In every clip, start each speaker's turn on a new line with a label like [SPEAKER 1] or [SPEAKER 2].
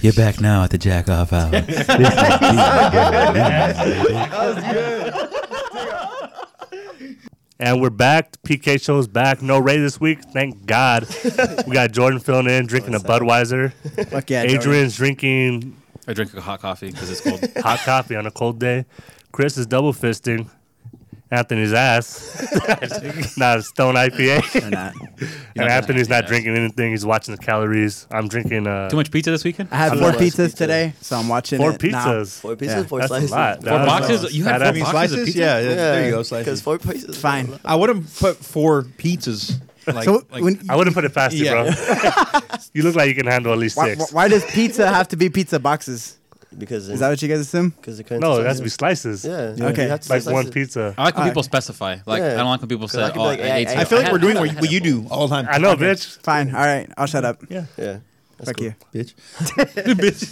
[SPEAKER 1] You're back now at the jack off hour.
[SPEAKER 2] And we're back. PK show's back. No Ray this week. Thank God. we got Jordan filling in, drinking a Budweiser.
[SPEAKER 3] Fuck yeah, Jordan.
[SPEAKER 2] Adrian's drinking
[SPEAKER 4] I drink a hot coffee because it's cold.
[SPEAKER 2] hot coffee on a cold day. Chris is double fisting Anthony's ass. not a stone IPA.
[SPEAKER 3] Or not.
[SPEAKER 2] and Anthony's not
[SPEAKER 4] yeah.
[SPEAKER 2] drinking anything. He's watching the calories. I'm drinking uh,
[SPEAKER 4] Too much pizza this weekend?
[SPEAKER 3] I had
[SPEAKER 5] I'm
[SPEAKER 3] four
[SPEAKER 5] not allowed to
[SPEAKER 3] pizzas
[SPEAKER 5] eat
[SPEAKER 3] today, so I'm watching
[SPEAKER 2] four
[SPEAKER 3] it now.
[SPEAKER 2] pizzas.
[SPEAKER 5] Four pieces,
[SPEAKER 3] Yeah,
[SPEAKER 5] four
[SPEAKER 2] That's
[SPEAKER 5] slices.
[SPEAKER 2] a lot.
[SPEAKER 5] Yeah,
[SPEAKER 4] Four boxes? You had
[SPEAKER 2] That
[SPEAKER 4] four
[SPEAKER 2] is-
[SPEAKER 4] boxes of pizza?
[SPEAKER 6] Yeah, there you go.
[SPEAKER 5] Because
[SPEAKER 6] Slices.
[SPEAKER 5] four pieces.
[SPEAKER 3] Fine.
[SPEAKER 6] I wouldn't put four pizzas. Like,
[SPEAKER 3] So
[SPEAKER 6] like-
[SPEAKER 3] when,
[SPEAKER 2] I wouldn't put it past you,
[SPEAKER 6] Yeah.
[SPEAKER 2] bro. you look like you can handle at least
[SPEAKER 3] why,
[SPEAKER 2] six.
[SPEAKER 3] why does pizza have to be pizza boxes?
[SPEAKER 5] Because
[SPEAKER 3] Is that what you guys assume?
[SPEAKER 5] Because the current
[SPEAKER 2] No,
[SPEAKER 5] system
[SPEAKER 2] it has
[SPEAKER 5] here.
[SPEAKER 2] to be slices.
[SPEAKER 5] Yeah.
[SPEAKER 3] Okay.
[SPEAKER 5] you have to
[SPEAKER 2] Like
[SPEAKER 5] slice
[SPEAKER 2] one
[SPEAKER 5] it.
[SPEAKER 2] pizza.
[SPEAKER 4] I like when
[SPEAKER 3] All
[SPEAKER 4] people specify. Like
[SPEAKER 5] Yeah.
[SPEAKER 4] I don't like when people
[SPEAKER 5] 'Cause
[SPEAKER 4] say,
[SPEAKER 5] I could be
[SPEAKER 4] "Oh,
[SPEAKER 5] like,
[SPEAKER 4] I,
[SPEAKER 5] yeah,
[SPEAKER 4] ate
[SPEAKER 5] I-
[SPEAKER 6] I feel like
[SPEAKER 4] had-
[SPEAKER 6] we're doing
[SPEAKER 4] I
[SPEAKER 6] what,
[SPEAKER 4] had
[SPEAKER 6] what you
[SPEAKER 4] it.
[SPEAKER 6] do all the time.
[SPEAKER 2] I know, bitch.
[SPEAKER 3] Fine. All right. I'll shut up.
[SPEAKER 2] Yeah.
[SPEAKER 5] Yeah. That's
[SPEAKER 3] Fuck
[SPEAKER 5] cool.
[SPEAKER 3] you.
[SPEAKER 6] bitch.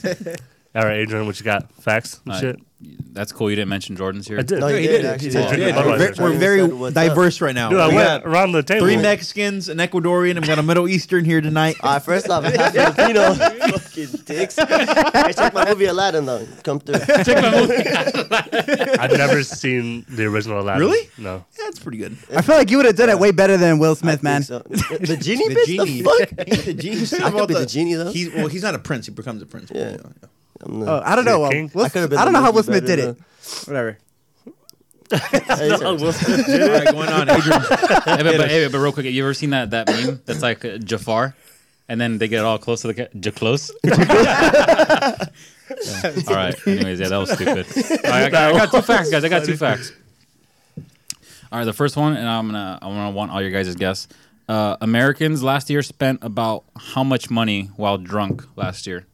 [SPEAKER 2] All right, Adrian, what you got? Facts and
[SPEAKER 4] All right.
[SPEAKER 2] shit.
[SPEAKER 4] That's cool. You didn't mention Jordan's here.
[SPEAKER 2] I did.
[SPEAKER 5] No, you
[SPEAKER 6] he
[SPEAKER 5] did.
[SPEAKER 6] did.
[SPEAKER 5] actually.
[SPEAKER 2] He did.
[SPEAKER 5] Yeah.
[SPEAKER 2] He did.
[SPEAKER 5] Yeah.
[SPEAKER 6] We're,
[SPEAKER 2] Budweiser.
[SPEAKER 6] we're
[SPEAKER 5] I
[SPEAKER 6] very
[SPEAKER 5] said, what's up?
[SPEAKER 6] diverse right now.
[SPEAKER 2] Dude, I
[SPEAKER 6] we
[SPEAKER 2] went
[SPEAKER 6] got
[SPEAKER 2] around the table.
[SPEAKER 6] three Mexicans, an Ecuadorian, and we got a Middle Eastern here tonight.
[SPEAKER 5] All right, first off, I'm half Filipino. Fucking dicks. I checked my movie Aladdin though. Come through.
[SPEAKER 2] I've never seen the original Aladdin.
[SPEAKER 6] Really?
[SPEAKER 2] No.
[SPEAKER 6] That's pretty good.
[SPEAKER 3] I feel like you would have done it way better than Will Smith, man.
[SPEAKER 5] So, the, the genie
[SPEAKER 6] The
[SPEAKER 5] bitch?
[SPEAKER 6] genie.
[SPEAKER 5] The fuck?
[SPEAKER 6] He's the genie. He's
[SPEAKER 5] I could
[SPEAKER 6] about
[SPEAKER 5] be the genie, though.
[SPEAKER 6] He's, well, he's not a prince. He becomes a prince.
[SPEAKER 5] Yeah. I'm the-
[SPEAKER 3] Oh, I don't know. Well,
[SPEAKER 2] King?
[SPEAKER 3] Will,
[SPEAKER 5] I
[SPEAKER 3] I,
[SPEAKER 5] could've been
[SPEAKER 3] don't
[SPEAKER 5] the
[SPEAKER 3] know how
[SPEAKER 5] movie
[SPEAKER 3] Will Smith
[SPEAKER 5] better
[SPEAKER 3] did it.
[SPEAKER 5] than-
[SPEAKER 3] Whatever.
[SPEAKER 5] Hey, sorry.
[SPEAKER 6] all right, going on, Adrian.
[SPEAKER 4] Hey, but, but, hey, but real quick, you ever seen that that meme that's like uh, Jafar, and then they get all close to the ca- ja close. Yeah. All right. Anyways, yeah, that was stupid. All right, I, got, I got two facts, guys. I got two facts. All right, the first one, and I'm gonna I wanna want all your guys' guess. Uh, Americans last year spent about how much money while drunk last year?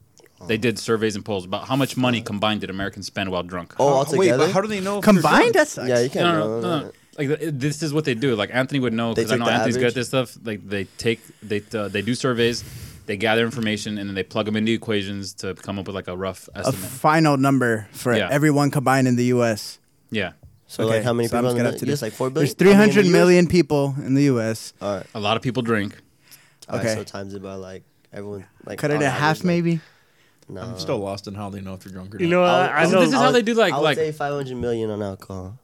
[SPEAKER 4] They did surveys and polls about how much money combined did Americans spend while drunk.
[SPEAKER 5] Oh,
[SPEAKER 6] Wait,
[SPEAKER 5] altogether?
[SPEAKER 6] but how do they know? if they're
[SPEAKER 3] Combined?
[SPEAKER 6] drunk?
[SPEAKER 3] That sucks.
[SPEAKER 5] yeah, you can't
[SPEAKER 4] no, no,
[SPEAKER 5] know.
[SPEAKER 4] no, no. Uh, Like th- this is what they do. Like Anthony would know
[SPEAKER 5] They
[SPEAKER 4] because I
[SPEAKER 5] take
[SPEAKER 4] know
[SPEAKER 5] the
[SPEAKER 4] Anthony's good
[SPEAKER 5] average?
[SPEAKER 4] at this stuff. Like they take they uh, they do surveys, they gather information, and then they plug them into equations to come up with like a rough
[SPEAKER 3] A
[SPEAKER 4] estimate.
[SPEAKER 3] final number for
[SPEAKER 4] Yeah.
[SPEAKER 3] everyone combined in the U.S.
[SPEAKER 4] yeah,
[SPEAKER 5] So
[SPEAKER 3] Okay,
[SPEAKER 5] like how many
[SPEAKER 3] so I'm
[SPEAKER 5] people
[SPEAKER 3] just
[SPEAKER 5] in
[SPEAKER 3] gonna
[SPEAKER 5] the
[SPEAKER 3] have to do-
[SPEAKER 5] US? Like four billion.
[SPEAKER 3] There's 300 million people in the U.S.
[SPEAKER 5] All right.
[SPEAKER 4] a lot of people drink.
[SPEAKER 5] Okay.
[SPEAKER 3] Okay.
[SPEAKER 5] So times it by like everyone. Like
[SPEAKER 3] Cut it
[SPEAKER 5] on
[SPEAKER 3] in
[SPEAKER 5] average,
[SPEAKER 3] half,
[SPEAKER 5] like-
[SPEAKER 3] maybe.
[SPEAKER 5] No.
[SPEAKER 6] I'm still lost in how they know if they're drunk or not.
[SPEAKER 2] You know, I,
[SPEAKER 5] would-
[SPEAKER 2] I
[SPEAKER 5] would-
[SPEAKER 2] know.
[SPEAKER 4] This is how
[SPEAKER 5] would-
[SPEAKER 4] they do, like-
[SPEAKER 5] I would
[SPEAKER 4] like-
[SPEAKER 5] say 500 million on alcohol.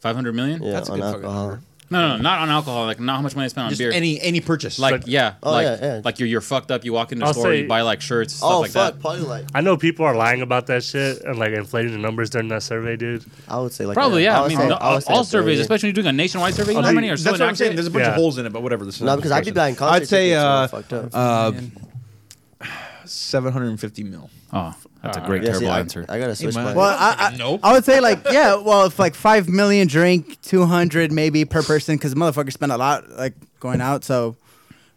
[SPEAKER 4] Five hundred million?
[SPEAKER 5] Yeah,
[SPEAKER 6] That's a
[SPEAKER 5] on
[SPEAKER 6] good fucking
[SPEAKER 5] alcohol.
[SPEAKER 6] number.
[SPEAKER 4] No, no, no, not on alcohol. Like not how much money they spend on
[SPEAKER 6] Just
[SPEAKER 4] beer.
[SPEAKER 6] any any purchase.
[SPEAKER 4] like yeah,
[SPEAKER 5] Oh,
[SPEAKER 4] like
[SPEAKER 5] yeah, yeah.
[SPEAKER 4] like you're you're fucked up. You walk into a
[SPEAKER 2] I'll
[SPEAKER 4] store,
[SPEAKER 2] say-
[SPEAKER 4] you buy like shirts, stuff
[SPEAKER 5] Oh
[SPEAKER 4] like
[SPEAKER 5] fuck,
[SPEAKER 4] that.
[SPEAKER 5] probably like
[SPEAKER 2] I know people are lying about that shit and like inflating the numbers during that survey, dude.
[SPEAKER 5] I would say like
[SPEAKER 4] Probably yeah. I,
[SPEAKER 5] would
[SPEAKER 4] mean,
[SPEAKER 5] say-
[SPEAKER 4] no-
[SPEAKER 5] I
[SPEAKER 4] all,
[SPEAKER 5] would say a
[SPEAKER 4] surveys,
[SPEAKER 5] billion.
[SPEAKER 4] especially doing a nationwide survey, you know how
[SPEAKER 2] see,
[SPEAKER 4] many are
[SPEAKER 6] That's
[SPEAKER 4] so
[SPEAKER 6] what I'm saying.
[SPEAKER 4] inaccurate?
[SPEAKER 6] There's a bunch
[SPEAKER 2] Yeah.
[SPEAKER 6] of holes in it, but whatever. This is
[SPEAKER 5] No, because I'd be buying concert
[SPEAKER 6] I'd say
[SPEAKER 5] tickets, so
[SPEAKER 6] uh,
[SPEAKER 5] fucked up.
[SPEAKER 6] uh, 750 mil.
[SPEAKER 4] Oh, that's
[SPEAKER 6] Uh,
[SPEAKER 4] a great
[SPEAKER 5] Yeah, see,
[SPEAKER 4] terrible
[SPEAKER 5] I,
[SPEAKER 4] answer.
[SPEAKER 5] I gotta switch
[SPEAKER 6] man.
[SPEAKER 5] my.
[SPEAKER 3] Well, I, I,
[SPEAKER 6] Nope.
[SPEAKER 3] I would say like yeah. Well, if like five million drink, two hundred maybe per person, because motherfuckers spend a lot like going out. So,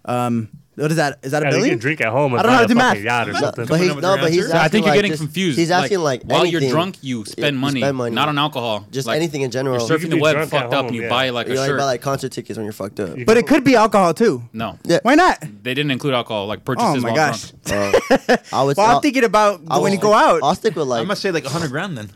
[SPEAKER 3] um, what is that? Is that a
[SPEAKER 2] Yeah, you
[SPEAKER 3] billion?
[SPEAKER 2] can drink at home and
[SPEAKER 3] I don't know
[SPEAKER 2] buy
[SPEAKER 3] how
[SPEAKER 2] a
[SPEAKER 3] to do
[SPEAKER 2] fucking
[SPEAKER 3] math.
[SPEAKER 2] yacht or something.
[SPEAKER 5] but he's,
[SPEAKER 6] up with
[SPEAKER 5] no,
[SPEAKER 6] your
[SPEAKER 5] but he's
[SPEAKER 6] answer?
[SPEAKER 5] asking
[SPEAKER 4] I think
[SPEAKER 5] like
[SPEAKER 4] you're getting
[SPEAKER 5] just-
[SPEAKER 4] confused.
[SPEAKER 5] He's asking like,
[SPEAKER 4] while you're
[SPEAKER 5] anything.
[SPEAKER 4] drunk, you spend
[SPEAKER 5] you
[SPEAKER 4] money,
[SPEAKER 5] spend money.
[SPEAKER 4] not on alcohol.
[SPEAKER 5] Just
[SPEAKER 4] Like,
[SPEAKER 5] anything in general.
[SPEAKER 4] You're
[SPEAKER 2] You could
[SPEAKER 4] surfing the
[SPEAKER 2] be
[SPEAKER 4] web,
[SPEAKER 2] drunk at
[SPEAKER 4] fucked up,
[SPEAKER 2] home,
[SPEAKER 4] and you
[SPEAKER 2] yeah.
[SPEAKER 4] buy like
[SPEAKER 5] You
[SPEAKER 4] a
[SPEAKER 5] like
[SPEAKER 4] shirt.
[SPEAKER 5] buy like concert tickets when you're fucked up.
[SPEAKER 3] But it could be alcohol too.
[SPEAKER 4] no,
[SPEAKER 5] Yeah.
[SPEAKER 3] Why not?
[SPEAKER 4] they didn't include alcohol. Like purchases.
[SPEAKER 3] Oh my
[SPEAKER 4] while
[SPEAKER 3] gosh.
[SPEAKER 4] drunk.
[SPEAKER 5] Uh, I would.
[SPEAKER 3] Well,
[SPEAKER 5] I'll-
[SPEAKER 3] I'm thinking about
[SPEAKER 5] I would
[SPEAKER 3] Oh, when you
[SPEAKER 5] stick-
[SPEAKER 3] go out.
[SPEAKER 5] I'll stick with
[SPEAKER 6] I
[SPEAKER 5] like.
[SPEAKER 6] must say like 100 grand then.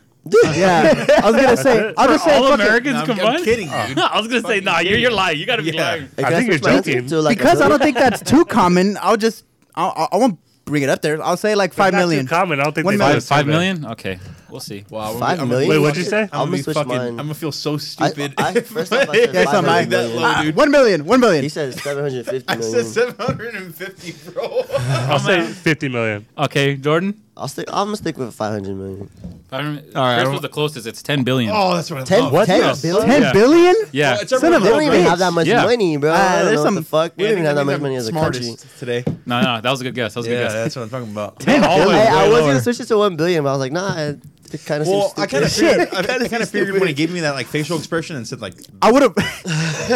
[SPEAKER 3] Yeah, I was gonna say. I'll just
[SPEAKER 4] For
[SPEAKER 3] say
[SPEAKER 4] all
[SPEAKER 3] fuck it.
[SPEAKER 4] Americans
[SPEAKER 6] No, I'm- I'm
[SPEAKER 4] combined.
[SPEAKER 6] kidding, dude.
[SPEAKER 4] I was gonna say, nah, you're, you're lying. You gotta be
[SPEAKER 6] Yeah.
[SPEAKER 4] lying.
[SPEAKER 5] Hey,
[SPEAKER 2] I
[SPEAKER 5] can
[SPEAKER 2] think
[SPEAKER 5] switch
[SPEAKER 2] you're
[SPEAKER 5] my answer
[SPEAKER 2] joking.
[SPEAKER 5] to, like, a
[SPEAKER 3] because I don't
[SPEAKER 5] billion?
[SPEAKER 3] think that's too common. I'll just. I'll, I'll, I won't bring it up there. I'll say like five
[SPEAKER 2] Not
[SPEAKER 3] million.
[SPEAKER 2] Too common. I don't think
[SPEAKER 3] One
[SPEAKER 2] they
[SPEAKER 3] million.
[SPEAKER 2] do a
[SPEAKER 4] Five, five
[SPEAKER 2] survey.
[SPEAKER 4] million? Okay, we'll see.
[SPEAKER 6] Wow. I'm
[SPEAKER 5] Five
[SPEAKER 6] gonna-
[SPEAKER 5] million?
[SPEAKER 2] Wait, what'd you say?
[SPEAKER 5] I'm
[SPEAKER 6] I'm
[SPEAKER 5] gonna
[SPEAKER 6] gonna be
[SPEAKER 5] switch
[SPEAKER 6] fucking. I'm
[SPEAKER 5] mine.
[SPEAKER 6] gonna feel so
[SPEAKER 5] I-
[SPEAKER 6] stupid.
[SPEAKER 5] I- first off, I said
[SPEAKER 3] Yeah, it's not
[SPEAKER 5] five
[SPEAKER 3] mine.
[SPEAKER 5] million.
[SPEAKER 6] That low,
[SPEAKER 3] Uh,
[SPEAKER 6] dude.
[SPEAKER 3] one million. One million.
[SPEAKER 5] He said 750
[SPEAKER 6] I said
[SPEAKER 5] million.
[SPEAKER 6] 750, bro.
[SPEAKER 2] I'll say fifty million.
[SPEAKER 4] Okay, Jordan.
[SPEAKER 5] I'll stick. I'm gonna stick with 500 million.
[SPEAKER 4] All right,
[SPEAKER 6] I
[SPEAKER 4] Chris
[SPEAKER 6] don't-
[SPEAKER 4] was the closest. It's ten billion.
[SPEAKER 6] Oh, that's what I
[SPEAKER 5] Ten,
[SPEAKER 6] love.
[SPEAKER 2] What
[SPEAKER 5] ten
[SPEAKER 2] the
[SPEAKER 5] billion?
[SPEAKER 3] Ten billion?
[SPEAKER 4] yeah.
[SPEAKER 6] Oh, it's
[SPEAKER 3] Son of
[SPEAKER 5] They don't
[SPEAKER 3] a
[SPEAKER 5] even
[SPEAKER 3] bitch.
[SPEAKER 5] have that much
[SPEAKER 4] Yeah.
[SPEAKER 5] money, bro.
[SPEAKER 3] Uh,
[SPEAKER 5] I don't
[SPEAKER 3] there's
[SPEAKER 5] know
[SPEAKER 3] some-
[SPEAKER 5] what the fuck. We
[SPEAKER 6] Yeah,
[SPEAKER 5] don't even
[SPEAKER 6] I
[SPEAKER 5] have that
[SPEAKER 6] think
[SPEAKER 5] much
[SPEAKER 6] I'm
[SPEAKER 5] money as a country.
[SPEAKER 6] smartest today.
[SPEAKER 4] no, no, that was a good guess. That was a good
[SPEAKER 6] Yeah,
[SPEAKER 4] guess.
[SPEAKER 6] that's what I'm talking about.
[SPEAKER 3] Ten
[SPEAKER 2] always-
[SPEAKER 3] billion?
[SPEAKER 5] Hey, I
[SPEAKER 2] way
[SPEAKER 5] was
[SPEAKER 2] lower.
[SPEAKER 5] gonna switch it to 1 billion, but I was like, nah, it, it kind of
[SPEAKER 6] Well,
[SPEAKER 5] seems
[SPEAKER 6] I kind of
[SPEAKER 5] stupid.
[SPEAKER 6] figured. I, I kind of figured when he gave me that like facial expression and said like,
[SPEAKER 3] I would have.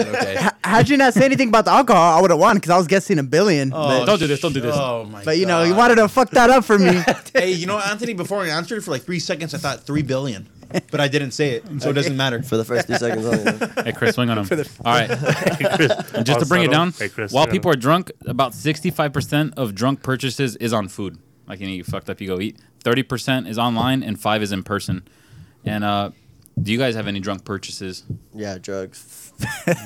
[SPEAKER 6] okay.
[SPEAKER 3] Had you not said anything about the alcohol, I would have won because I was guessing a billion. but,
[SPEAKER 4] don't do this, don't do this.
[SPEAKER 6] Oh my!
[SPEAKER 3] but, you know, you
[SPEAKER 6] God.
[SPEAKER 3] wanted to fuck that up for me.
[SPEAKER 6] Hey, you know, Anthony. Before I answered for like three seconds, I thought three billion, but I didn't say it, so it doesn't matter.
[SPEAKER 5] for the first three seconds only.
[SPEAKER 4] Hey, Chris, swing on him. All right.
[SPEAKER 2] Hey, Chris,
[SPEAKER 4] Just to
[SPEAKER 2] I'll
[SPEAKER 4] bring it
[SPEAKER 2] settle.
[SPEAKER 4] down,
[SPEAKER 2] Hey, Chris,
[SPEAKER 4] while
[SPEAKER 2] settle.
[SPEAKER 4] people are drunk, about 65% of drunk purchases is on food. Like, you know, you fucked up, you go eat. 30% is online, and 5 is in person. And uh, Do you guys have any drunk purchases?
[SPEAKER 5] Yeah, drugs.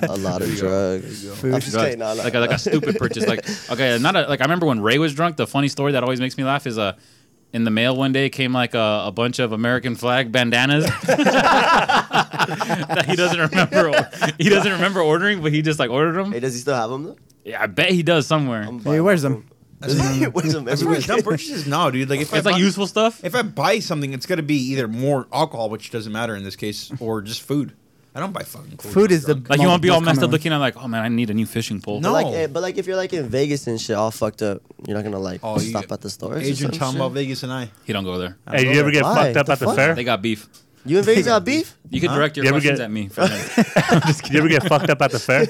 [SPEAKER 5] a lot of drugs. I'm just
[SPEAKER 4] Drugs.
[SPEAKER 5] kidding. No, no,
[SPEAKER 4] like a, like
[SPEAKER 5] no.
[SPEAKER 4] a stupid purchase. Like okay, not a, like I remember when Ray was drunk. The funny story that always makes me laugh is uh, in the mail one day came like a, a bunch of American flag bandanas that he doesn't remember. He doesn't remember ordering, but he just like ordered
[SPEAKER 5] Hey,
[SPEAKER 4] them.
[SPEAKER 5] does he still have them though?
[SPEAKER 4] Yeah, I bet he does somewhere.
[SPEAKER 5] I'm
[SPEAKER 3] He
[SPEAKER 5] buying
[SPEAKER 3] wears
[SPEAKER 5] them.
[SPEAKER 3] them.
[SPEAKER 5] He wears them
[SPEAKER 6] As
[SPEAKER 5] every
[SPEAKER 6] far as dumb
[SPEAKER 5] weekend.
[SPEAKER 6] purchases, no, dude. Like if I
[SPEAKER 4] It's like
[SPEAKER 6] buy-
[SPEAKER 4] useful stuff.
[SPEAKER 6] If I buy something, it's gonna be either more alcohol, which doesn't matter in this case, or just food. I don't buy fucking cold
[SPEAKER 3] Food
[SPEAKER 6] when I'm
[SPEAKER 3] is the
[SPEAKER 6] drunk.
[SPEAKER 4] Like you won't be all
[SPEAKER 3] Most
[SPEAKER 4] messed up
[SPEAKER 3] common
[SPEAKER 4] looking at like, oh man, I need a new fishing pole.
[SPEAKER 6] No.
[SPEAKER 5] But like, eh, but like, if you're like in Vegas and shit, all fucked up, you're not gonna like
[SPEAKER 6] Oh, you-
[SPEAKER 5] stop at the store.
[SPEAKER 6] Adrian talking about Vegas and I.
[SPEAKER 4] he don't go there.
[SPEAKER 2] Hey, did you ever get
[SPEAKER 5] Why?
[SPEAKER 2] fucked up
[SPEAKER 5] The
[SPEAKER 2] at the
[SPEAKER 5] fuck?
[SPEAKER 2] fair?
[SPEAKER 4] They got beef.
[SPEAKER 5] You in Vegas got beef?
[SPEAKER 4] You can direct your
[SPEAKER 2] You ever
[SPEAKER 4] questions
[SPEAKER 2] get-
[SPEAKER 4] at me. For him.
[SPEAKER 2] Did you ever get fucked up at the fair?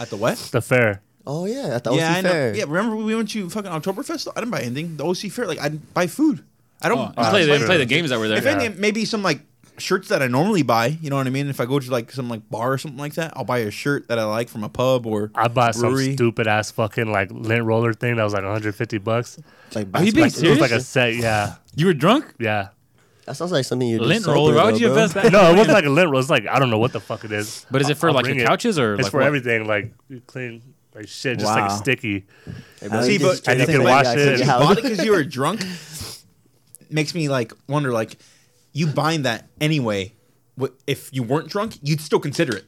[SPEAKER 6] At the what?
[SPEAKER 2] The fair.
[SPEAKER 5] Oh yeah, at the OC
[SPEAKER 6] yeah, I know.
[SPEAKER 5] fair.
[SPEAKER 6] Yeah, remember we went to fucking Oktoberfest? I didn't buy anything. The OC fair, like I didn't buy food. I don't.
[SPEAKER 4] Oh,
[SPEAKER 6] I
[SPEAKER 4] and play,
[SPEAKER 6] don't
[SPEAKER 4] they
[SPEAKER 6] buy-
[SPEAKER 4] didn't play the games that were there.
[SPEAKER 6] If anything, maybe some like shirts that I normally buy. You know what I mean? If I go to like some like bar or something like that, I'll buy a shirt that I like from a pub or
[SPEAKER 2] I bought
[SPEAKER 6] brewery.
[SPEAKER 2] some stupid ass fucking like lint roller thing that was like 150 bucks.
[SPEAKER 5] Like,
[SPEAKER 4] Are you
[SPEAKER 5] basketball.
[SPEAKER 4] being
[SPEAKER 2] Like, it was
[SPEAKER 4] serious?
[SPEAKER 2] like a set. Yeah,
[SPEAKER 4] you were drunk.
[SPEAKER 2] yeah.
[SPEAKER 5] that sounds like something you do.
[SPEAKER 4] Lint
[SPEAKER 5] sober,
[SPEAKER 4] roller. Why would
[SPEAKER 5] though,
[SPEAKER 4] you
[SPEAKER 5] bro.
[SPEAKER 4] invest that?
[SPEAKER 2] No, it wasn't like a lint roller. It's like I don't know what the fuck it is.
[SPEAKER 4] But is it for
[SPEAKER 2] I'll
[SPEAKER 4] like
[SPEAKER 2] bring
[SPEAKER 4] your
[SPEAKER 2] it.
[SPEAKER 4] couches or
[SPEAKER 2] It's
[SPEAKER 4] like
[SPEAKER 2] for
[SPEAKER 4] what?
[SPEAKER 2] everything. Like you clean like shit, just like
[SPEAKER 3] Wow.
[SPEAKER 2] sticky.
[SPEAKER 5] Hey, bro,
[SPEAKER 6] See,
[SPEAKER 5] you just
[SPEAKER 6] but- And
[SPEAKER 5] drink
[SPEAKER 6] you can
[SPEAKER 5] it
[SPEAKER 2] wash
[SPEAKER 5] back
[SPEAKER 2] it.
[SPEAKER 5] at your
[SPEAKER 6] you
[SPEAKER 5] house.
[SPEAKER 6] bought it because you were drunk makes me like wonder like you buying that anyway what, if you weren't drunk you'd still consider it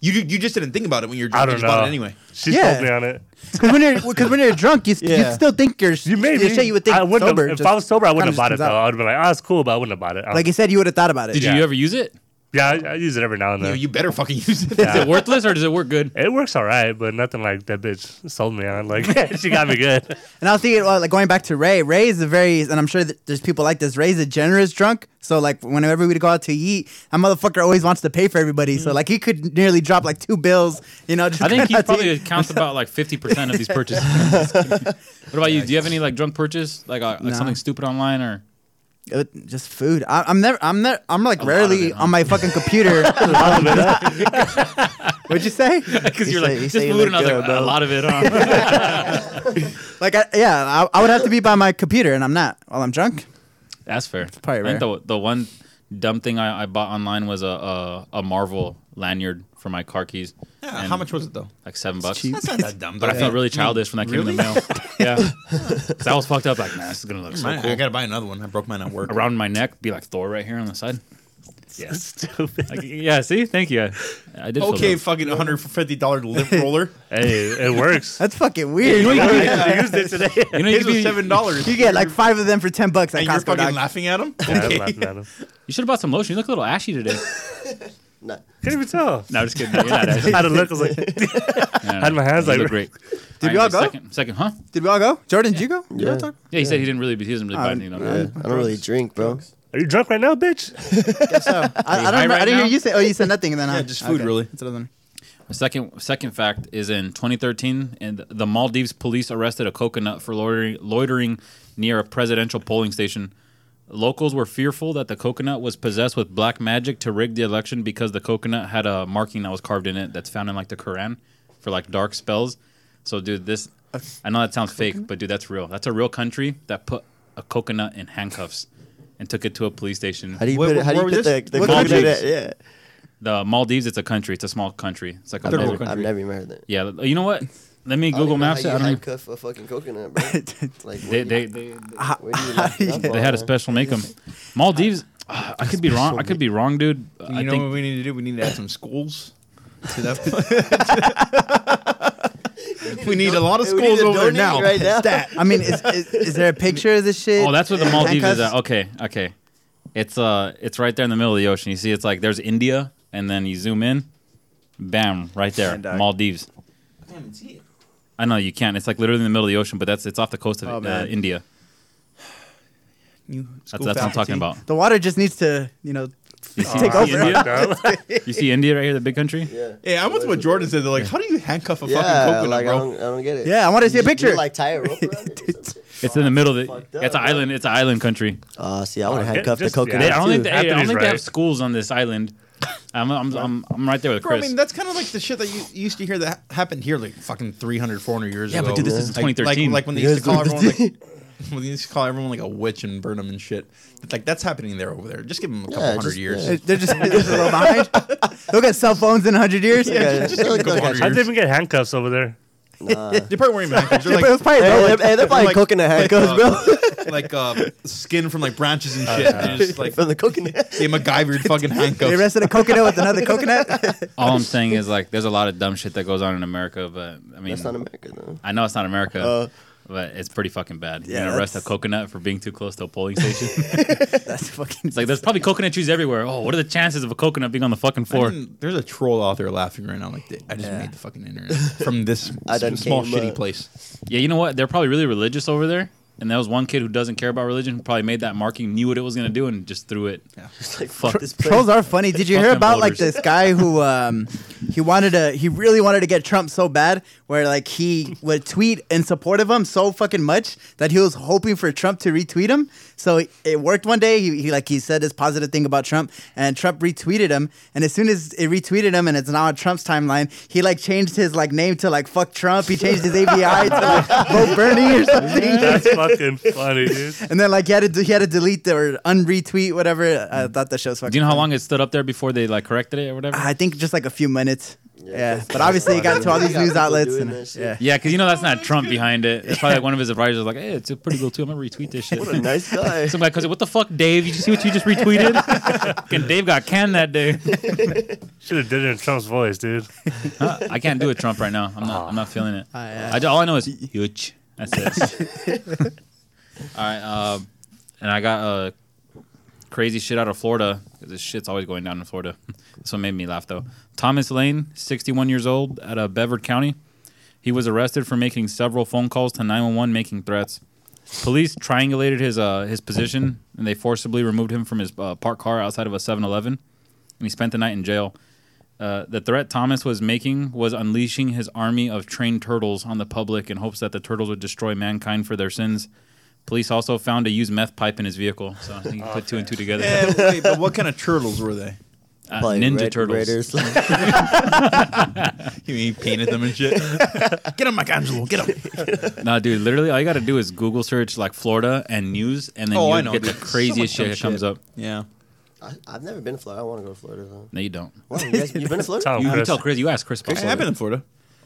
[SPEAKER 6] you you just didn't think about it when you're drunk
[SPEAKER 2] I don't
[SPEAKER 6] you just bought
[SPEAKER 2] know.
[SPEAKER 6] it anyway
[SPEAKER 2] She
[SPEAKER 3] Yeah.
[SPEAKER 2] sold me on it.
[SPEAKER 3] Because when you're because when you're drunk, you, you
[SPEAKER 5] Yeah.
[SPEAKER 3] still think you're
[SPEAKER 2] You made
[SPEAKER 3] you
[SPEAKER 2] me.
[SPEAKER 3] say you would think
[SPEAKER 2] I wouldn't
[SPEAKER 3] sober.
[SPEAKER 2] have, if
[SPEAKER 3] just-
[SPEAKER 2] I was sober, I wouldn't have
[SPEAKER 3] kinda
[SPEAKER 2] bought it
[SPEAKER 3] just
[SPEAKER 2] though.
[SPEAKER 3] comes out.
[SPEAKER 2] I would have been like, oh, it's cool, but I wouldn't have bought it. I-
[SPEAKER 3] Like you said, you would have thought about it.
[SPEAKER 4] Did
[SPEAKER 2] Yeah.
[SPEAKER 4] you ever use it?
[SPEAKER 2] yeah, I, I use it every now and
[SPEAKER 6] you,
[SPEAKER 2] then.
[SPEAKER 6] you better fucking use it
[SPEAKER 4] Is it worthless or does it work good?
[SPEAKER 2] it works all right, but nothing like that bitch sold me on. Like she got me good.
[SPEAKER 3] And I was thinking, well, like going back to Ray. Ray is a very, and I'm sure that there's people like this. Ray's a generous drunk. So like whenever we go out to eat, that motherfucker always wants to pay for everybody.
[SPEAKER 2] Mm.
[SPEAKER 3] So like he could nearly drop like two bills. You know, just
[SPEAKER 4] I think he
[SPEAKER 3] going out to
[SPEAKER 4] probably
[SPEAKER 3] eat.
[SPEAKER 4] counts about like fifty percent of these purchases. what about you? Do you have any like drunk purchase, like, uh, like
[SPEAKER 3] Nah.
[SPEAKER 4] something stupid online or?
[SPEAKER 3] Uh, just food. I, I'm never, I'm never, I'm like
[SPEAKER 4] lot
[SPEAKER 3] rarely
[SPEAKER 4] of it, huh?
[SPEAKER 3] on my fucking computer. What'd you say?
[SPEAKER 4] Because
[SPEAKER 5] He
[SPEAKER 4] you're
[SPEAKER 5] say-
[SPEAKER 4] like
[SPEAKER 5] he
[SPEAKER 4] just
[SPEAKER 5] say you
[SPEAKER 4] food, and I was
[SPEAKER 5] look good,
[SPEAKER 4] like a
[SPEAKER 5] bro.
[SPEAKER 4] lot of it. Huh?
[SPEAKER 3] Like, I, yeah, I, I would have to be by my computer, and I'm not while I'm drunk.
[SPEAKER 4] That's fair.
[SPEAKER 3] probably
[SPEAKER 4] I think the the one dumb thing I, I bought online was a, a a Marvel lanyard for my car keys.
[SPEAKER 6] yeah,
[SPEAKER 4] And
[SPEAKER 6] how much was it though
[SPEAKER 4] Like seven bucks.
[SPEAKER 3] cheap.
[SPEAKER 6] that's not that dumb
[SPEAKER 4] But I
[SPEAKER 6] though.
[SPEAKER 4] felt really childish when that came in the mail. yeah, 'Cause I was fucked up. Like, man, this is gonna look so
[SPEAKER 6] Mine-
[SPEAKER 4] cool.
[SPEAKER 6] I gotta buy another one I broke mine at work
[SPEAKER 4] Around my neck, be like Thor right here on the side.
[SPEAKER 2] Yeah, stupid.
[SPEAKER 4] Like, yeah, see, thank you. I, I did. feel
[SPEAKER 6] okay
[SPEAKER 4] dumb.
[SPEAKER 6] fucking 150 dollar lip roller
[SPEAKER 2] hey, it works.
[SPEAKER 3] That's fucking weird.
[SPEAKER 2] I actually used it today.
[SPEAKER 4] you know, you,
[SPEAKER 6] His
[SPEAKER 4] could
[SPEAKER 6] was
[SPEAKER 4] be,
[SPEAKER 6] seven dollars
[SPEAKER 3] You get like five of them for ten bucks at
[SPEAKER 6] and you're
[SPEAKER 3] Costco.
[SPEAKER 6] fucking
[SPEAKER 3] Dog.
[SPEAKER 6] laughing at him
[SPEAKER 2] Yeah, I'm
[SPEAKER 6] Okay.
[SPEAKER 2] laughing at him.
[SPEAKER 4] you should have bought some lotion. You look a little ashy today.
[SPEAKER 5] Nah.
[SPEAKER 2] Can't even tell.
[SPEAKER 4] No, I'm just kidding. You're not
[SPEAKER 2] I
[SPEAKER 4] ashy.
[SPEAKER 2] had to look. I was like,
[SPEAKER 4] Yeah,
[SPEAKER 2] had my hands
[SPEAKER 4] you
[SPEAKER 2] like-
[SPEAKER 4] look great. Did
[SPEAKER 3] we all go?
[SPEAKER 4] Second, second, huh?
[SPEAKER 3] Did we all go? Jordan, did you go?
[SPEAKER 5] Yeah.
[SPEAKER 3] Did
[SPEAKER 4] Yeah, he said he didn't really. He doesn't really buy
[SPEAKER 3] Uh,
[SPEAKER 4] anything. on
[SPEAKER 5] Yeah,
[SPEAKER 4] there.
[SPEAKER 5] I don't really drink, bro.
[SPEAKER 2] "Are you drunk right now, bitch?"
[SPEAKER 3] I, I
[SPEAKER 4] you
[SPEAKER 3] don't.
[SPEAKER 4] high
[SPEAKER 3] remember-
[SPEAKER 4] right
[SPEAKER 3] I didn't
[SPEAKER 4] now?
[SPEAKER 3] hear you say. Oh, you said nothing, and then
[SPEAKER 6] Yeah,
[SPEAKER 3] I,
[SPEAKER 6] just food, really.
[SPEAKER 3] That's another one.
[SPEAKER 4] The Second, second fact is in 2013, and the Maldives police arrested a coconut for loitering, loitering near a presidential polling station. Locals were fearful that the coconut was possessed with black magic to rig the election because the coconut had a marking that was carved in it that's found in like the Quran for like dark spells. So, dude, this I know that sounds fake, but dude, that's real. That's a real country that put a coconut in handcuffs and took it to a police station.
[SPEAKER 5] How do you
[SPEAKER 6] Where-
[SPEAKER 5] put it? How do
[SPEAKER 6] where
[SPEAKER 5] you
[SPEAKER 6] was
[SPEAKER 5] put
[SPEAKER 6] this?
[SPEAKER 5] the, the
[SPEAKER 6] What
[SPEAKER 5] coconut
[SPEAKER 4] country?
[SPEAKER 5] in- Yeah,
[SPEAKER 4] The Maldives, it's a country. It's a small country. It's like a
[SPEAKER 5] I've
[SPEAKER 6] Third
[SPEAKER 4] desert.
[SPEAKER 6] world
[SPEAKER 5] never, I've
[SPEAKER 6] country.
[SPEAKER 5] never even heard that.
[SPEAKER 4] Yeah, you know what? Let me Google Maps. it.
[SPEAKER 5] I
[SPEAKER 4] I
[SPEAKER 5] don't
[SPEAKER 4] don't
[SPEAKER 5] even
[SPEAKER 4] know.
[SPEAKER 5] know how Oh, you handcuff a fucking coconut, bro. like
[SPEAKER 4] They
[SPEAKER 5] where do
[SPEAKER 4] they
[SPEAKER 5] you-
[SPEAKER 4] they,
[SPEAKER 5] where do you knock it up
[SPEAKER 4] they had a
[SPEAKER 5] on?
[SPEAKER 4] special make 'em. Maldives. ah, I could be wrong. I could be wrong, dude.
[SPEAKER 6] you
[SPEAKER 4] I
[SPEAKER 6] know what
[SPEAKER 4] think
[SPEAKER 6] we need to do we need to add some schools to that we need a lot of
[SPEAKER 5] Hey, we need
[SPEAKER 6] schools
[SPEAKER 5] to
[SPEAKER 6] over there
[SPEAKER 5] donate
[SPEAKER 6] now
[SPEAKER 5] Right now.
[SPEAKER 3] Stat. I mean, is, is, is there a picture of this shit?
[SPEAKER 4] Oh, that's where the Maldives is at.
[SPEAKER 3] Handcuffs?
[SPEAKER 4] Okay, okay. It's uh, it's right there in the middle of the ocean. You see, it's like there's India, and then you zoom in, bam, right there,
[SPEAKER 3] And, uh,
[SPEAKER 4] Maldives. I know you can't. It's like literally in the middle of the ocean, but that's it's off the coast of
[SPEAKER 3] Oh,
[SPEAKER 4] uh,
[SPEAKER 3] man.
[SPEAKER 4] India.
[SPEAKER 6] You
[SPEAKER 4] That's
[SPEAKER 6] school
[SPEAKER 4] that's what I'm
[SPEAKER 6] faculty.
[SPEAKER 4] talking about.
[SPEAKER 3] The water just needs to, you know,
[SPEAKER 4] You see,
[SPEAKER 3] Take
[SPEAKER 4] you see
[SPEAKER 3] over.
[SPEAKER 4] India?
[SPEAKER 2] Oh, No.
[SPEAKER 4] You see India right here, the big country.
[SPEAKER 5] Yeah.
[SPEAKER 6] Yeah, I'm with what Jordan said. They're like, how do you handcuff a
[SPEAKER 5] Yeah,
[SPEAKER 6] fucking coconut,
[SPEAKER 5] like I
[SPEAKER 6] bro?
[SPEAKER 5] don't, I don't get it.
[SPEAKER 3] yeah. I want to see a
[SPEAKER 5] You
[SPEAKER 3] picture.
[SPEAKER 5] like tie a rope around it. or something?
[SPEAKER 4] It's in the middle of the.
[SPEAKER 5] Fucked up,
[SPEAKER 4] It's an
[SPEAKER 5] bro.
[SPEAKER 4] island. It's an island country.
[SPEAKER 5] Oh, see, I would
[SPEAKER 2] Okay,
[SPEAKER 5] handcuff the
[SPEAKER 2] just- yeah.
[SPEAKER 5] coconut.
[SPEAKER 4] They, I don't think,
[SPEAKER 5] too.
[SPEAKER 4] they, I don't
[SPEAKER 2] Anthony's
[SPEAKER 4] think they
[SPEAKER 2] right.
[SPEAKER 4] have schools on this island. I'm, I'm, I'm, I'm right there with
[SPEAKER 6] Bro, I
[SPEAKER 4] Chris.
[SPEAKER 6] mean, that's kind of like the shit that you you used to hear that happened here like fucking 300, 400 years
[SPEAKER 4] yeah,
[SPEAKER 6] ago.
[SPEAKER 4] but dude, this is
[SPEAKER 6] like, like,
[SPEAKER 4] 2013.
[SPEAKER 6] like when they used to call everyone like, Well, you just call everyone like a witch and burn them and shit. It's like that's happening there over there. Just give them a couple
[SPEAKER 5] Yeah,
[SPEAKER 6] hundred
[SPEAKER 5] just-
[SPEAKER 6] years.
[SPEAKER 5] yeah.
[SPEAKER 3] They're just, they're just a little behind. They'll get cell phones in 100 years.
[SPEAKER 5] Yeah,
[SPEAKER 6] just give them a couple
[SPEAKER 5] Okay.
[SPEAKER 6] hundred
[SPEAKER 2] I didn't
[SPEAKER 6] years.
[SPEAKER 2] even get handcuffs over there.
[SPEAKER 6] They're probably wearing manacles. They're
[SPEAKER 3] It was
[SPEAKER 6] like,
[SPEAKER 3] probably
[SPEAKER 5] Hey,
[SPEAKER 3] Rolex.
[SPEAKER 5] they're, hey, they're probably
[SPEAKER 6] like-
[SPEAKER 5] coconut handcuffs,
[SPEAKER 6] uh,
[SPEAKER 5] bro.
[SPEAKER 6] like uh, skin from like branches and shit. They're just like
[SPEAKER 5] From the coconut.
[SPEAKER 6] they MacGyvered fucking
[SPEAKER 3] They
[SPEAKER 6] handcuffs.
[SPEAKER 3] arrested a coconut with another coconut.
[SPEAKER 4] All I'm saying is like, there's a lot of dumb shit that goes on in America, but I mean,
[SPEAKER 5] That's not America, though.
[SPEAKER 4] I know it's not America,
[SPEAKER 5] Uh,
[SPEAKER 4] but it's pretty fucking bad.
[SPEAKER 3] yeah,
[SPEAKER 4] You're gonna arrest a
[SPEAKER 3] that's-
[SPEAKER 4] coconut for being too close to a polling station.
[SPEAKER 3] That's fucking.
[SPEAKER 4] it's like there's probably coconut trees everywhere. Oh, what are the chances of a coconut being on the fucking floor?
[SPEAKER 6] Fucking- There's a troll out there laughing right now. Like I just
[SPEAKER 3] Yeah.
[SPEAKER 6] made the fucking internet from this
[SPEAKER 5] I done
[SPEAKER 6] small
[SPEAKER 5] came,
[SPEAKER 6] shitty
[SPEAKER 5] uh,
[SPEAKER 6] place.
[SPEAKER 4] Yeah, you know what? They're probably really religious over there. And there was one kid who doesn't care about religion who probably made that marking, knew what it was gonna do, and just threw it.
[SPEAKER 6] Yeah.
[SPEAKER 5] It's like,
[SPEAKER 4] Fuck.
[SPEAKER 5] fuck this place.
[SPEAKER 3] Trolls are funny. Did you hear
[SPEAKER 4] Fucking
[SPEAKER 3] about like
[SPEAKER 4] voters.
[SPEAKER 3] this guy who um he wanted to he really wanted to get Trump so bad where like he would tweet in support of him so fucking much that he was hoping for Trump to retweet him. So it worked one day. He, he like he said this positive thing about Trump and Trump retweeted him. And as soon as it retweeted him and it's now on Trump's timeline, he like changed his like name to like fuck Trump. He changed his ABI to like vote Bernie or something.
[SPEAKER 2] That's fucking funny, dude.
[SPEAKER 3] And then like he had to do, he had to delete the, or unretweet whatever. I thought that show was fucking.
[SPEAKER 4] Do you know how
[SPEAKER 3] funny.
[SPEAKER 4] long it stood up there before they like corrected it or whatever?
[SPEAKER 3] I think just like a few minutes. Yeah,
[SPEAKER 5] that's
[SPEAKER 3] but obviously it got to all these
[SPEAKER 5] Yeah,
[SPEAKER 3] news
[SPEAKER 5] people
[SPEAKER 3] outlets.
[SPEAKER 5] doing
[SPEAKER 3] And,
[SPEAKER 5] that shit.
[SPEAKER 3] yeah,
[SPEAKER 4] yeah, because you know that's not Trump behind it. It's probably like one of his advisors, like, "Hey, it's a pretty cool too. I'm gonna retweet this shit."
[SPEAKER 5] What a nice guy.
[SPEAKER 6] uh,
[SPEAKER 4] Some guy comes in, what the fuck, Dave? You see what you just retweeted? and Dave got canned that day.
[SPEAKER 2] Should have did it in Trump's voice, dude.
[SPEAKER 4] Huh? I can't do a Trump right now. I'm not. I'm not feeling it. I ju- all I know is huge. That's it. all right. Um, and I got uh, crazy shit out of Florida. 'cause This shit's always going down in Florida. this one made me laugh though. Thomas Lane, 61 years old, out of Beverly County. He was arrested for making several phone calls to 911, making threats. Police triangulated his uh, his position, and they forcibly removed him from his uh, parked car outside of a 7-Eleven, and he spent the night in jail. Uh, the threat Thomas was making was unleashing his army of trained turtles on the public in hopes that the turtles would destroy mankind for their sins. Police also found a used meth pipe in his vehicle, so I think you put two and two together.
[SPEAKER 6] Yeah, wait, but what kind of turtles were they?
[SPEAKER 4] Uh,
[SPEAKER 5] Probably
[SPEAKER 4] Ninja
[SPEAKER 5] Red
[SPEAKER 4] turtles.
[SPEAKER 5] Raiders.
[SPEAKER 6] He- He painted them and shit. get him, Michelangelo. Get him.
[SPEAKER 4] No, dude, literally all you got to do is Google search like Florida and news, and then
[SPEAKER 6] Oh,
[SPEAKER 4] you
[SPEAKER 6] I know,
[SPEAKER 4] get
[SPEAKER 6] dude.
[SPEAKER 4] the
[SPEAKER 6] So
[SPEAKER 4] craziest
[SPEAKER 6] much dumb
[SPEAKER 4] shit that comes
[SPEAKER 6] shit.
[SPEAKER 4] up.
[SPEAKER 6] Yeah.
[SPEAKER 5] I, I've never been to Florida. I want to go to Florida though.
[SPEAKER 4] No, you don't.
[SPEAKER 5] Wow, you guys, you've been to Florida?
[SPEAKER 2] Tell him,
[SPEAKER 4] You, you
[SPEAKER 2] Chris.
[SPEAKER 4] tell Chris. You ask Chris. about
[SPEAKER 6] Hey, I've been
[SPEAKER 4] Florida.
[SPEAKER 6] in Florida.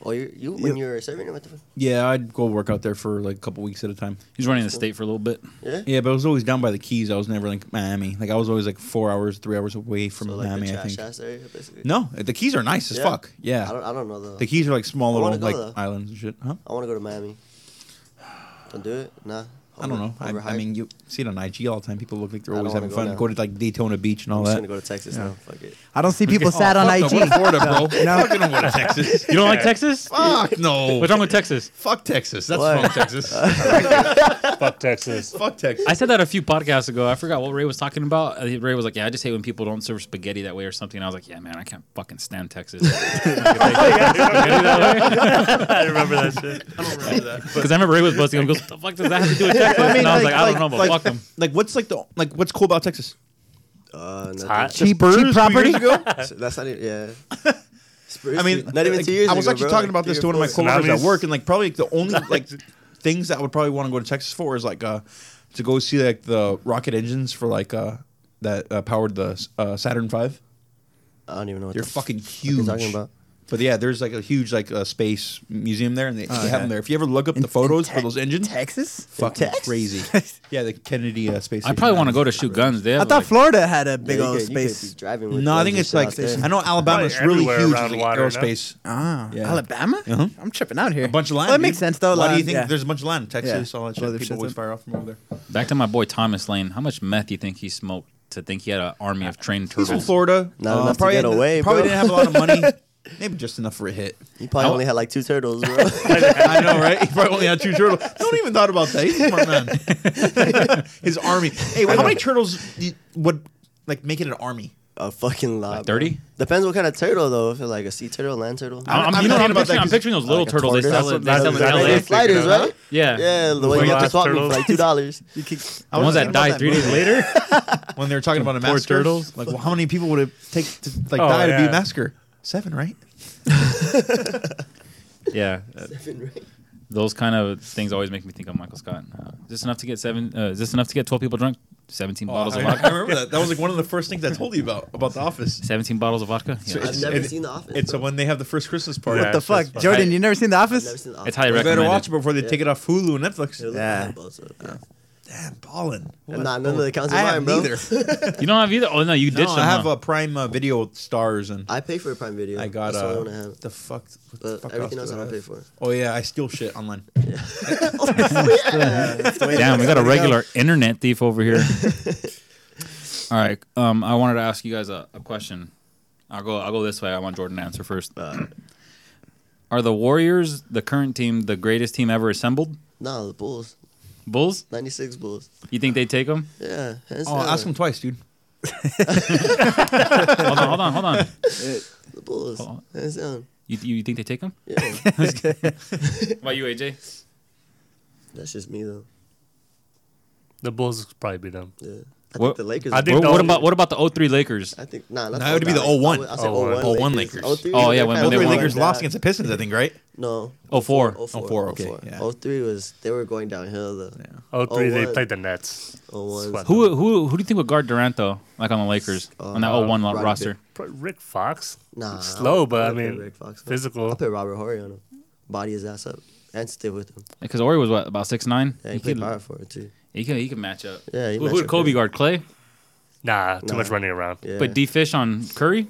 [SPEAKER 5] Oh, you, you when you were serving, you went to Florida?
[SPEAKER 6] Yeah, I'd go work out there for like a couple weeks at a time.
[SPEAKER 4] He's running the state for a little bit.
[SPEAKER 5] Yeah.
[SPEAKER 6] Yeah, but I was always down by the Keys. I was never like Miami. Like I was always like four hours, three hours away from
[SPEAKER 5] So like
[SPEAKER 6] Miami.
[SPEAKER 5] the
[SPEAKER 6] I
[SPEAKER 5] trash
[SPEAKER 6] think.
[SPEAKER 5] ass area, basically.
[SPEAKER 6] No, the Keys are nice as
[SPEAKER 5] Yeah.
[SPEAKER 6] fuck.
[SPEAKER 5] I
[SPEAKER 6] Yeah,
[SPEAKER 5] don't. I don't know though.
[SPEAKER 6] the Keys are like small
[SPEAKER 5] I wanna
[SPEAKER 6] little like
[SPEAKER 5] go, though.
[SPEAKER 6] islands and shit. Huh?
[SPEAKER 5] I want to go to Miami. Don't do it. Nah.
[SPEAKER 6] I don't know. I,
[SPEAKER 5] Overhyped.
[SPEAKER 6] I mean, you see it on IG all the time. People look like they're
[SPEAKER 5] I don't
[SPEAKER 6] always
[SPEAKER 5] wanna
[SPEAKER 6] having
[SPEAKER 5] go
[SPEAKER 6] fun.
[SPEAKER 5] now.
[SPEAKER 6] Go to like Daytona Beach and all
[SPEAKER 5] I'm just gonna
[SPEAKER 6] that.
[SPEAKER 5] go to Texas now. Fuck it.
[SPEAKER 3] I don't see people sad on
[SPEAKER 6] Oh,
[SPEAKER 3] IG.
[SPEAKER 6] fuck No, go to Florida, bro.
[SPEAKER 3] No.
[SPEAKER 6] Fuck, I don't go to Texas.
[SPEAKER 4] You don't like Texas?
[SPEAKER 6] Fuck no.
[SPEAKER 4] What's wrong with Texas?
[SPEAKER 6] Fuck Texas. That's
[SPEAKER 5] Why?
[SPEAKER 6] wrong, Texas.
[SPEAKER 2] Fuck Texas.
[SPEAKER 6] Fuck Texas.
[SPEAKER 4] I said that a few podcasts ago. I forgot what Ray was talking about. I think Ray was like, "Yeah, I just hate when people don't serve spaghetti that way or something." And I was like, "Yeah, man, I can't fucking stand Texas." Oh,
[SPEAKER 2] I remember that shit.
[SPEAKER 6] I don't remember that.
[SPEAKER 4] Because I remember Ray was busting. him. He goes, "What the fuck does that have to do with Texas?" and I was like, "I don't know, but
[SPEAKER 6] like,
[SPEAKER 4] fuck them."
[SPEAKER 6] Like, what's like the like what's cool about Texas?
[SPEAKER 5] Uh, nothing.
[SPEAKER 2] hot.
[SPEAKER 3] cheap, cheap property.
[SPEAKER 5] So That's not it. Yeah. Spurs,
[SPEAKER 6] I mean,
[SPEAKER 5] not even
[SPEAKER 6] like,
[SPEAKER 5] two years.
[SPEAKER 6] I was
[SPEAKER 5] ago,
[SPEAKER 6] actually
[SPEAKER 5] bro,
[SPEAKER 6] talking
[SPEAKER 5] like
[SPEAKER 6] about this
[SPEAKER 5] three
[SPEAKER 6] to
[SPEAKER 5] or
[SPEAKER 6] one of my
[SPEAKER 5] four.
[SPEAKER 6] coworkers at
[SPEAKER 2] Tsunamis.
[SPEAKER 6] work, and like probably like, the only like things that I would probably want to go to Texas for is like uh to go see like the rocket engines for like uh that uh, powered the uh, Saturn V.
[SPEAKER 5] I don't even know what
[SPEAKER 6] They're
[SPEAKER 5] the fuck
[SPEAKER 6] fucking
[SPEAKER 5] you're
[SPEAKER 6] huge.
[SPEAKER 5] talking about.
[SPEAKER 6] But yeah, there's like a huge like uh, space museum there, and
[SPEAKER 5] Oh,
[SPEAKER 6] they, they have
[SPEAKER 3] yeah.
[SPEAKER 6] them there. If you ever look up the photos for those engines,
[SPEAKER 3] Texas.
[SPEAKER 6] fucking
[SPEAKER 5] Texas?
[SPEAKER 6] crazy. yeah, the Kennedy uh, space.
[SPEAKER 4] I probably want to
[SPEAKER 6] to
[SPEAKER 4] go to shoot guns. They have,
[SPEAKER 3] I thought
[SPEAKER 4] like,
[SPEAKER 3] Florida had a big
[SPEAKER 5] Yeah, you
[SPEAKER 3] old
[SPEAKER 5] could- you could
[SPEAKER 3] space.
[SPEAKER 5] be driving with
[SPEAKER 6] No, I
[SPEAKER 5] guns
[SPEAKER 6] think
[SPEAKER 5] and
[SPEAKER 6] it's
[SPEAKER 5] shit out
[SPEAKER 6] like
[SPEAKER 5] there.
[SPEAKER 6] I know Alabama's
[SPEAKER 2] Probably
[SPEAKER 6] really huge
[SPEAKER 2] everywhere
[SPEAKER 6] with
[SPEAKER 2] around
[SPEAKER 6] like,
[SPEAKER 2] water, no?
[SPEAKER 6] aerospace.
[SPEAKER 3] Ah,
[SPEAKER 6] Yeah.
[SPEAKER 3] Alabama.
[SPEAKER 6] Uh-huh.
[SPEAKER 3] I'm tripping out here.
[SPEAKER 6] A bunch of land.
[SPEAKER 3] Well, it
[SPEAKER 6] dude.
[SPEAKER 3] makes sense though.
[SPEAKER 6] Why do
[SPEAKER 3] Lot-
[SPEAKER 6] you think
[SPEAKER 3] yeah.
[SPEAKER 6] there's a bunch of land? Texas,
[SPEAKER 3] Yeah.
[SPEAKER 6] all that
[SPEAKER 3] Well,
[SPEAKER 6] shit.
[SPEAKER 3] there's
[SPEAKER 6] People always
[SPEAKER 3] shit's
[SPEAKER 6] fire off from over there.
[SPEAKER 4] Back to my boy Thomas Lane. How much meth you think he smoked to think he had an army of trained
[SPEAKER 6] He's from
[SPEAKER 4] turtles?
[SPEAKER 6] Florida. Uh,
[SPEAKER 5] Not enough to
[SPEAKER 6] probably
[SPEAKER 5] get
[SPEAKER 6] didn't-
[SPEAKER 5] away,
[SPEAKER 6] Probably
[SPEAKER 5] bro.
[SPEAKER 6] didn't have a lot of money. Maybe just enough for a hit.
[SPEAKER 5] You probably
[SPEAKER 4] I-
[SPEAKER 5] only had like two turtles, bro.
[SPEAKER 6] I know, right? He probably only had two turtles. Don't even thought about that. He's a smart man. His army. Hey, how many turtles y- would like make it an army?
[SPEAKER 5] a fucking lot. Like
[SPEAKER 4] 30?
[SPEAKER 5] Depends what kind of turtle though. If it's like a sea turtle, land turtle.
[SPEAKER 4] I'm, I'm-
[SPEAKER 6] I'm
[SPEAKER 4] you know,
[SPEAKER 6] thinking
[SPEAKER 4] I'm,
[SPEAKER 6] about
[SPEAKER 4] picturing,
[SPEAKER 6] that
[SPEAKER 4] I'm picturing those little
[SPEAKER 5] like a
[SPEAKER 4] turtles they
[SPEAKER 5] tortoise.
[SPEAKER 4] sell, in- they
[SPEAKER 2] That's
[SPEAKER 4] sell
[SPEAKER 2] what- that's
[SPEAKER 4] in
[SPEAKER 2] what-
[SPEAKER 4] LA.
[SPEAKER 5] They're sliders, right?
[SPEAKER 4] Yeah.
[SPEAKER 5] Yeah, the
[SPEAKER 2] Little
[SPEAKER 5] one you have to
[SPEAKER 2] glass
[SPEAKER 5] swap me for
[SPEAKER 2] turtles.
[SPEAKER 5] like two dollars.
[SPEAKER 4] The ones that die three days later.
[SPEAKER 6] when they were talking about a massacre.
[SPEAKER 4] turtles.
[SPEAKER 6] Like, well, how many people would it take to like
[SPEAKER 2] Oh,
[SPEAKER 6] die to be a
[SPEAKER 2] yeah.
[SPEAKER 6] massacre? Seven, right?
[SPEAKER 4] yeah. uh,
[SPEAKER 5] Right?
[SPEAKER 4] those kind of things always make me think of Michael Scott. Uh, is this enough to get seven? Uh, is this enough to get twelve people drunk? Seventeen bottles
[SPEAKER 6] Oh, I,
[SPEAKER 4] of
[SPEAKER 6] I
[SPEAKER 4] vodka.
[SPEAKER 6] remember that. That was like one of the first things I told you about about the office.
[SPEAKER 4] Seventeen bottles of vodka. Yeah.
[SPEAKER 5] I've
[SPEAKER 6] It's-
[SPEAKER 5] never
[SPEAKER 6] it-
[SPEAKER 5] seen The Office.
[SPEAKER 6] It's
[SPEAKER 5] bro.
[SPEAKER 6] when they have the first Christmas party.
[SPEAKER 2] Yeah.
[SPEAKER 3] the
[SPEAKER 2] it's just
[SPEAKER 3] fuck,
[SPEAKER 2] fun.
[SPEAKER 3] Jordan? You never seen The
[SPEAKER 5] I've
[SPEAKER 3] Office?
[SPEAKER 5] never seen The Office.
[SPEAKER 4] It's highly
[SPEAKER 6] You better
[SPEAKER 4] recommended.
[SPEAKER 6] watch it before they take it off Hulu and
[SPEAKER 5] They look
[SPEAKER 6] Netflix.
[SPEAKER 3] Yeah.
[SPEAKER 5] like himbos, so, yeah.
[SPEAKER 6] Damn, ballin'.
[SPEAKER 5] Nah, none of the accounts
[SPEAKER 6] I
[SPEAKER 5] are
[SPEAKER 6] have
[SPEAKER 5] mine, bro.
[SPEAKER 6] neither.
[SPEAKER 4] You don't have either. Oh no, you did.
[SPEAKER 6] No, I have
[SPEAKER 4] somehow.
[SPEAKER 6] a Prime uh, Video stars and
[SPEAKER 5] I pay for a Prime Video.
[SPEAKER 6] I got
[SPEAKER 5] That's the only
[SPEAKER 6] uh,
[SPEAKER 5] one I have.
[SPEAKER 6] the fuck. What the
[SPEAKER 5] But
[SPEAKER 6] fuck
[SPEAKER 5] everything
[SPEAKER 6] else
[SPEAKER 5] else
[SPEAKER 6] do
[SPEAKER 5] I
[SPEAKER 6] I
[SPEAKER 5] don't
[SPEAKER 6] have?
[SPEAKER 5] pay for.
[SPEAKER 6] Oh yeah, I steal shit online.
[SPEAKER 4] Damn, we got a regular internet thief over here. All right, um, I wanted to ask you guys a, a question. I'll go. I'll go this way. I want Jordan to answer first. Uh, Are the Warriors, the current team, the greatest team ever assembled?
[SPEAKER 5] No, the Bulls.
[SPEAKER 4] Bulls?
[SPEAKER 5] 96 Bulls.
[SPEAKER 4] You think they take them?
[SPEAKER 5] Yeah. hands
[SPEAKER 6] Oh,
[SPEAKER 5] down.
[SPEAKER 6] ask him twice, dude.
[SPEAKER 4] hold on, hold on, hold on.
[SPEAKER 5] The Bulls.
[SPEAKER 4] Oh.
[SPEAKER 5] Hands down.
[SPEAKER 4] You, you think they take them?
[SPEAKER 5] Yeah.
[SPEAKER 4] Why you, AJ?
[SPEAKER 5] That's just me, though.
[SPEAKER 2] The Bulls would probably be them.
[SPEAKER 5] Yeah. I
[SPEAKER 4] What-
[SPEAKER 5] think the Lakers.
[SPEAKER 2] I
[SPEAKER 5] are-
[SPEAKER 2] think-
[SPEAKER 4] What,
[SPEAKER 2] the
[SPEAKER 4] what
[SPEAKER 2] only-
[SPEAKER 4] about what about the 03 Lakers?
[SPEAKER 5] I think nah. Not
[SPEAKER 6] Nah, it would be the 01.
[SPEAKER 5] 01. I said
[SPEAKER 2] 01.
[SPEAKER 5] 01.
[SPEAKER 6] 01 Lakers.
[SPEAKER 5] 03,
[SPEAKER 4] Oh, yeah,
[SPEAKER 5] they're
[SPEAKER 4] when
[SPEAKER 5] kinda
[SPEAKER 4] they
[SPEAKER 5] like
[SPEAKER 4] won.
[SPEAKER 6] Lakers
[SPEAKER 5] that.
[SPEAKER 6] lost against the Pistons, I think, right?
[SPEAKER 5] No. Oh,
[SPEAKER 4] 04.
[SPEAKER 5] 04.
[SPEAKER 6] 04,
[SPEAKER 5] 04.
[SPEAKER 6] okay,
[SPEAKER 5] 04. 03
[SPEAKER 6] yeah.
[SPEAKER 5] Oh, was they were going downhill though. Oh, Yeah.
[SPEAKER 2] Oh three, they
[SPEAKER 5] 01.
[SPEAKER 2] played the Nets.
[SPEAKER 5] 01.
[SPEAKER 2] Sweat.
[SPEAKER 4] Who who who do you think would guard Durant though? Like on the Lakers
[SPEAKER 5] Uh,
[SPEAKER 4] on that 01 lo-
[SPEAKER 5] Rodman.
[SPEAKER 4] roster?
[SPEAKER 2] Probably Rick Fox.
[SPEAKER 5] Nah.
[SPEAKER 2] Slow,
[SPEAKER 5] I'll-
[SPEAKER 2] but I
[SPEAKER 5] I'll put
[SPEAKER 2] mean,
[SPEAKER 5] Rick Fox, man. I'll
[SPEAKER 2] physical.
[SPEAKER 5] put Robert Horry on him. Body his ass up and stay with him.
[SPEAKER 4] Because Ori was what about six nine?
[SPEAKER 5] Yeah, he,
[SPEAKER 4] he,
[SPEAKER 5] played
[SPEAKER 4] could,
[SPEAKER 5] power forward too.
[SPEAKER 4] he could he could match up.
[SPEAKER 5] Yeah, he
[SPEAKER 4] who
[SPEAKER 5] match
[SPEAKER 4] who would
[SPEAKER 5] up
[SPEAKER 4] Kobe
[SPEAKER 5] good.
[SPEAKER 4] guard? Clay.
[SPEAKER 2] Nah, too much
[SPEAKER 5] Nah.
[SPEAKER 2] running around.
[SPEAKER 5] Yeah.
[SPEAKER 4] But D Fish on Curry?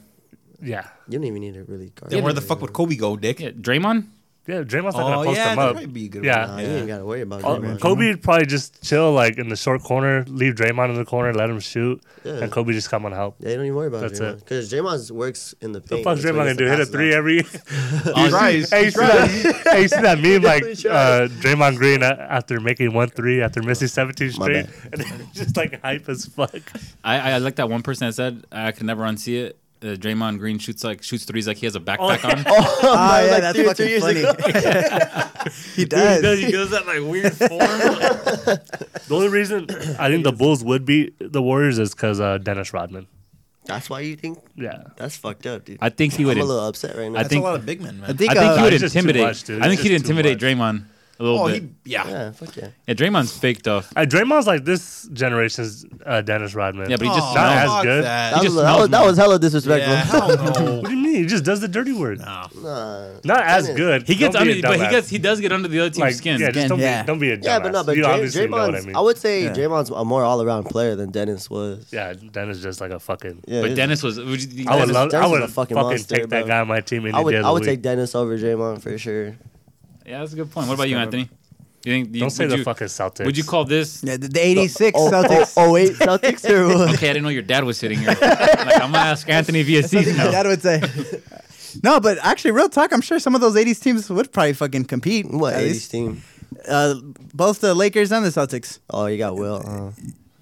[SPEAKER 2] Yeah.
[SPEAKER 5] you don't even need to really guard.
[SPEAKER 6] Then where the
[SPEAKER 5] him.
[SPEAKER 6] fuck would Kobe go, Dick?
[SPEAKER 4] Yeah, Draymond?
[SPEAKER 2] Yeah, Draymond's not
[SPEAKER 6] Oh,
[SPEAKER 2] gonna post
[SPEAKER 6] yeah,
[SPEAKER 2] them
[SPEAKER 6] that
[SPEAKER 2] up.
[SPEAKER 6] might be a good
[SPEAKER 2] yeah.
[SPEAKER 5] Nah, you ain't gotta worry about
[SPEAKER 2] Oh,
[SPEAKER 5] Draymond.
[SPEAKER 2] Kobe would probably just chill like in the short corner, leave Draymond in the corner, let him shoot,
[SPEAKER 5] Yeah.
[SPEAKER 2] and Kobe just come and help.
[SPEAKER 5] Yeah, you don't even worry about
[SPEAKER 2] That's
[SPEAKER 5] Draymond
[SPEAKER 2] it.
[SPEAKER 5] because Draymond works in the
[SPEAKER 2] The
[SPEAKER 5] paint.
[SPEAKER 2] fuck's
[SPEAKER 5] That's
[SPEAKER 2] Draymond
[SPEAKER 5] where he
[SPEAKER 2] gonna
[SPEAKER 5] gets
[SPEAKER 2] do? Hit a
[SPEAKER 5] passes
[SPEAKER 2] three
[SPEAKER 5] out.
[SPEAKER 2] every.
[SPEAKER 6] He tries.
[SPEAKER 2] hey,
[SPEAKER 6] He
[SPEAKER 2] you see
[SPEAKER 6] tries.
[SPEAKER 2] that, hey, you see that meme like
[SPEAKER 5] definitely
[SPEAKER 2] uh,
[SPEAKER 5] tries.
[SPEAKER 2] Draymond Green uh, after making one three after missing seventeen
[SPEAKER 5] My
[SPEAKER 2] straight, and then just like hype as fuck.
[SPEAKER 4] I, I like that one person that said I could never unsee it. Uh, Draymond Green shoots like shoots threes like he has a backpack on.
[SPEAKER 3] Oh, yeah,
[SPEAKER 5] like
[SPEAKER 3] that's
[SPEAKER 5] three-
[SPEAKER 3] fucking
[SPEAKER 5] three
[SPEAKER 3] funny. he
[SPEAKER 4] He does,
[SPEAKER 3] does.
[SPEAKER 4] he does that like weird form.
[SPEAKER 2] The only reason I think the Bulls would beat the Warriors is because uh, Dennis Rodman.
[SPEAKER 5] That's why you think
[SPEAKER 2] Yeah,
[SPEAKER 5] that's fucked up, dude.
[SPEAKER 4] I think he
[SPEAKER 5] I'm
[SPEAKER 4] would.
[SPEAKER 5] a
[SPEAKER 4] I
[SPEAKER 5] little upset right now.
[SPEAKER 4] I
[SPEAKER 6] That's
[SPEAKER 4] think-
[SPEAKER 6] a lot of big men, man.
[SPEAKER 3] think,
[SPEAKER 4] think
[SPEAKER 3] uh,
[SPEAKER 4] he would
[SPEAKER 2] It's just too
[SPEAKER 4] intimidate.
[SPEAKER 2] much, dude.
[SPEAKER 4] I think
[SPEAKER 2] It's
[SPEAKER 4] he'd
[SPEAKER 2] just too
[SPEAKER 4] intimidate
[SPEAKER 2] much.
[SPEAKER 4] Draymond a little
[SPEAKER 6] oh,
[SPEAKER 4] bit.
[SPEAKER 6] he, yeah.
[SPEAKER 5] yeah, fuck yeah.
[SPEAKER 4] yeah, Draymond's fake tough.
[SPEAKER 2] uh, Draymond's like this generation's uh, Dennis Rodman.
[SPEAKER 4] Yeah, but he
[SPEAKER 6] Oh,
[SPEAKER 4] just
[SPEAKER 2] not as
[SPEAKER 6] fuck
[SPEAKER 2] good.
[SPEAKER 5] That
[SPEAKER 6] That.
[SPEAKER 5] was,
[SPEAKER 4] just
[SPEAKER 5] that, was,
[SPEAKER 4] knows
[SPEAKER 5] that
[SPEAKER 4] more.
[SPEAKER 5] was hella
[SPEAKER 6] Yeah,
[SPEAKER 5] disrespectful.
[SPEAKER 6] hell no.
[SPEAKER 2] What do you mean? He just does the dirty work.
[SPEAKER 6] Nah.
[SPEAKER 5] Nah.
[SPEAKER 2] Not as
[SPEAKER 5] Dennis-
[SPEAKER 2] good.
[SPEAKER 4] He gets
[SPEAKER 2] Don't be
[SPEAKER 4] under,
[SPEAKER 2] a
[SPEAKER 4] but he
[SPEAKER 2] dumbass.
[SPEAKER 4] gets he does get under the other team's
[SPEAKER 2] like
[SPEAKER 4] skin.
[SPEAKER 2] yeah, just don't
[SPEAKER 3] Yeah.
[SPEAKER 2] be don't be a dumbass.
[SPEAKER 5] Yeah, but no, but
[SPEAKER 2] you
[SPEAKER 5] Dray,
[SPEAKER 2] obviously know what I
[SPEAKER 5] Draymond's. I,
[SPEAKER 2] mean.
[SPEAKER 5] would say
[SPEAKER 3] Yeah.
[SPEAKER 5] Draymond's a more all-around player than Dennis was.
[SPEAKER 2] yeah, Dennis just like a fucking.
[SPEAKER 5] Yeah,
[SPEAKER 4] but
[SPEAKER 5] he's-
[SPEAKER 4] Dennis was. Would you,
[SPEAKER 2] I would
[SPEAKER 4] Dennis-
[SPEAKER 2] love.
[SPEAKER 5] Dennis
[SPEAKER 2] I
[SPEAKER 5] is
[SPEAKER 2] would
[SPEAKER 5] a
[SPEAKER 2] fucking,
[SPEAKER 5] fucking monster,
[SPEAKER 2] take that
[SPEAKER 5] bro.
[SPEAKER 2] guy on my team any
[SPEAKER 5] I would
[SPEAKER 2] day of
[SPEAKER 5] I
[SPEAKER 2] the
[SPEAKER 5] would
[SPEAKER 2] week.
[SPEAKER 5] take Dennis over Draymond for sure.
[SPEAKER 4] Yeah, that's a good point. What about you, Anthony? You think? You,
[SPEAKER 2] Don't say
[SPEAKER 4] would
[SPEAKER 2] the
[SPEAKER 4] you,
[SPEAKER 2] fucking Celtics.
[SPEAKER 4] Would you call this?
[SPEAKER 3] Yeah, the, the 86
[SPEAKER 5] Oh, oh,
[SPEAKER 3] Celtics.
[SPEAKER 5] oh, 08 Celtics or what?
[SPEAKER 4] Okay, I didn't know your dad was sitting here. like, I'm gonna ask Anthony via season
[SPEAKER 6] oh,
[SPEAKER 4] now.
[SPEAKER 3] That would say. No, but actually, real talk. I'm sure some of those '80s teams would probably fucking compete.
[SPEAKER 5] What
[SPEAKER 3] at
[SPEAKER 5] 80s
[SPEAKER 3] least.
[SPEAKER 5] team?
[SPEAKER 3] Uh, both the Lakers and the Celtics.
[SPEAKER 5] Oh, you got Will. huh?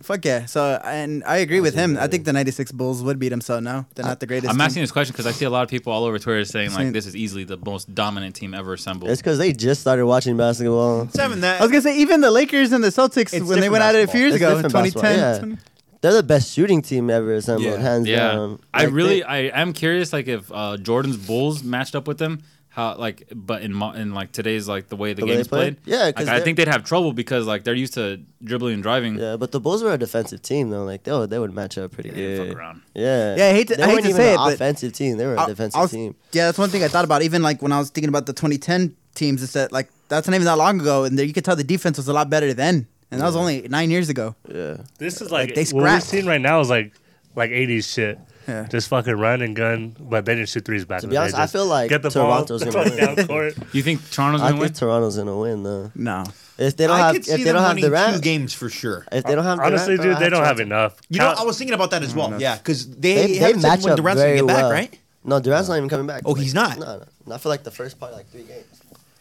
[SPEAKER 3] Fuck yeah. So, and I agree with him. I think the 96 Bulls would beat them. So, no, they're not the greatest.
[SPEAKER 4] I'm
[SPEAKER 3] team.
[SPEAKER 4] asking this question because I see a lot of people all over Twitter saying like
[SPEAKER 3] Same.
[SPEAKER 4] this is easily the most dominant team ever assembled.
[SPEAKER 5] It's because they just started watching basketball.
[SPEAKER 6] Seven that.
[SPEAKER 3] I was going to say, even the Lakers and the Celtics,
[SPEAKER 6] It's
[SPEAKER 3] when they
[SPEAKER 6] different
[SPEAKER 3] went at it a
[SPEAKER 6] basketball.
[SPEAKER 3] few years
[SPEAKER 5] It's
[SPEAKER 3] ago, in
[SPEAKER 5] different basketball,
[SPEAKER 3] 2010.
[SPEAKER 5] yeah.
[SPEAKER 3] 20
[SPEAKER 5] They're the best shooting team ever assembled,
[SPEAKER 6] Yeah.
[SPEAKER 5] hands
[SPEAKER 4] yeah,
[SPEAKER 5] down.
[SPEAKER 4] I
[SPEAKER 5] um, Like,
[SPEAKER 4] really,
[SPEAKER 5] they-
[SPEAKER 4] I am curious like if uh, Jordan's Bulls matched up with them, how like, but in mo- in like today's like the way the,
[SPEAKER 5] The way
[SPEAKER 4] game's
[SPEAKER 5] they play?
[SPEAKER 4] played,
[SPEAKER 5] Yeah, 'cause
[SPEAKER 4] like, I
[SPEAKER 5] they're-
[SPEAKER 4] think they'd have trouble because like they're used to dribbling and driving.
[SPEAKER 5] yeah, but the Bulls were a defensive team though. Like they would, they would match up pretty
[SPEAKER 4] didn't
[SPEAKER 5] good.
[SPEAKER 4] fuck around.
[SPEAKER 5] Yeah,
[SPEAKER 3] Yeah, I hate to-
[SPEAKER 5] they
[SPEAKER 3] I hate
[SPEAKER 5] weren't
[SPEAKER 3] to
[SPEAKER 5] even
[SPEAKER 3] say
[SPEAKER 5] an
[SPEAKER 3] it, but-
[SPEAKER 5] offensive team. They were a
[SPEAKER 3] I-
[SPEAKER 5] defensive
[SPEAKER 3] I was-
[SPEAKER 5] team.
[SPEAKER 3] Yeah, that's one thing I thought about. Even like when I was thinking about the 2010 teams, is that like that's not even that long ago, and there, you could tell the defense was a lot better then, and that was only nine years ago.
[SPEAKER 5] Yeah,
[SPEAKER 2] This is like,
[SPEAKER 3] they
[SPEAKER 2] what we're
[SPEAKER 3] scrapped.
[SPEAKER 2] seeing right now is like like 80s shit.
[SPEAKER 3] Yeah.
[SPEAKER 2] Just fucking run and gun, but they didn't shoot threes back. To
[SPEAKER 5] be honest, I feel like
[SPEAKER 2] get the
[SPEAKER 5] Toronto's
[SPEAKER 2] ball
[SPEAKER 5] gonna
[SPEAKER 2] fuck
[SPEAKER 5] win.
[SPEAKER 2] down court.
[SPEAKER 4] You think Toronto's
[SPEAKER 5] I
[SPEAKER 4] gonna
[SPEAKER 5] think
[SPEAKER 4] win?
[SPEAKER 5] Toronto's gonna win though.
[SPEAKER 3] No,
[SPEAKER 5] If they don't
[SPEAKER 6] I
[SPEAKER 5] have,
[SPEAKER 6] could
[SPEAKER 5] if
[SPEAKER 6] see
[SPEAKER 5] they
[SPEAKER 6] them
[SPEAKER 5] don't have
[SPEAKER 6] winning two
[SPEAKER 5] Durant,
[SPEAKER 6] games for sure.
[SPEAKER 5] if they don't have
[SPEAKER 2] Honestly,
[SPEAKER 5] Durant,
[SPEAKER 2] dude,
[SPEAKER 5] bro,
[SPEAKER 2] they
[SPEAKER 5] I
[SPEAKER 2] don't have
[SPEAKER 5] Toronto.
[SPEAKER 2] enough.
[SPEAKER 6] You know,
[SPEAKER 2] Count-
[SPEAKER 6] I was thinking about that as well. Yeah, because
[SPEAKER 5] They,
[SPEAKER 6] they,
[SPEAKER 5] they,
[SPEAKER 6] haven't said
[SPEAKER 5] match
[SPEAKER 6] when
[SPEAKER 5] up
[SPEAKER 6] Durant's gonna
[SPEAKER 5] very
[SPEAKER 6] get
[SPEAKER 5] well.
[SPEAKER 6] back, right?
[SPEAKER 5] No, Durant's not even coming back.
[SPEAKER 6] Oh, he's not?
[SPEAKER 5] No, no, not for like the first part, like three games.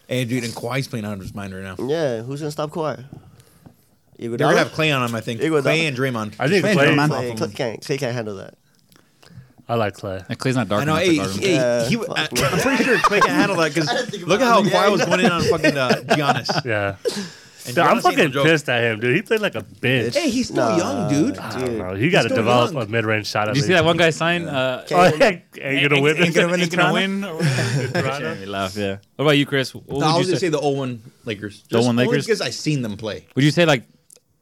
[SPEAKER 6] Hey, dude, and Kawhi's playing out of his mind right now.
[SPEAKER 5] Yeah, who's gonna stop Kawhi? Iguodala?
[SPEAKER 6] They're gonna have Clay on him, I think.
[SPEAKER 5] Iguodala.
[SPEAKER 6] Clay and Draymond.
[SPEAKER 2] I think
[SPEAKER 3] Just
[SPEAKER 2] Clay.
[SPEAKER 3] playing Draymond.
[SPEAKER 5] Clay, Clay can't, Clay can't handle that.
[SPEAKER 2] I like Clay.
[SPEAKER 4] Like, Clay's not dark
[SPEAKER 6] I know.
[SPEAKER 4] enough to
[SPEAKER 6] Hey,
[SPEAKER 4] guard him.
[SPEAKER 6] he, hey,
[SPEAKER 5] Yeah,
[SPEAKER 6] he,
[SPEAKER 5] fuck,
[SPEAKER 6] I,
[SPEAKER 5] man.
[SPEAKER 6] I'm pretty sure Clay can handle that because
[SPEAKER 5] think
[SPEAKER 6] look at
[SPEAKER 5] about
[SPEAKER 6] how
[SPEAKER 5] it.
[SPEAKER 6] Kawhi was going in on fucking uh, Giannis.
[SPEAKER 2] Yeah,
[SPEAKER 6] And
[SPEAKER 2] Dude, I'm
[SPEAKER 6] Giannis ain't no
[SPEAKER 2] fucking
[SPEAKER 6] joke.
[SPEAKER 2] pissed at him, dude. He played like a bitch.
[SPEAKER 6] Hey, he's still
[SPEAKER 5] Nah,
[SPEAKER 6] young, dude.
[SPEAKER 2] I don't know.
[SPEAKER 5] dude.
[SPEAKER 2] You got to
[SPEAKER 6] still
[SPEAKER 2] develop
[SPEAKER 6] young.
[SPEAKER 2] a mid-range shot. at
[SPEAKER 4] Did you see
[SPEAKER 2] least.
[SPEAKER 4] that one guy sign? Uh,
[SPEAKER 5] Okay.
[SPEAKER 2] Oh, yeah. Ain't gonna win.
[SPEAKER 4] ain't gonna,
[SPEAKER 3] win
[SPEAKER 4] ain't
[SPEAKER 3] to
[SPEAKER 4] gonna
[SPEAKER 3] Toronto?
[SPEAKER 4] win. or-
[SPEAKER 2] Toronto?
[SPEAKER 4] Made me laugh. Yeah. What about you, Chris? What would
[SPEAKER 6] No, I
[SPEAKER 4] you
[SPEAKER 6] was
[SPEAKER 4] say?
[SPEAKER 6] gonna say the 0-1 Lakers.
[SPEAKER 4] The 0-1 Lakers?
[SPEAKER 6] because I seen them play.
[SPEAKER 4] Would you say like,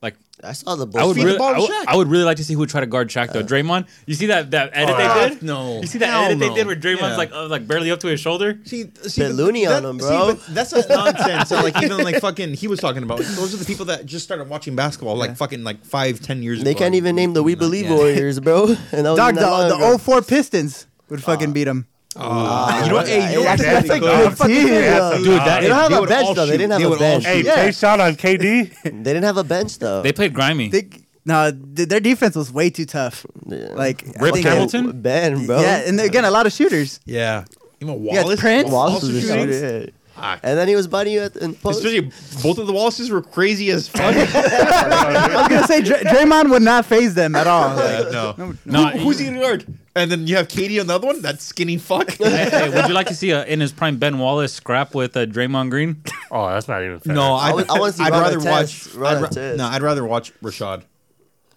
[SPEAKER 4] like
[SPEAKER 5] I saw the
[SPEAKER 4] I would,
[SPEAKER 5] Bulls.
[SPEAKER 6] Feed the
[SPEAKER 4] really,
[SPEAKER 6] ball
[SPEAKER 4] I,
[SPEAKER 6] to
[SPEAKER 4] would,
[SPEAKER 6] Shaq.
[SPEAKER 4] I would really like to see who would try to guard Shaq though. Draymond, you see that that edit
[SPEAKER 6] Ah,
[SPEAKER 4] they did?
[SPEAKER 6] no.
[SPEAKER 4] you see that
[SPEAKER 6] Hell
[SPEAKER 4] edit
[SPEAKER 6] no.
[SPEAKER 4] they did where Draymond's
[SPEAKER 6] Yeah.
[SPEAKER 4] like uh, like barely up to his shoulder.
[SPEAKER 6] See, see
[SPEAKER 5] Bit loony on him, bro.
[SPEAKER 6] but that's just nonsense. that, like even like fucking he was talking about. Those are the people that just started watching basketball like fucking like five, ten years
[SPEAKER 5] They
[SPEAKER 6] ago.
[SPEAKER 5] can't even name the We Believe
[SPEAKER 4] yeah.
[SPEAKER 5] Warriors, bro. And that was
[SPEAKER 3] Dog,
[SPEAKER 5] not long
[SPEAKER 3] the,
[SPEAKER 5] ago.
[SPEAKER 3] the 04 Pistons would fucking beat him.
[SPEAKER 6] You know what? Hey, you know what?
[SPEAKER 5] That's-
[SPEAKER 6] That'd be
[SPEAKER 5] that's a
[SPEAKER 6] good.
[SPEAKER 5] good
[SPEAKER 3] Fucking
[SPEAKER 5] team,
[SPEAKER 3] good.
[SPEAKER 5] though.
[SPEAKER 4] Dude, that
[SPEAKER 5] they
[SPEAKER 4] is-
[SPEAKER 5] don't have
[SPEAKER 6] they
[SPEAKER 5] a
[SPEAKER 6] would all
[SPEAKER 5] bench though.
[SPEAKER 6] shoot.
[SPEAKER 5] They didn't
[SPEAKER 6] They
[SPEAKER 5] have a
[SPEAKER 6] would all
[SPEAKER 5] bench.
[SPEAKER 2] Hey,
[SPEAKER 3] Yeah.
[SPEAKER 2] take shot on KD.
[SPEAKER 5] They didn't have a bench though.
[SPEAKER 4] They played grimy.
[SPEAKER 3] They, no, th- their defense was way too tough.
[SPEAKER 5] Yeah.
[SPEAKER 3] Like I
[SPEAKER 4] Rip
[SPEAKER 3] think-
[SPEAKER 4] Hamilton?
[SPEAKER 5] Ben, bro.
[SPEAKER 3] Yeah, and again, a lot of shooters.
[SPEAKER 6] Yeah. You know,
[SPEAKER 3] Yeah,
[SPEAKER 6] Wallace.
[SPEAKER 3] Prince.
[SPEAKER 5] Wallace was a
[SPEAKER 6] shooting?
[SPEAKER 5] shooter. yeah.
[SPEAKER 6] Ah,
[SPEAKER 5] And then he was buddy at in post.
[SPEAKER 6] Especially both of the Wallaces were crazy as fuck. yeah,
[SPEAKER 3] I was gonna say Dr- Draymond would not phase them at all. Like,
[SPEAKER 6] no.
[SPEAKER 4] no,
[SPEAKER 6] Who- who's he gonna guard? And then you have Katie on the other one. That skinny fuck.
[SPEAKER 4] hey, hey, would you like to see uh in his prime Ben Wallace scrap with uh, Draymond Green?
[SPEAKER 2] Oh, that's not even fair.
[SPEAKER 6] no, I,
[SPEAKER 5] I would- I wanna see
[SPEAKER 6] I'd
[SPEAKER 5] Ron
[SPEAKER 6] rather
[SPEAKER 5] Artest.
[SPEAKER 6] watch.
[SPEAKER 5] Ron
[SPEAKER 6] I'd
[SPEAKER 5] Artest.
[SPEAKER 6] no, I'd rather watch Rashad.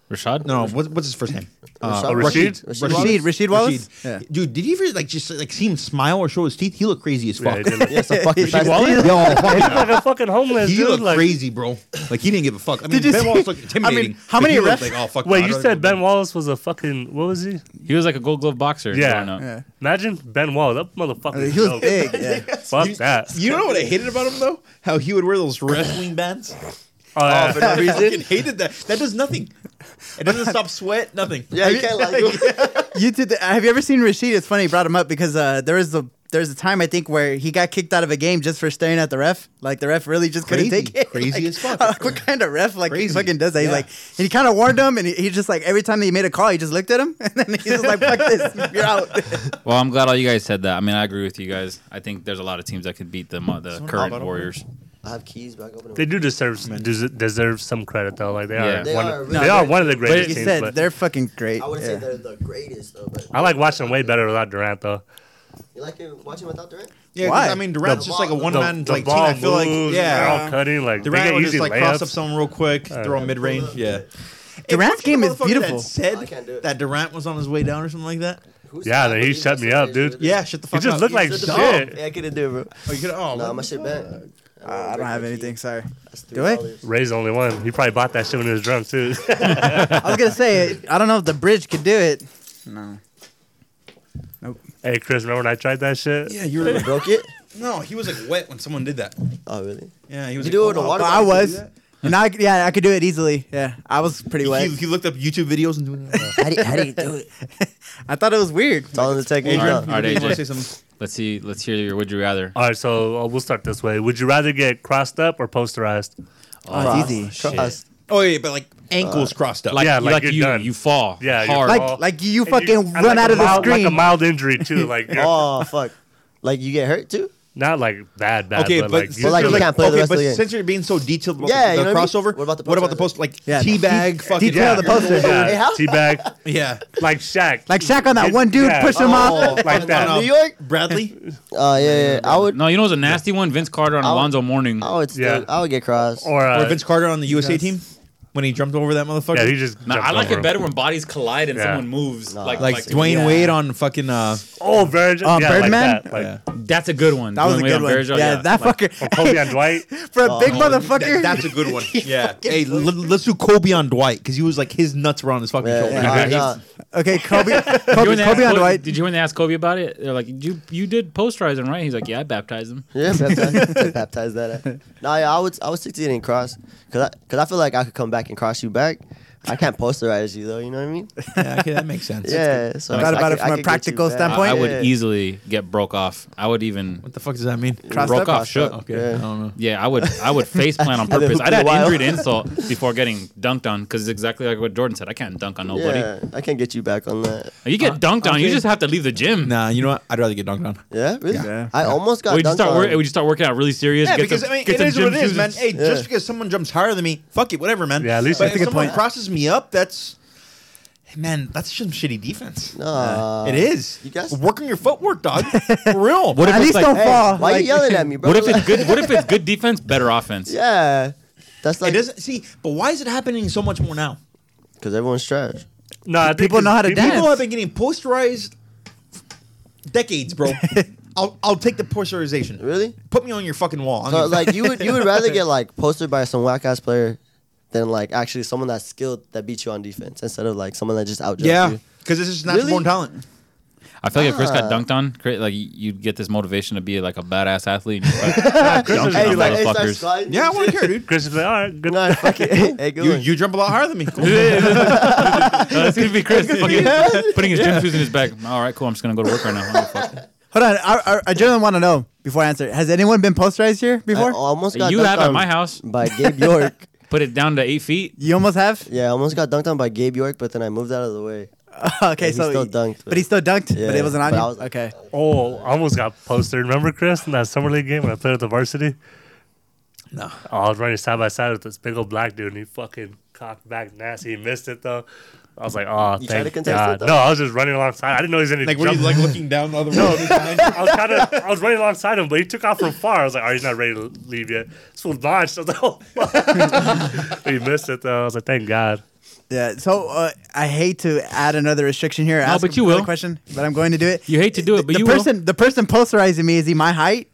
[SPEAKER 4] Rashad?
[SPEAKER 6] No, what, what's his first name? Uh,
[SPEAKER 5] Rashad-
[SPEAKER 2] oh, Rashid?
[SPEAKER 5] Rashid.
[SPEAKER 3] Rashid, Rashid Wallace.
[SPEAKER 6] Rashid. Dude, did you ever like just like see him smile or show his teeth? He looked crazy as
[SPEAKER 2] Yeah,
[SPEAKER 6] fuck.
[SPEAKER 2] he did look-
[SPEAKER 5] Yeah, so fuck the fact-
[SPEAKER 6] Yo, fuck,
[SPEAKER 2] He's like a fucking homeless
[SPEAKER 6] he
[SPEAKER 2] dude.
[SPEAKER 6] looked
[SPEAKER 2] Like,
[SPEAKER 6] crazy, bro. Like he didn't give a fuck. I mean,
[SPEAKER 3] you
[SPEAKER 6] Ben
[SPEAKER 3] see-
[SPEAKER 6] Wallace
[SPEAKER 3] I
[SPEAKER 6] looked
[SPEAKER 3] mean,
[SPEAKER 6] intimidating.
[SPEAKER 3] how
[SPEAKER 6] but
[SPEAKER 3] many
[SPEAKER 6] he looked
[SPEAKER 3] refs-
[SPEAKER 6] Like, oh fuck.
[SPEAKER 2] wait,
[SPEAKER 6] I
[SPEAKER 2] you
[SPEAKER 6] don't
[SPEAKER 2] said
[SPEAKER 6] know.
[SPEAKER 2] Ben Wallace was a fucking what was he?
[SPEAKER 4] He was like a Gold Glove boxer. growing
[SPEAKER 2] Yeah.
[SPEAKER 4] up.
[SPEAKER 3] Yeah.
[SPEAKER 2] Imagine Ben Wallace. That motherfucker.
[SPEAKER 3] He was
[SPEAKER 2] dope.
[SPEAKER 3] big. Yeah.
[SPEAKER 2] Fuck that.
[SPEAKER 6] You know what I hated about him though? How he would wear those wrestling bands.
[SPEAKER 2] Oh, yeah.
[SPEAKER 5] for no
[SPEAKER 6] I fucking
[SPEAKER 5] reason.
[SPEAKER 6] hated that. That does nothing. It doesn't stop sweat. Nothing.
[SPEAKER 5] Yeah, you can't like.
[SPEAKER 3] You did. The, have you ever seen Rashid? It's funny you brought him up because uh, there was a there was a time I think where he got kicked out of a game just for staring at the ref. Like the ref really just couldn't
[SPEAKER 6] Crazy.
[SPEAKER 3] take it.
[SPEAKER 6] Crazy
[SPEAKER 3] Like,
[SPEAKER 6] as fuck.
[SPEAKER 3] I'm like, what kind of ref like
[SPEAKER 6] Crazy.
[SPEAKER 3] fucking does that? He's
[SPEAKER 6] Yeah.
[SPEAKER 3] like, and he kind of warned him, and he, he just like every time that he made a call, he just looked at him, and then he's just like, fuck this, you're out.
[SPEAKER 4] Well, I'm glad all you guys said that. I mean, I agree with you guys. I think there's a lot of teams that could beat the mo- the current
[SPEAKER 6] about
[SPEAKER 4] Warriors.
[SPEAKER 5] I have keys back open.
[SPEAKER 2] They do deserve des- deserve some credit though. Like they
[SPEAKER 4] Yeah.
[SPEAKER 2] are
[SPEAKER 4] They
[SPEAKER 2] one
[SPEAKER 5] are
[SPEAKER 2] of,
[SPEAKER 5] really
[SPEAKER 2] they are
[SPEAKER 5] good.
[SPEAKER 2] one of the
[SPEAKER 3] Like
[SPEAKER 2] greatest
[SPEAKER 3] you
[SPEAKER 2] teams.
[SPEAKER 3] said,
[SPEAKER 2] but
[SPEAKER 3] they're fucking great.
[SPEAKER 5] I wouldn't
[SPEAKER 3] yeah.
[SPEAKER 5] say they're the greatest though, but
[SPEAKER 2] I like watching way better without Durant though.
[SPEAKER 5] you like it- watching without Durant.
[SPEAKER 6] Yeah, 'cause,
[SPEAKER 3] Why?
[SPEAKER 6] I mean, Durant's just like a
[SPEAKER 5] The-
[SPEAKER 6] one
[SPEAKER 2] The,
[SPEAKER 6] man
[SPEAKER 2] the
[SPEAKER 6] like team.
[SPEAKER 2] ball
[SPEAKER 6] I feel like
[SPEAKER 2] moves, they're
[SPEAKER 6] yeah,
[SPEAKER 2] all cutting. Like they
[SPEAKER 6] Durant
[SPEAKER 2] get
[SPEAKER 6] would
[SPEAKER 2] easy
[SPEAKER 6] just like
[SPEAKER 2] layups.
[SPEAKER 6] cross up someone real quick, throw a mid range. Yeah.
[SPEAKER 3] Durant's
[SPEAKER 6] Fucking
[SPEAKER 3] game is
[SPEAKER 6] motherfucker that
[SPEAKER 3] beautiful.
[SPEAKER 5] I can't do
[SPEAKER 6] Said
[SPEAKER 5] it.
[SPEAKER 6] that Durant was on his way down or something like that.
[SPEAKER 5] Who's
[SPEAKER 2] Yeah, then he
[SPEAKER 5] He's
[SPEAKER 2] shut me
[SPEAKER 5] just-
[SPEAKER 2] up, dude.
[SPEAKER 6] Yeah, shut the
[SPEAKER 2] He
[SPEAKER 6] fuck
[SPEAKER 2] just
[SPEAKER 6] up.
[SPEAKER 2] looked like
[SPEAKER 5] Shut the fuck up.
[SPEAKER 2] shit.
[SPEAKER 5] Yeah, I couldn't do it, bro.
[SPEAKER 6] Oh, you could, oh,
[SPEAKER 5] Nah,
[SPEAKER 6] what
[SPEAKER 5] my
[SPEAKER 6] the
[SPEAKER 5] shit
[SPEAKER 6] fuck?
[SPEAKER 5] back.
[SPEAKER 3] Uh, I don't have anything. Sorry. Do it?
[SPEAKER 5] it.
[SPEAKER 2] Ray's the only one. He probably bought that shit when he was drunk too.
[SPEAKER 3] I was gonna say I don't know if the bridge could do it. No.
[SPEAKER 2] hey Chris, remember when I tried that shit?
[SPEAKER 6] Yeah, you were.
[SPEAKER 5] Broke it?
[SPEAKER 6] no, he was like wet when someone did that.
[SPEAKER 5] Oh really?
[SPEAKER 6] Yeah, he was.
[SPEAKER 5] You
[SPEAKER 6] like,
[SPEAKER 5] do it
[SPEAKER 6] oh,
[SPEAKER 5] with a water
[SPEAKER 3] But I
[SPEAKER 5] bottle, can you
[SPEAKER 3] was.
[SPEAKER 5] do that?
[SPEAKER 3] Now, I, could- yeah, I could do it easily. Yeah, I was pretty
[SPEAKER 6] He,
[SPEAKER 3] wet.
[SPEAKER 6] he looked up YouTube videos and doing that.
[SPEAKER 5] How do, you, how do you do it?
[SPEAKER 3] I thought it was weird.
[SPEAKER 5] It's all in the technique.
[SPEAKER 4] Adrian,
[SPEAKER 5] Adrian,
[SPEAKER 4] All right,
[SPEAKER 6] You wanna
[SPEAKER 4] AJ.
[SPEAKER 6] say something?
[SPEAKER 4] Let's see. Let's hear your would you rather.
[SPEAKER 2] All right, so uh, we'll start this way. Would you rather get crossed up or posterized?
[SPEAKER 3] Oh, it's easy.
[SPEAKER 5] Cross.
[SPEAKER 6] Oh yeah, but like ankles crossed up.
[SPEAKER 4] Like,
[SPEAKER 2] Yeah,
[SPEAKER 4] you-
[SPEAKER 2] like
[SPEAKER 4] like,
[SPEAKER 2] you're
[SPEAKER 4] you,
[SPEAKER 2] done.
[SPEAKER 4] you fall.
[SPEAKER 2] Yeah, you're
[SPEAKER 4] hard.
[SPEAKER 2] fall.
[SPEAKER 3] Like, like you
[SPEAKER 2] And
[SPEAKER 3] fucking
[SPEAKER 2] you-
[SPEAKER 3] run
[SPEAKER 2] and like
[SPEAKER 3] out
[SPEAKER 2] a
[SPEAKER 3] of the
[SPEAKER 2] mild-
[SPEAKER 3] screen.
[SPEAKER 2] Like a mild injury too. Like you're
[SPEAKER 5] Oh fuck! Like you get hurt too?
[SPEAKER 2] not like bad, bad.
[SPEAKER 6] Okay,
[SPEAKER 2] but,
[SPEAKER 6] but,
[SPEAKER 2] like,
[SPEAKER 6] since
[SPEAKER 2] you
[SPEAKER 5] like,
[SPEAKER 6] you're,
[SPEAKER 5] you
[SPEAKER 2] feel
[SPEAKER 5] can't play the
[SPEAKER 6] okay,
[SPEAKER 5] rest of
[SPEAKER 6] but
[SPEAKER 5] the game.
[SPEAKER 6] since you're being so detailed about
[SPEAKER 5] Yeah,
[SPEAKER 6] the,
[SPEAKER 5] you know what
[SPEAKER 6] the
[SPEAKER 5] I mean?
[SPEAKER 6] crossover,
[SPEAKER 5] What about the
[SPEAKER 6] what about the
[SPEAKER 5] post-
[SPEAKER 6] post? Like
[SPEAKER 3] Yeah.
[SPEAKER 6] teabag, fucking
[SPEAKER 3] detail the poster.
[SPEAKER 5] Hey,
[SPEAKER 2] yeah,
[SPEAKER 5] how-
[SPEAKER 2] teabag
[SPEAKER 6] Yeah,
[SPEAKER 2] like Shaq.
[SPEAKER 3] Like Shaq on that one dude,
[SPEAKER 2] yeah.
[SPEAKER 3] push him
[SPEAKER 5] Oh.
[SPEAKER 3] off.
[SPEAKER 2] like that.
[SPEAKER 5] New York?
[SPEAKER 6] Bradley.
[SPEAKER 5] Oh yeah, yeah. I would.
[SPEAKER 4] No, you know it was a nasty one. Vince Carter on
[SPEAKER 5] I'll-
[SPEAKER 4] Alonzo Mourning.
[SPEAKER 5] I would. Still,
[SPEAKER 2] Yeah.
[SPEAKER 5] I would get crossed.
[SPEAKER 2] or, uh,
[SPEAKER 6] or Vince Carter on the USA team when he jumped over that motherfucker.
[SPEAKER 2] Yeah, he just.
[SPEAKER 4] Nah, I
[SPEAKER 2] jumped
[SPEAKER 4] like
[SPEAKER 2] over
[SPEAKER 4] it
[SPEAKER 2] him.
[SPEAKER 4] better when bodies collide and
[SPEAKER 2] Yeah.
[SPEAKER 4] someone moves.
[SPEAKER 5] Nah.
[SPEAKER 4] Like,
[SPEAKER 6] like,
[SPEAKER 4] like,
[SPEAKER 6] Dwayne
[SPEAKER 3] Yeah.
[SPEAKER 6] Wade on fucking uh,
[SPEAKER 2] Oh, Virgin.
[SPEAKER 3] Um,
[SPEAKER 2] yeah,
[SPEAKER 3] Birdman?
[SPEAKER 2] Like that. Like,
[SPEAKER 4] that's a good one.
[SPEAKER 3] That was
[SPEAKER 4] Dwayne
[SPEAKER 3] a
[SPEAKER 4] Wade
[SPEAKER 3] good
[SPEAKER 4] on
[SPEAKER 3] one.
[SPEAKER 4] Bergeron,
[SPEAKER 3] yeah, that
[SPEAKER 2] Or
[SPEAKER 3] fucker.
[SPEAKER 2] Kobe and Dwight.
[SPEAKER 3] For a
[SPEAKER 5] Oh,
[SPEAKER 3] big
[SPEAKER 6] that-
[SPEAKER 3] motherfucker.
[SPEAKER 6] that's a good one. Yeah. hey, l- let's do Kobe on Dwight because he was like his nuts were on his fucking
[SPEAKER 5] Yeah,
[SPEAKER 6] shoulder.
[SPEAKER 5] yeah,
[SPEAKER 2] Okay.
[SPEAKER 5] nah.
[SPEAKER 3] okay, Kobe.
[SPEAKER 4] You
[SPEAKER 3] Kobe,
[SPEAKER 4] went to ask
[SPEAKER 3] Kobe on
[SPEAKER 4] Kobe-
[SPEAKER 3] Dwight.
[SPEAKER 4] Did you want to ask Kobe about it? They're like, you you did posterize him, right? He's like, yeah, I baptized him.
[SPEAKER 5] Yeah, baptize, baptize that. eh? Nah, yeah, I would. I would stick to getting cross because I, cause I feel like I could come back and cross you back. I can't posterize you though. You know what I mean?
[SPEAKER 6] Yeah, okay, that makes sense.
[SPEAKER 5] Yeah. So
[SPEAKER 3] Thought
[SPEAKER 5] I
[SPEAKER 3] about
[SPEAKER 5] could-
[SPEAKER 3] it from
[SPEAKER 5] I
[SPEAKER 3] a
[SPEAKER 5] could get you
[SPEAKER 3] practical
[SPEAKER 5] back.
[SPEAKER 4] I,
[SPEAKER 3] standpoint?
[SPEAKER 4] I would
[SPEAKER 5] Yeah.
[SPEAKER 4] easily get broke off. I would even
[SPEAKER 6] What the fuck does that mean?
[SPEAKER 3] Crossed up?
[SPEAKER 4] broke off, shook.
[SPEAKER 6] Okay,
[SPEAKER 5] Yeah.
[SPEAKER 6] I don't know.
[SPEAKER 4] Yeah, I would. I would face plant on
[SPEAKER 5] then
[SPEAKER 4] purpose.
[SPEAKER 5] hoop
[SPEAKER 4] I'd
[SPEAKER 5] in
[SPEAKER 4] had
[SPEAKER 5] the wild.
[SPEAKER 4] injury to insult before getting dunked on because it's exactly like what Jordan said. I can't dunk on nobody.
[SPEAKER 5] Yeah, I can't get you back on that.
[SPEAKER 4] You get dunked on, you
[SPEAKER 6] okay.
[SPEAKER 4] just have to leave the gym.
[SPEAKER 6] Nah, you know what? I'd rather get dunked on.
[SPEAKER 5] Yeah, really?
[SPEAKER 3] Yeah.
[SPEAKER 5] I almost got
[SPEAKER 4] Would you
[SPEAKER 5] dunked
[SPEAKER 4] start?
[SPEAKER 5] on.
[SPEAKER 4] Wor- would you start working out really serious?
[SPEAKER 6] Yeah,
[SPEAKER 4] get
[SPEAKER 6] because
[SPEAKER 4] some-
[SPEAKER 6] I mean,
[SPEAKER 4] get
[SPEAKER 6] it
[SPEAKER 4] some
[SPEAKER 6] is what
[SPEAKER 4] gym
[SPEAKER 6] it is,
[SPEAKER 4] shoes
[SPEAKER 6] man.
[SPEAKER 4] and-
[SPEAKER 6] Hey,
[SPEAKER 5] Yeah.
[SPEAKER 6] just because someone jumps higher than me, fuck it, whatever, man.
[SPEAKER 2] Yeah, at least
[SPEAKER 6] But
[SPEAKER 2] that's
[SPEAKER 6] if
[SPEAKER 2] a good
[SPEAKER 6] someone
[SPEAKER 3] point.
[SPEAKER 6] crosses me up, that's hey, man, that's some shitty defense. Uh,
[SPEAKER 5] Nah.
[SPEAKER 6] it is.
[SPEAKER 5] you guys-
[SPEAKER 6] work on your footwork, dog. For real.
[SPEAKER 4] What if
[SPEAKER 3] At
[SPEAKER 4] it's
[SPEAKER 3] least
[SPEAKER 4] like-
[SPEAKER 3] don't
[SPEAKER 5] Hey,
[SPEAKER 3] fall.
[SPEAKER 5] why
[SPEAKER 3] Like,
[SPEAKER 5] you yelling at me, bro?
[SPEAKER 4] What if it's good? What if it's good defense, better offense?
[SPEAKER 5] Yeah. That's
[SPEAKER 6] it
[SPEAKER 5] like
[SPEAKER 6] doesn't see, but why is it happening so much more now?
[SPEAKER 5] because everyone's trash.
[SPEAKER 2] No, I think
[SPEAKER 3] People know
[SPEAKER 2] it's-
[SPEAKER 3] how to
[SPEAKER 2] people-
[SPEAKER 3] dance.
[SPEAKER 6] People have been getting posterized decades, bro. I'll I'll take the posterization.
[SPEAKER 5] Really?
[SPEAKER 6] Put me on your fucking wall. I
[SPEAKER 5] So
[SPEAKER 6] mean-
[SPEAKER 5] like you would you would rather get like posted by some whack ass player than like actually someone that's skilled that beats you on defense instead of like someone that just out
[SPEAKER 6] yeah,
[SPEAKER 5] you.
[SPEAKER 6] because it's just natural
[SPEAKER 5] Really?
[SPEAKER 6] born talent.
[SPEAKER 4] I feel like if Chris got
[SPEAKER 5] Ah.
[SPEAKER 4] dunked on, Chris- like you- you'd get this motivation to be like a badass athlete. And you're like,
[SPEAKER 2] Nah, Chris would
[SPEAKER 4] Hey,
[SPEAKER 2] be
[SPEAKER 4] it's
[SPEAKER 2] like,
[SPEAKER 4] like- Motherfuckers.
[SPEAKER 6] Yeah, I want to care, dude.
[SPEAKER 2] Chris would be like, all right, good
[SPEAKER 5] Nah,
[SPEAKER 2] night.
[SPEAKER 5] fuck it. Hey, good
[SPEAKER 6] You
[SPEAKER 5] one.
[SPEAKER 6] you jump a lot higher than me. Cool.
[SPEAKER 4] "Oh, it's gonna be Chris fucking putting his gym shoes in his bag. All right, cool. I'm just gonna go to work right now. I don't give a fuck.
[SPEAKER 3] Hold on, I, I, I generally want to know before I answer. Has anyone been posterized here
[SPEAKER 5] I uh,
[SPEAKER 3] before?
[SPEAKER 5] almost got
[SPEAKER 4] You
[SPEAKER 5] dunked
[SPEAKER 4] have at
[SPEAKER 5] on
[SPEAKER 4] my house.
[SPEAKER 5] by Gabe York.
[SPEAKER 4] Put it down to eight feet.
[SPEAKER 3] you almost have.
[SPEAKER 5] yeah, I almost got dunked on by Gabe York, but then I moved out of the way.
[SPEAKER 3] okay,
[SPEAKER 5] he
[SPEAKER 3] so
[SPEAKER 5] still
[SPEAKER 3] he-
[SPEAKER 5] dunked,
[SPEAKER 3] but he still dunked,
[SPEAKER 5] Yeah,
[SPEAKER 3] but it wasn't on
[SPEAKER 5] but
[SPEAKER 3] you.
[SPEAKER 5] I was-
[SPEAKER 3] okay,
[SPEAKER 2] Oh, I almost got posted. Remember, Chris, in that summer league game when I played with the varsity?
[SPEAKER 6] No.
[SPEAKER 2] Oh, I was running side by side with this big old black dude, and he fucking cocked back nasty. He missed it though. I was like, oh,
[SPEAKER 5] You tried to
[SPEAKER 2] thank
[SPEAKER 5] contest it,
[SPEAKER 2] God.
[SPEAKER 5] though?
[SPEAKER 2] no, I was just running alongside. I didn't know he was any
[SPEAKER 6] Like, were you like looking down the other way?
[SPEAKER 2] I was kind of, I was running alongside him, but he took off from far. I was like, oh, he's not ready to leave yet. This fool launched. I was like, oh, fuck. he missed it though. I was like, thank God.
[SPEAKER 3] yeah. So uh, I hate to add another restriction here. ask
[SPEAKER 4] but you
[SPEAKER 3] another
[SPEAKER 4] will.
[SPEAKER 3] Question, but I'm going to do it.
[SPEAKER 4] You hate to do it, but
[SPEAKER 3] the
[SPEAKER 4] you will.
[SPEAKER 3] person, the person posterizing me, is he my height?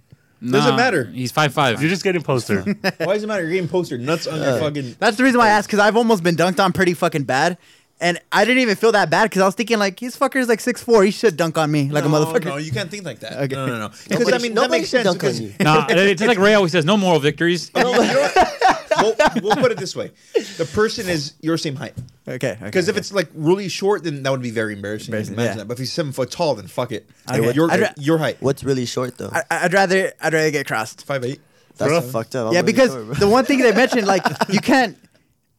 [SPEAKER 6] Doesn't matter.
[SPEAKER 4] He's five five.
[SPEAKER 2] You're just getting posted.
[SPEAKER 6] Why does it matter? You're getting postered nuts on
[SPEAKER 5] Uh,
[SPEAKER 6] your fucking.
[SPEAKER 3] That's the reason why I asked because I've almost been dunked on pretty fucking bad. And I didn't even feel that bad because I was thinking like his fucker's like six four. He should dunk on me like
[SPEAKER 6] no,
[SPEAKER 3] a motherfucker.
[SPEAKER 6] No, you can't think like that.
[SPEAKER 3] Okay.
[SPEAKER 6] No, no, no. Because
[SPEAKER 5] Nobody
[SPEAKER 6] I mean,
[SPEAKER 5] sh-
[SPEAKER 6] that
[SPEAKER 5] nobody
[SPEAKER 6] makes
[SPEAKER 5] should
[SPEAKER 6] sense.
[SPEAKER 5] dunk on
[SPEAKER 6] Because
[SPEAKER 5] you.
[SPEAKER 4] nah, it's like Ray always says, no moral victories.
[SPEAKER 6] you- you're- we'll, we'll put it this way: the person is your same height.
[SPEAKER 3] Okay, okay.
[SPEAKER 6] Because if it's like really short, then that would be very embarrassing.
[SPEAKER 3] Embarrassing,
[SPEAKER 6] Imagine
[SPEAKER 3] yeah.
[SPEAKER 6] that. But if he's seven foot tall, then fuck it.
[SPEAKER 3] Okay.
[SPEAKER 6] Your,
[SPEAKER 3] I'd ra-
[SPEAKER 6] your height,
[SPEAKER 5] What's really short though?
[SPEAKER 3] I, I'd rather I'd rather get crossed.
[SPEAKER 6] five eight.
[SPEAKER 5] That's
[SPEAKER 2] Bro.
[SPEAKER 5] fucked up. I'm
[SPEAKER 3] yeah,
[SPEAKER 5] really
[SPEAKER 3] because
[SPEAKER 5] short, bro.
[SPEAKER 3] the one thing they mentioned like you can't,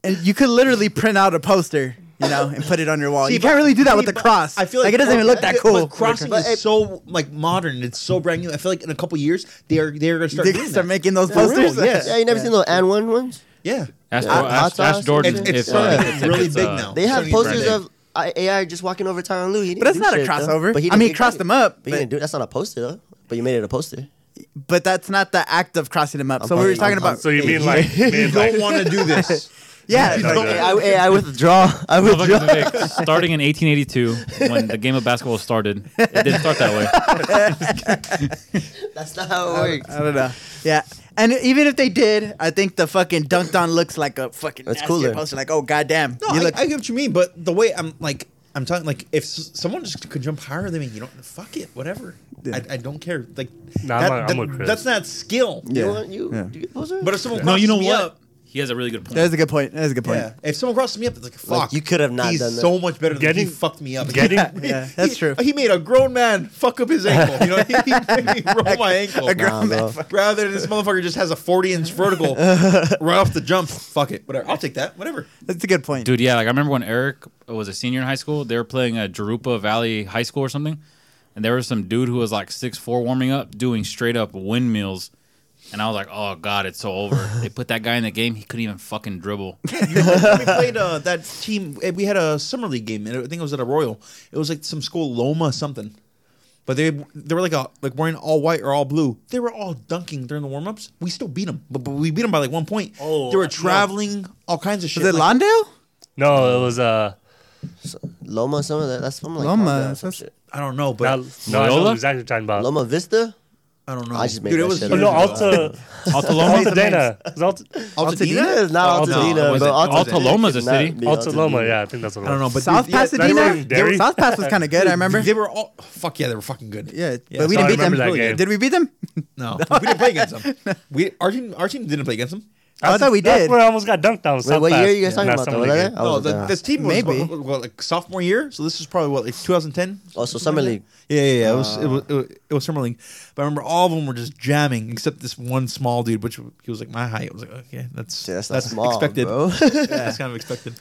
[SPEAKER 3] and you could literally print out a poster, you know, and put it on your wall. you
[SPEAKER 6] See,
[SPEAKER 3] can't
[SPEAKER 6] but-
[SPEAKER 3] really do that
[SPEAKER 6] see,
[SPEAKER 3] with the
[SPEAKER 6] but
[SPEAKER 3] cross.
[SPEAKER 6] I feel like,
[SPEAKER 3] it doesn't even look that
[SPEAKER 6] but-
[SPEAKER 3] cool.
[SPEAKER 6] But crossing
[SPEAKER 5] But it-
[SPEAKER 6] is so like modern. It's so brand new. I feel like in a couple years they are they are gonna start
[SPEAKER 3] They
[SPEAKER 6] doing
[SPEAKER 3] start
[SPEAKER 6] that.
[SPEAKER 3] making those
[SPEAKER 6] For real,
[SPEAKER 3] posters.
[SPEAKER 6] yes.
[SPEAKER 5] yeah, you never seen those and one ones?
[SPEAKER 6] Yeah,
[SPEAKER 4] Ask,
[SPEAKER 5] Yeah.
[SPEAKER 4] ask,
[SPEAKER 5] Hot
[SPEAKER 4] ask
[SPEAKER 5] sauce.
[SPEAKER 4] Jordan
[SPEAKER 6] It's- it's
[SPEAKER 4] if, uh,
[SPEAKER 5] starting to
[SPEAKER 6] get
[SPEAKER 4] if it's,
[SPEAKER 6] really big
[SPEAKER 4] uh,
[SPEAKER 6] now.
[SPEAKER 5] They had
[SPEAKER 6] Starting to get
[SPEAKER 5] posters
[SPEAKER 6] branded.
[SPEAKER 5] of I- AI just walking over Tyron Lou. He didn't
[SPEAKER 3] But that's
[SPEAKER 5] do
[SPEAKER 3] not a
[SPEAKER 5] shit, though.
[SPEAKER 3] crossover.
[SPEAKER 5] But
[SPEAKER 3] I
[SPEAKER 5] he didn't
[SPEAKER 3] mean,
[SPEAKER 5] get
[SPEAKER 3] crossed
[SPEAKER 5] credit.
[SPEAKER 3] him up,
[SPEAKER 5] But he
[SPEAKER 3] but-
[SPEAKER 5] didn't do. That's not a poster though. But you made it a poster.
[SPEAKER 3] But that's not the act of crossing them up.
[SPEAKER 5] I'm
[SPEAKER 3] so we were
[SPEAKER 5] fucking-
[SPEAKER 3] talking
[SPEAKER 5] I'm-
[SPEAKER 3] about.
[SPEAKER 2] So you mean like,
[SPEAKER 6] You
[SPEAKER 2] mean like
[SPEAKER 6] don't want to do this.
[SPEAKER 3] yeah,
[SPEAKER 2] Yeah,
[SPEAKER 3] like,
[SPEAKER 2] no,
[SPEAKER 5] Hey, I, hey, I withdraw. I
[SPEAKER 4] Well, look
[SPEAKER 5] withdraw.
[SPEAKER 4] at the big- starting in 1882, when the game of basketball started, it didn't start that way.
[SPEAKER 5] That's not how it works.
[SPEAKER 3] I don't know. Yeah. And even if they did, I think the fucking dunked on looks like a fucking
[SPEAKER 5] That's
[SPEAKER 3] nasty
[SPEAKER 5] cooler.
[SPEAKER 3] poster. Like, oh goddamn,
[SPEAKER 6] No,
[SPEAKER 3] you
[SPEAKER 6] I,
[SPEAKER 3] look
[SPEAKER 6] I get what you mean, but the way I'm like, I'm talking like if s- someone just could jump higher than me, you don't fuck it, whatever. I, I don't care. Like,
[SPEAKER 2] Nah, I'm a- I'm a Chris.
[SPEAKER 6] that's not skill.
[SPEAKER 5] You
[SPEAKER 3] Yeah.
[SPEAKER 5] want you?
[SPEAKER 3] Yeah.
[SPEAKER 5] Do you get poster?
[SPEAKER 6] But if someone
[SPEAKER 4] No,
[SPEAKER 6] crosses
[SPEAKER 4] you know
[SPEAKER 6] me
[SPEAKER 4] what?
[SPEAKER 6] up,
[SPEAKER 4] He has a really good point.
[SPEAKER 3] That's a good point. That's a good point.
[SPEAKER 6] yeah, if someone crosses me up, it's like fuck.
[SPEAKER 5] Like, you could have not
[SPEAKER 6] He's
[SPEAKER 5] done that.
[SPEAKER 6] so much better than
[SPEAKER 2] Getting-
[SPEAKER 6] he fucked me up.
[SPEAKER 2] getting-
[SPEAKER 6] He-
[SPEAKER 3] Yeah, that's
[SPEAKER 6] he-
[SPEAKER 3] true.
[SPEAKER 6] He made a grown man fuck up his ankle. You know, he, he made me roll my ankle.
[SPEAKER 3] A grown
[SPEAKER 5] Nah, bro.
[SPEAKER 3] man.
[SPEAKER 6] Rather than this motherfucker just has a 40 inch vertical right off the jump. Fuck it, whatever. I'll take that. Whatever.
[SPEAKER 3] That's a good point.
[SPEAKER 4] Dude, yeah, like I remember when Eric was a senior in high school, they were playing a Jerupa Valley High School or something, and there was some dude who was like six four warming up, doing straight up windmills, and I was like, oh god, it's so over. they put that guy in the game, he couldn't even fucking dribble.
[SPEAKER 6] we played uh, that team. eh, We had a summer league game, and I think it was at a Royal. It was like some school Loma something, but they they were like a, like wearing all white or all blue. They were all dunking during the warm ups. We still beat them, but, but we beat them by like one point.
[SPEAKER 2] Oh,
[SPEAKER 6] they
[SPEAKER 2] I-
[SPEAKER 6] were
[SPEAKER 2] no.
[SPEAKER 6] traveling all kinds of shit.
[SPEAKER 3] Is it
[SPEAKER 6] like,
[SPEAKER 3] Londale?
[SPEAKER 2] no, it was uh
[SPEAKER 5] Loma, some of that. That's from like
[SPEAKER 3] Loma,
[SPEAKER 5] Loma. Some
[SPEAKER 3] that's-
[SPEAKER 5] shit.
[SPEAKER 6] I don't know, but
[SPEAKER 2] not, no, I know
[SPEAKER 4] Loyola?
[SPEAKER 2] exactly what you're talking about.
[SPEAKER 5] Loma Vista.
[SPEAKER 6] I don't know.
[SPEAKER 5] I just made
[SPEAKER 6] Dude,
[SPEAKER 5] that
[SPEAKER 6] it was
[SPEAKER 5] shit
[SPEAKER 2] Oh,
[SPEAKER 5] up.
[SPEAKER 6] years
[SPEAKER 2] no,
[SPEAKER 6] ago.
[SPEAKER 2] Alta
[SPEAKER 3] Altadena.
[SPEAKER 2] Altadena. It was Alta-
[SPEAKER 6] Altadena?
[SPEAKER 5] Altadena? Not
[SPEAKER 2] Alta-
[SPEAKER 5] Altadena,
[SPEAKER 4] was
[SPEAKER 5] bro.
[SPEAKER 4] it- Alta Loma's a
[SPEAKER 5] could not
[SPEAKER 4] city.
[SPEAKER 5] be
[SPEAKER 2] Alta Loma, yeah, I think that's what it
[SPEAKER 6] I don't know,
[SPEAKER 2] was.
[SPEAKER 6] but
[SPEAKER 3] South
[SPEAKER 6] dude, yeah,
[SPEAKER 2] that's where
[SPEAKER 3] Pasadena?
[SPEAKER 2] you dairy?
[SPEAKER 3] South Pass was kind of good, I remember.
[SPEAKER 6] They were all fuck yeah, they were fucking good.
[SPEAKER 3] Yeah,
[SPEAKER 6] so
[SPEAKER 3] but we
[SPEAKER 2] I
[SPEAKER 3] didn't beat them.
[SPEAKER 2] remember that game.
[SPEAKER 3] Did we beat them?
[SPEAKER 6] no, we didn't play against them. We our team our team didn't play against them.
[SPEAKER 3] I thought we
[SPEAKER 2] That's
[SPEAKER 3] did.
[SPEAKER 2] where I almost got dunked on.
[SPEAKER 5] Wait,
[SPEAKER 2] South
[SPEAKER 5] what year
[SPEAKER 2] Pass
[SPEAKER 5] are you guys
[SPEAKER 2] in
[SPEAKER 5] talking
[SPEAKER 2] that
[SPEAKER 5] about?
[SPEAKER 2] summer
[SPEAKER 5] though? Was
[SPEAKER 2] league
[SPEAKER 5] I
[SPEAKER 2] game.
[SPEAKER 5] there? I
[SPEAKER 6] No,
[SPEAKER 5] wasn't
[SPEAKER 6] the,
[SPEAKER 5] there.
[SPEAKER 6] this team was
[SPEAKER 3] Maybe.
[SPEAKER 6] what, what, like sophomore year, so this is probably what like 2010.
[SPEAKER 5] Oh, so summer league.
[SPEAKER 6] Yeah, yeah, yeah. It was, it was it was it was summer league, but I remember all of them were just jamming except this one small dude, which he was like my height. I was like, okay, that's
[SPEAKER 5] Shit,
[SPEAKER 6] that's,
[SPEAKER 5] that's not small,
[SPEAKER 6] expected.
[SPEAKER 5] bro.
[SPEAKER 6] Yeah, that's kind of expected.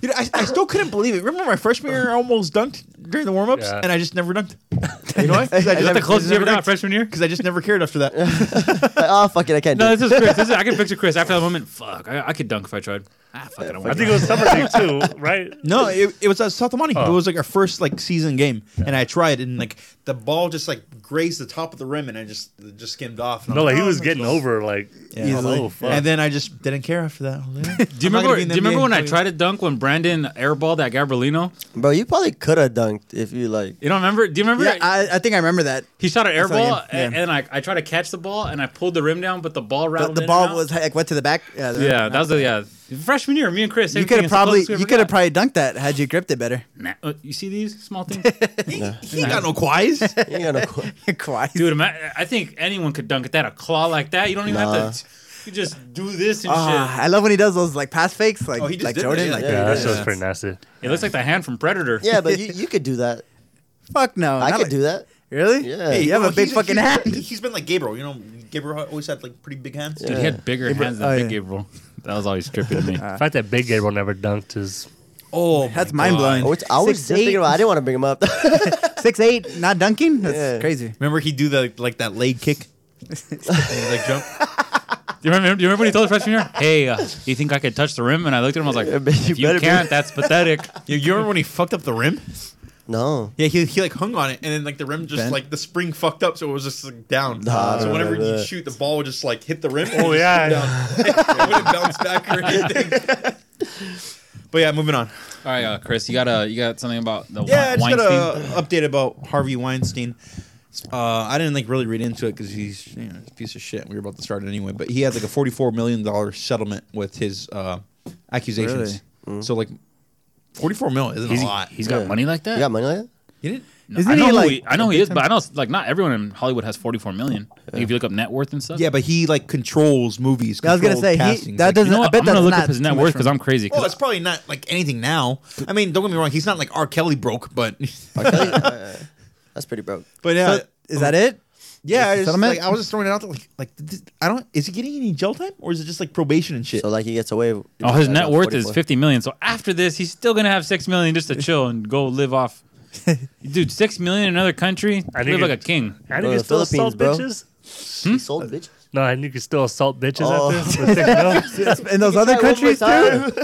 [SPEAKER 6] Dude, I, I still couldn't believe it. Remember my freshman year, I almost dunked during the warm ups,
[SPEAKER 2] Yeah.
[SPEAKER 6] and I just never dunked. You know why? Because I,
[SPEAKER 4] Is that the
[SPEAKER 6] just-
[SPEAKER 4] closest you ever got freshman year?
[SPEAKER 6] because I just never cared after that.
[SPEAKER 5] Like, oh fuck it, I can't.
[SPEAKER 4] No,
[SPEAKER 5] do
[SPEAKER 4] this
[SPEAKER 5] it.
[SPEAKER 4] is Chris. This is, I can picture Chris after that moment. Fuck, I, I could dunk if I tried. Ah, fuck it. I'm
[SPEAKER 2] I think it was summer league too, right?
[SPEAKER 6] No, it, it was at South Money.
[SPEAKER 2] Oh.
[SPEAKER 6] It was like our first like season game, and I tried, and like the ball just like grazed the top of the rim, and I just it just skimmed off. And
[SPEAKER 2] No,
[SPEAKER 6] I'm
[SPEAKER 2] like he
[SPEAKER 6] "Oh,
[SPEAKER 2] was
[SPEAKER 6] my
[SPEAKER 2] getting
[SPEAKER 6] God."
[SPEAKER 2] over like
[SPEAKER 6] Yeah.
[SPEAKER 2] hello, fuck.
[SPEAKER 6] And then I just didn't care after that. I was like, "Eh,
[SPEAKER 4] Do you
[SPEAKER 6] I'm not
[SPEAKER 4] remember?
[SPEAKER 6] gonna be in the
[SPEAKER 4] Do you remember
[SPEAKER 6] NBA."
[SPEAKER 4] when I tried to dunk when Brandon airballed that Gabrielino?
[SPEAKER 5] Bro, you probably could have dunked if you like.
[SPEAKER 4] You don't remember? Do you remember?
[SPEAKER 3] Yeah, I, I think I remember that.
[SPEAKER 4] he shot an
[SPEAKER 3] I saw him,
[SPEAKER 4] airball,
[SPEAKER 3] yeah.
[SPEAKER 4] and, and I, I tried to catch the ball, and I pulled the rim down, but the ball
[SPEAKER 3] The,
[SPEAKER 4] rattled.
[SPEAKER 3] the
[SPEAKER 4] in and
[SPEAKER 3] ball
[SPEAKER 4] out.
[SPEAKER 3] was like went to the back. Yeah, the-
[SPEAKER 4] Yeah, that was the yeah. Freshman year, me and Chris.
[SPEAKER 3] You could have probably you could have probably dunked that had you gripped it better.
[SPEAKER 4] probably. Uh, You see these small things,
[SPEAKER 6] He ain't got no quies.
[SPEAKER 5] You ain't got no-
[SPEAKER 3] Kawhi.
[SPEAKER 4] dude. ima- I think anyone could dunk at that. A claw like that, you don't even
[SPEAKER 5] Nah.
[SPEAKER 4] have to. You just do this and
[SPEAKER 3] Ah,
[SPEAKER 4] shit.
[SPEAKER 3] I love when he does those like pass fakes, like
[SPEAKER 6] Oh, he just
[SPEAKER 3] like
[SPEAKER 6] did that,
[SPEAKER 3] Jordan.
[SPEAKER 6] yeah,
[SPEAKER 3] like,
[SPEAKER 5] yeah.
[SPEAKER 2] yeah, that
[SPEAKER 5] Yeah.
[SPEAKER 2] shit was pretty nasty.
[SPEAKER 4] It looks like the hand from Predator.
[SPEAKER 5] yeah, but you, you could do that.
[SPEAKER 3] Fuck no,
[SPEAKER 5] I
[SPEAKER 3] Oh, not
[SPEAKER 5] could
[SPEAKER 3] like-
[SPEAKER 5] do that.
[SPEAKER 3] Really?
[SPEAKER 5] Yeah.
[SPEAKER 3] Hey, you have
[SPEAKER 6] know,
[SPEAKER 3] a big
[SPEAKER 6] he's-
[SPEAKER 3] fucking
[SPEAKER 6] he's-
[SPEAKER 3] hand.
[SPEAKER 6] He's been like Gabriel. You know, Gabriel always had like pretty big hands.
[SPEAKER 4] Dude, he had bigger hands than
[SPEAKER 3] oh,
[SPEAKER 4] Big
[SPEAKER 3] yeah. Ah.
[SPEAKER 4] Gabriel. That was always tripping to me.
[SPEAKER 2] The fact that Big Gabriel never dunked is
[SPEAKER 6] Oh,
[SPEAKER 3] That's mind
[SPEAKER 5] I
[SPEAKER 3] blowing.
[SPEAKER 5] was, I was just thinking about. I didn't want to bring him up.
[SPEAKER 3] Six eight, not dunking. That's
[SPEAKER 5] Yeah.
[SPEAKER 3] crazy.
[SPEAKER 6] Remember he do the like that leg kick. And he, like jump.
[SPEAKER 4] Do you remember? Do you remember when he told the freshman year, "Hey, uh, do you think I could touch the rim?" And I looked at him. I was like,
[SPEAKER 5] Yeah, but you
[SPEAKER 4] "If you
[SPEAKER 5] better be-
[SPEAKER 4] can't, that's pathetic."
[SPEAKER 6] You, you remember when he fucked up the rim?
[SPEAKER 5] no.
[SPEAKER 6] Yeah, he, he like hung on it, and then like the rim just
[SPEAKER 3] Bent.
[SPEAKER 6] like the spring fucked up, so it was just like down.
[SPEAKER 5] Nah, Ah, I
[SPEAKER 6] so
[SPEAKER 5] don't
[SPEAKER 6] whenever
[SPEAKER 5] remember
[SPEAKER 6] you
[SPEAKER 5] that.
[SPEAKER 6] shoot, the ball would just like hit the rim.
[SPEAKER 2] Oh, yeah.
[SPEAKER 6] it wouldn't bounce back or anything. but yeah, moving on.
[SPEAKER 4] All right, uh, Chris, you got a you got something about the
[SPEAKER 6] Yeah, I
[SPEAKER 4] Wein-
[SPEAKER 6] just uh,
[SPEAKER 4] Weinstein.
[SPEAKER 6] got an update about Harvey Weinstein. Uh, I didn't like really read into it because he's you know, he's a piece of shit. We were about to start it anyway, but he had like a forty-four million dollar settlement with his uh, accusations. So like, forty-four mil isn't
[SPEAKER 4] He's-
[SPEAKER 6] a lot.
[SPEAKER 4] he's got
[SPEAKER 5] Yeah.
[SPEAKER 4] money like that.
[SPEAKER 5] You got money like that?
[SPEAKER 6] He didn't.
[SPEAKER 4] No,
[SPEAKER 3] Isn't
[SPEAKER 4] I know
[SPEAKER 3] he,
[SPEAKER 4] who
[SPEAKER 3] like,
[SPEAKER 4] I know he is, but I know like not everyone in Hollywood has 44 million. Like, if you look up net worth and stuff.
[SPEAKER 6] Yeah, but he like controls movies.
[SPEAKER 3] I was gonna
[SPEAKER 6] controls
[SPEAKER 3] say, he-
[SPEAKER 6] castings.
[SPEAKER 3] that
[SPEAKER 6] Like,
[SPEAKER 3] doesn't-
[SPEAKER 4] You know what?
[SPEAKER 3] I bet
[SPEAKER 4] I'm gonna
[SPEAKER 3] that's
[SPEAKER 4] look
[SPEAKER 3] not
[SPEAKER 4] up his net
[SPEAKER 3] too
[SPEAKER 4] worth
[SPEAKER 3] much
[SPEAKER 4] because I'm crazy. 'cause
[SPEAKER 6] Well, it's probably not like anything now. I mean, don't get me wrong. He's not like R. Kelly broke, but
[SPEAKER 5] Okay. Uh, That's pretty broke.
[SPEAKER 6] but yeah,
[SPEAKER 3] So, is that it?
[SPEAKER 6] yeah.
[SPEAKER 3] Is
[SPEAKER 6] it's
[SPEAKER 3] the
[SPEAKER 6] just,
[SPEAKER 3] settlement?
[SPEAKER 6] like I was just throwing it out there. Like, like th- th- I don't. Is he getting any jail time or is it just like probation and shit?
[SPEAKER 5] So like he gets away. with-
[SPEAKER 4] oh, his
[SPEAKER 5] I
[SPEAKER 4] net
[SPEAKER 5] got
[SPEAKER 4] worth is
[SPEAKER 5] 44.
[SPEAKER 4] 50 million. So after this, he's still gonna have six million just to chill and go live off. Dude, six million in another country,
[SPEAKER 2] I
[SPEAKER 4] live
[SPEAKER 2] think
[SPEAKER 4] like
[SPEAKER 2] it-
[SPEAKER 4] a king.
[SPEAKER 2] and
[SPEAKER 5] Go
[SPEAKER 2] you
[SPEAKER 5] to
[SPEAKER 2] can
[SPEAKER 5] the
[SPEAKER 2] still assault
[SPEAKER 5] Philippines,
[SPEAKER 2] bitches.
[SPEAKER 5] He sold bitch.
[SPEAKER 2] No, and you can still assault bitches
[SPEAKER 5] Oh.
[SPEAKER 2] after. With six mil.
[SPEAKER 3] In those other countries too.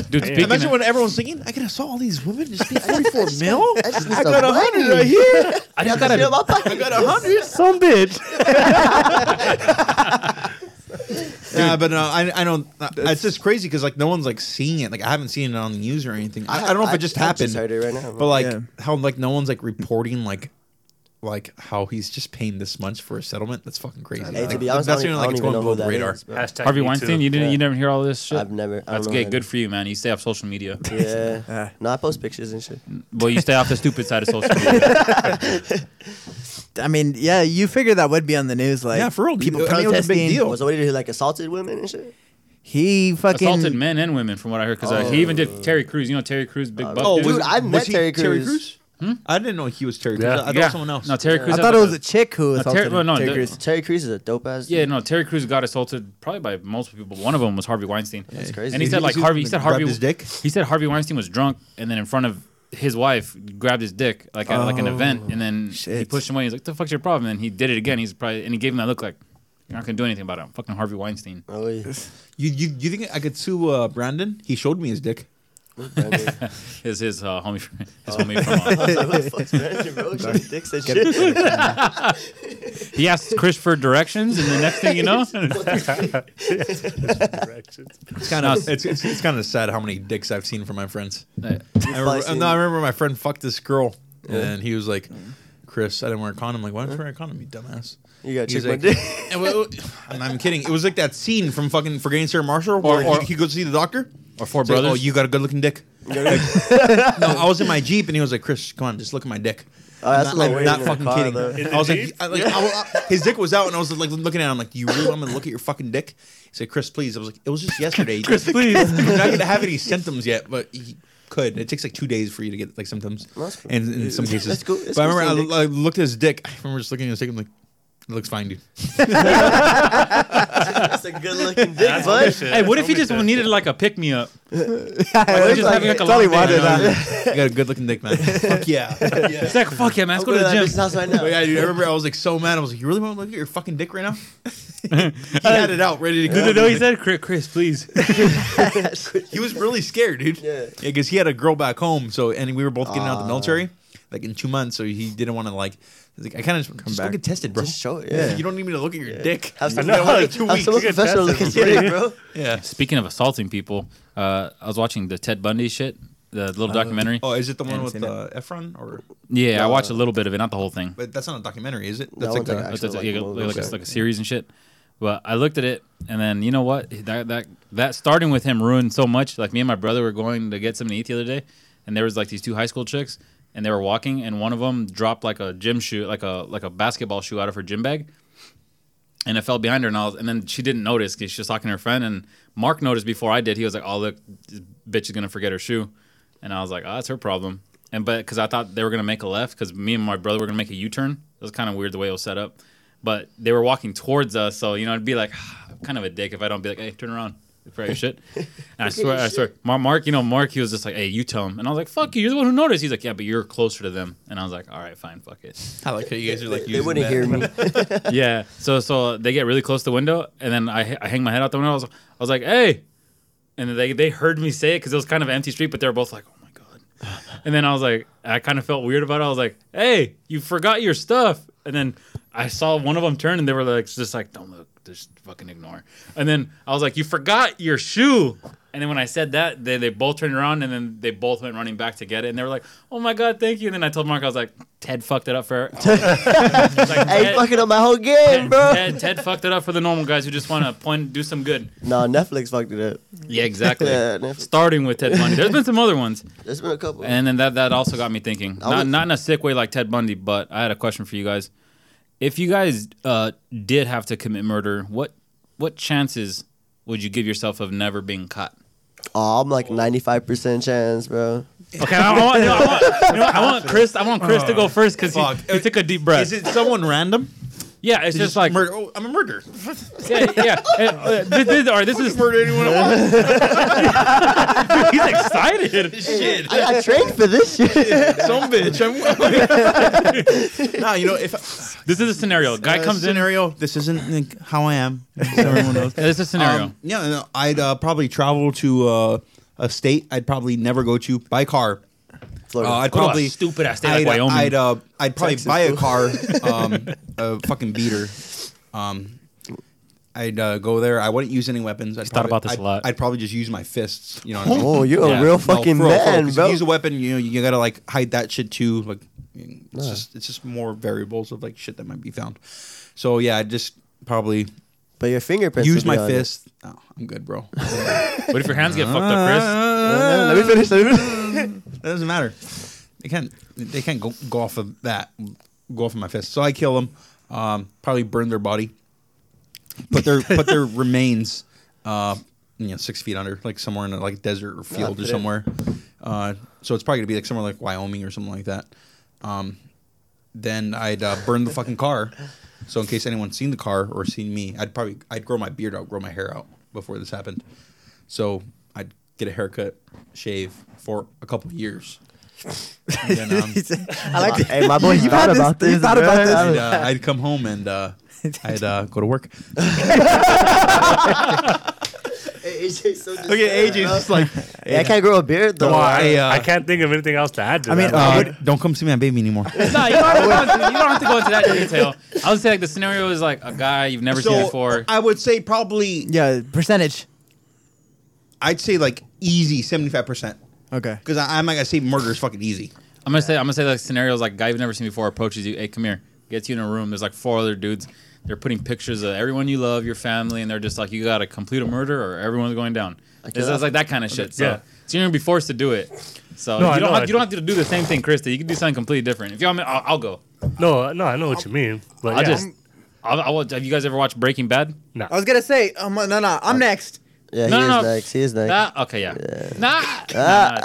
[SPEAKER 4] Dude, speaking
[SPEAKER 6] Imagine
[SPEAKER 4] of-
[SPEAKER 6] when everyone's thinking, I can assault all these women just be forty-four mil.
[SPEAKER 5] I just need
[SPEAKER 6] I
[SPEAKER 5] some
[SPEAKER 6] got a
[SPEAKER 5] money.
[SPEAKER 6] hundred right here.
[SPEAKER 4] I just got
[SPEAKER 5] Yeah,
[SPEAKER 4] a
[SPEAKER 5] my pocket.
[SPEAKER 6] I got a hundred.
[SPEAKER 2] Some bitch.
[SPEAKER 6] Yeah, but no, I I don't. uh, It's just crazy because like no one's like seeing it. Like I haven't seen it on the news or anything. I, I don't know if it just
[SPEAKER 5] I
[SPEAKER 6] happened.
[SPEAKER 5] heard it right now.
[SPEAKER 6] But like
[SPEAKER 3] Yeah.
[SPEAKER 6] how like no one's like reporting like like how he's just paying this much for a settlement. That's fucking crazy.
[SPEAKER 5] Hey,
[SPEAKER 6] Like,
[SPEAKER 5] to be honest,
[SPEAKER 6] that's
[SPEAKER 5] I don't,
[SPEAKER 6] even,
[SPEAKER 5] I
[SPEAKER 6] like
[SPEAKER 5] don't
[SPEAKER 6] it's
[SPEAKER 5] even
[SPEAKER 6] going
[SPEAKER 5] know
[SPEAKER 6] below
[SPEAKER 5] who
[SPEAKER 6] the
[SPEAKER 5] that
[SPEAKER 6] radar.
[SPEAKER 5] is, bro.
[SPEAKER 2] Hashtag
[SPEAKER 4] Harvey
[SPEAKER 2] me
[SPEAKER 4] Weinstein.
[SPEAKER 2] too.
[SPEAKER 4] You didn't
[SPEAKER 5] Yeah.
[SPEAKER 4] you never hear all this shit?
[SPEAKER 5] I've never. I
[SPEAKER 4] That's
[SPEAKER 5] don't know
[SPEAKER 4] good.
[SPEAKER 5] who
[SPEAKER 4] Good
[SPEAKER 5] that
[SPEAKER 4] for you, man. You stay off social media.
[SPEAKER 5] is. Yeah. no, I post pictures and shit.
[SPEAKER 4] well, you stay off the stupid side of social media.
[SPEAKER 3] I mean, yeah, you figure that would be on the news. Like,
[SPEAKER 6] Yeah, for real.
[SPEAKER 3] people
[SPEAKER 6] I mean, it was a big
[SPEAKER 3] protesting.
[SPEAKER 6] deal.
[SPEAKER 5] Was somebody who like assaulted women and shit?
[SPEAKER 3] He fucking
[SPEAKER 4] Assaulted men and women, from what I heard, because uh, he even did Terry Crews. You know Terry Crews, big buck.
[SPEAKER 5] Oh,
[SPEAKER 4] dude?
[SPEAKER 5] was- Dude, I've
[SPEAKER 6] was
[SPEAKER 5] met
[SPEAKER 6] he
[SPEAKER 5] Terry Crews.
[SPEAKER 6] Hmm? I didn't know he was Terry Crews.
[SPEAKER 2] Yeah.
[SPEAKER 6] I thought
[SPEAKER 4] Yeah.
[SPEAKER 6] someone else.
[SPEAKER 4] No, Terry
[SPEAKER 5] Yeah.
[SPEAKER 4] Crews.
[SPEAKER 3] I
[SPEAKER 4] had
[SPEAKER 3] thought it
[SPEAKER 4] like
[SPEAKER 3] was a chick who
[SPEAKER 4] Terry-
[SPEAKER 3] assaulted
[SPEAKER 4] well,
[SPEAKER 3] him.
[SPEAKER 4] no,
[SPEAKER 3] Terry
[SPEAKER 4] the-
[SPEAKER 3] Crews.
[SPEAKER 5] Terry Crews is a dope ass.
[SPEAKER 4] Yeah, no, Terry Crews got assaulted probably by multiple people. One of them was Harvey Weinstein. That's
[SPEAKER 5] crazy.
[SPEAKER 4] And he said like
[SPEAKER 6] He
[SPEAKER 4] Harvey. He said
[SPEAKER 6] grabbed
[SPEAKER 4] Harvey.
[SPEAKER 6] his dick?
[SPEAKER 4] He said Harvey Weinstein was drunk, and then in front of his wife, grabbed his dick like at like an event, and then he
[SPEAKER 3] Shit.
[SPEAKER 4] pushed him away. He's like, "The fuck's your problem?" And he did it again. He's probably and he gave him that look like, "You're not gonna do anything about it." I'm fucking Harvey Weinstein.
[SPEAKER 5] Oh, yeah.
[SPEAKER 6] You, you you think I could sue uh, Brandon? He showed me his dick.
[SPEAKER 4] His his uh, homie, from- his homie from. Uh,
[SPEAKER 5] Dicks and shit.
[SPEAKER 4] he asked Chris for directions, and the next thing you know,
[SPEAKER 6] It's kind of it's, it's, it's kind of sad how many dicks I've seen from my friends.
[SPEAKER 4] uh,
[SPEAKER 6] I remember,
[SPEAKER 5] seen-
[SPEAKER 6] no, I remember my friend fucked this girl, and he was like,
[SPEAKER 5] Mm.
[SPEAKER 6] "Chris, I didn't wear a condom." like, why didn't you wear a condom, you dumbass?
[SPEAKER 5] You got
[SPEAKER 6] He's
[SPEAKER 5] chick
[SPEAKER 6] like,
[SPEAKER 5] like,
[SPEAKER 6] and we- we- I'm not even kidding. It was like that scene from fucking Forgetting Sarah Marshall where
[SPEAKER 4] or-
[SPEAKER 6] he, he goes to see the doctor.
[SPEAKER 4] or four
[SPEAKER 6] He's like,
[SPEAKER 4] brothers.
[SPEAKER 6] oh, you got a good looking dick. no, I was in my jeep and he was like, "Chris, come on, just look at my dick."
[SPEAKER 5] Oh, that's
[SPEAKER 6] I'm
[SPEAKER 5] like waiting in
[SPEAKER 6] not, I'm not
[SPEAKER 5] the
[SPEAKER 6] fucking
[SPEAKER 5] car,
[SPEAKER 6] kidding.
[SPEAKER 5] though.
[SPEAKER 6] I was like, I, like I, was- I- his dick was out, and I was like looking at him, like, "You really want me to look at your fucking dick?" He said, "Chris, please." I was like, "It was just yesterday." Chris, please. You're not gonna have any symptoms yet, but he could. It takes like two days for you to get like symptoms,
[SPEAKER 5] That's cool.
[SPEAKER 6] and in some cases.
[SPEAKER 5] That's cool. It's
[SPEAKER 6] but I
[SPEAKER 5] cool
[SPEAKER 6] remember
[SPEAKER 5] seeing
[SPEAKER 6] I, I looked at his dick. I remember just looking at his dick. I'm like, "It looks fine, dude."
[SPEAKER 5] That's a good looking dick,
[SPEAKER 2] That's what
[SPEAKER 5] bud.
[SPEAKER 2] this is.
[SPEAKER 4] Hey, what if he
[SPEAKER 2] Homie
[SPEAKER 4] just
[SPEAKER 2] shit.
[SPEAKER 4] needed like a pick me up?
[SPEAKER 3] It's
[SPEAKER 4] just having, like,
[SPEAKER 3] it's
[SPEAKER 4] a
[SPEAKER 3] all he
[SPEAKER 4] long
[SPEAKER 3] wanted,
[SPEAKER 4] day, you know?
[SPEAKER 3] huh?
[SPEAKER 6] You got a good looking dick, man. Fuck yeah.
[SPEAKER 4] It's like fuck yeah, man. Let's go
[SPEAKER 5] I'm
[SPEAKER 4] to the
[SPEAKER 5] going that
[SPEAKER 4] gym.
[SPEAKER 5] bitch's house right now.
[SPEAKER 6] But yeah, dude, I remember I was like so mad. I was like, "You really want to look at your fucking dick right now?" he had it out, ready to go.
[SPEAKER 4] Did they know he said Chris? Chris, please.
[SPEAKER 6] He was really scared, dude.
[SPEAKER 5] Yeah.
[SPEAKER 6] because he had a girl back home. So, and we were both getting out of the
[SPEAKER 5] Ah.
[SPEAKER 6] military, like in two months. So he didn't want to like. he's like, I kind of just, just go
[SPEAKER 3] back.
[SPEAKER 6] get tested, bro.
[SPEAKER 5] Just show it, yeah.
[SPEAKER 6] You don't need me to look at your dick.
[SPEAKER 5] Have some,
[SPEAKER 2] I know.
[SPEAKER 5] have
[SPEAKER 2] Two
[SPEAKER 5] some
[SPEAKER 2] weeks. You get
[SPEAKER 5] professional
[SPEAKER 2] tested
[SPEAKER 5] looking
[SPEAKER 2] for free.
[SPEAKER 5] dick, bro.
[SPEAKER 6] Yeah.
[SPEAKER 4] Speaking of assaulting people, uh, I was watching the Ted Bundy shit, the little documentary.
[SPEAKER 6] Oh, is it the one
[SPEAKER 3] haven't
[SPEAKER 6] with
[SPEAKER 3] seen it.
[SPEAKER 6] uh, Efron or?
[SPEAKER 4] yeah, I watched a little bit of it, not the whole thing.
[SPEAKER 6] But that's not a documentary, is it?
[SPEAKER 5] That
[SPEAKER 6] That's
[SPEAKER 5] one's
[SPEAKER 6] like
[SPEAKER 5] like
[SPEAKER 6] a,
[SPEAKER 5] a-
[SPEAKER 4] It's it's-
[SPEAKER 5] like
[SPEAKER 4] yeah,
[SPEAKER 5] movie,
[SPEAKER 4] like, a,
[SPEAKER 5] so-
[SPEAKER 4] like a series and shit. But I looked at it, and then you know what? That that that starting with him ruined so much. Like me and my brother were going to get something to eat the other day, and there was like these two high school chicks, and they were walking, and one of them dropped like a gym shoe, like a like a basketball shoe out of her gym bag, and it fell behind her, and I was, and then she didn't notice because she was talking to her friend, and Mark noticed before I did. He was like, "Oh look, this bitch is gonna forget her shoe," and I was like, "Oh, that's her problem." And but because I thought they were gonna make a left because me and my brother were gonna make a U turn. It was kind of weird the way it was set up, but they were walking towards us, so you know I'd be like, "Ah, I'm kind of a dick if I don't be like, "Hey, turn around." For your shit, and I swear, I swear, Mar- Mark, you know, Mark, he was just like, "Hey, you tell him," and I was like, "Fuck you, you're the one who noticed." He's like, "Yeah, but you're closer to them," and I was like, "All right, fine, fuck it."
[SPEAKER 6] I like how you guys are like.
[SPEAKER 5] They wouldn't hear me.
[SPEAKER 4] yeah. So so they get really close to the window, and then I, I hang my head out the window. I was, I was like, hey, and then they they heard me say it because it was kind of an empty street, but they were both like, oh my god. And then I was like, I kind of felt weird about it. I was like, hey, you forgot your stuff. And then I saw one of them turn, and they were like, just like, don't look, just fucking ignore. And then I was like, you forgot your shoe. And then when I said that, they, they both turned around and then they both went running back to get it. And they were like, oh my God, thank you. And then I told Mark, I was like, Ted fucked it up for her. Like,
[SPEAKER 5] hey,
[SPEAKER 4] Ted-
[SPEAKER 5] fucking up my whole game,
[SPEAKER 4] Ted,
[SPEAKER 5] bro.
[SPEAKER 4] Ted, Ted fucked it up for the normal guys who just want to point, do some good.
[SPEAKER 5] Nah, Netflix fucked it up.
[SPEAKER 4] Yeah, exactly.
[SPEAKER 5] Yeah, Netflix.
[SPEAKER 4] Starting with Ted Bundy. There's been some other ones,
[SPEAKER 5] There's been a couple.
[SPEAKER 4] and then that that also got me thinking.
[SPEAKER 5] I
[SPEAKER 4] Not
[SPEAKER 5] would-
[SPEAKER 4] not in a sick way like Ted Bundy, but I had a question for you guys. If you guys uh, did have to commit murder, what what chances would you give yourself of never being caught?
[SPEAKER 5] oh, I'm like 95% chance, bro.
[SPEAKER 4] Okay, I want, you know, I want, you know, I want Chris. I want Chris to go first because
[SPEAKER 6] Fuck.
[SPEAKER 4] he, he took a deep breath.
[SPEAKER 6] Is it someone random?
[SPEAKER 4] yeah, it's
[SPEAKER 6] It's
[SPEAKER 4] just like
[SPEAKER 6] murder. Oh, I'm a murderer.
[SPEAKER 4] yeah, yeah. Uh, uh, this, this, all right, this is
[SPEAKER 6] Murder anyone I want.
[SPEAKER 4] he's excited.
[SPEAKER 6] Shit.
[SPEAKER 5] I got trained for this shit.
[SPEAKER 6] Some bitch. I'm nah, you know if
[SPEAKER 4] This is a scenario. Guy
[SPEAKER 6] uh,
[SPEAKER 4] comes in.
[SPEAKER 6] scenario. This isn't like, how I am. Just so everyone knows.
[SPEAKER 4] Yeah, this is a scenario.
[SPEAKER 6] Um, yeah, no, I'd uh, probably travel to uh, a state I'd probably never go to by car. Uh, I'd
[SPEAKER 4] What a
[SPEAKER 6] probably
[SPEAKER 4] stupid ass state like
[SPEAKER 6] I'd,
[SPEAKER 4] Wyoming.
[SPEAKER 6] I'd, uh, I'd probably
[SPEAKER 5] Texas.
[SPEAKER 6] buy a car, um, a fucking beater. Um, I'd uh, go there. I wouldn't use any weapons. I'd
[SPEAKER 4] thought
[SPEAKER 6] probably-
[SPEAKER 4] about this a
[SPEAKER 6] I'd,
[SPEAKER 4] lot.
[SPEAKER 6] I'd probably just use my fists. You know what I mean?
[SPEAKER 5] oh, you're
[SPEAKER 4] Yeah.
[SPEAKER 5] a real
[SPEAKER 4] No,
[SPEAKER 6] No,
[SPEAKER 5] fucking
[SPEAKER 6] for real, for real,
[SPEAKER 5] man,
[SPEAKER 6] 'cause if
[SPEAKER 5] bro.
[SPEAKER 6] you use a weapon, you know, you gotta like hide that shit too. Like, it's just it's just more variables of like shit that might be found. So yeah, I just probably
[SPEAKER 5] but your fingerprints.
[SPEAKER 6] use
[SPEAKER 5] will be
[SPEAKER 6] my
[SPEAKER 5] on it.
[SPEAKER 6] fist. Oh, I'm good, bro.
[SPEAKER 4] what if your hands get fucked up,
[SPEAKER 5] Uh, let me finish. Let me finish.
[SPEAKER 6] That doesn't matter. They can't. They can't go, go off of that. Go off of my fist. So I kill them. Um, probably burn their body. Put their put their remains. Uh, you know, six feet under, like somewhere in a, like desert or field
[SPEAKER 5] put
[SPEAKER 6] or
[SPEAKER 5] it-
[SPEAKER 6] somewhere. Uh, so it's probably gonna be like somewhere like Wyoming or something like that. Um, then I'd uh, burn the fucking car. So in case anyone's seen the car or seen me, I'd probably I'd grow my beard out, grow my hair out before this happened. So I'd get a haircut, shave for a couple of years. And then, um,
[SPEAKER 3] He said- I like
[SPEAKER 5] Hey, my boy, you
[SPEAKER 3] had
[SPEAKER 5] thought
[SPEAKER 3] this-
[SPEAKER 5] about
[SPEAKER 3] you
[SPEAKER 5] this.
[SPEAKER 3] thought about
[SPEAKER 5] bro.
[SPEAKER 3] this.
[SPEAKER 6] I'd, uh, I'd come home and uh, I'd uh, go to work.
[SPEAKER 5] Hey, AJ's so
[SPEAKER 6] Look at AJ's just like,
[SPEAKER 5] Hey, I can't grow a beard though.
[SPEAKER 6] Come on, I, uh,
[SPEAKER 2] I can't think of anything else to add to
[SPEAKER 3] I mean,
[SPEAKER 2] that.
[SPEAKER 6] uh,
[SPEAKER 3] I
[SPEAKER 6] don't come see my baby anymore.
[SPEAKER 4] Chris? no, you don't, have to go into, you don't have to go into that detail. I would say like the scenario is like a guy you've never seen before.
[SPEAKER 6] I would say probably
[SPEAKER 3] Yeah, percentage.
[SPEAKER 6] I'd say like easy seventy five percent
[SPEAKER 3] Okay.
[SPEAKER 6] because I'm like I say murder is fucking easy.
[SPEAKER 4] I'm gonna say I'm gonna say like scenarios like a guy you've never seen before approaches you. Hey, come here. Gets you in a room. There's like four other dudes. They're putting pictures of everyone you love, your family, and they're just like, you gotta complete a murder or everyone's going down. It's,
[SPEAKER 5] that.
[SPEAKER 4] it's like that kind of shit. So,
[SPEAKER 2] Yeah.
[SPEAKER 4] so you're gonna be forced to do it. So
[SPEAKER 2] No, I
[SPEAKER 4] you don't
[SPEAKER 2] know.
[SPEAKER 4] have, you don't have to do the same thing, Krista. You can do something completely different. If y'all, I'll, I'll go.
[SPEAKER 2] no, no, I know what you mean. But
[SPEAKER 4] I'll
[SPEAKER 2] yeah.
[SPEAKER 4] just. I'll, I'll, have you guys ever watched Breaking Bad?
[SPEAKER 2] no.
[SPEAKER 3] I was gonna say, um, no, no, I'm next.
[SPEAKER 5] Yeah,
[SPEAKER 4] No,
[SPEAKER 5] he
[SPEAKER 4] no,
[SPEAKER 5] is
[SPEAKER 4] no.
[SPEAKER 5] next. He is next.
[SPEAKER 4] That, okay, yeah. Nah. Nah.
[SPEAKER 6] Uh,
[SPEAKER 5] ah,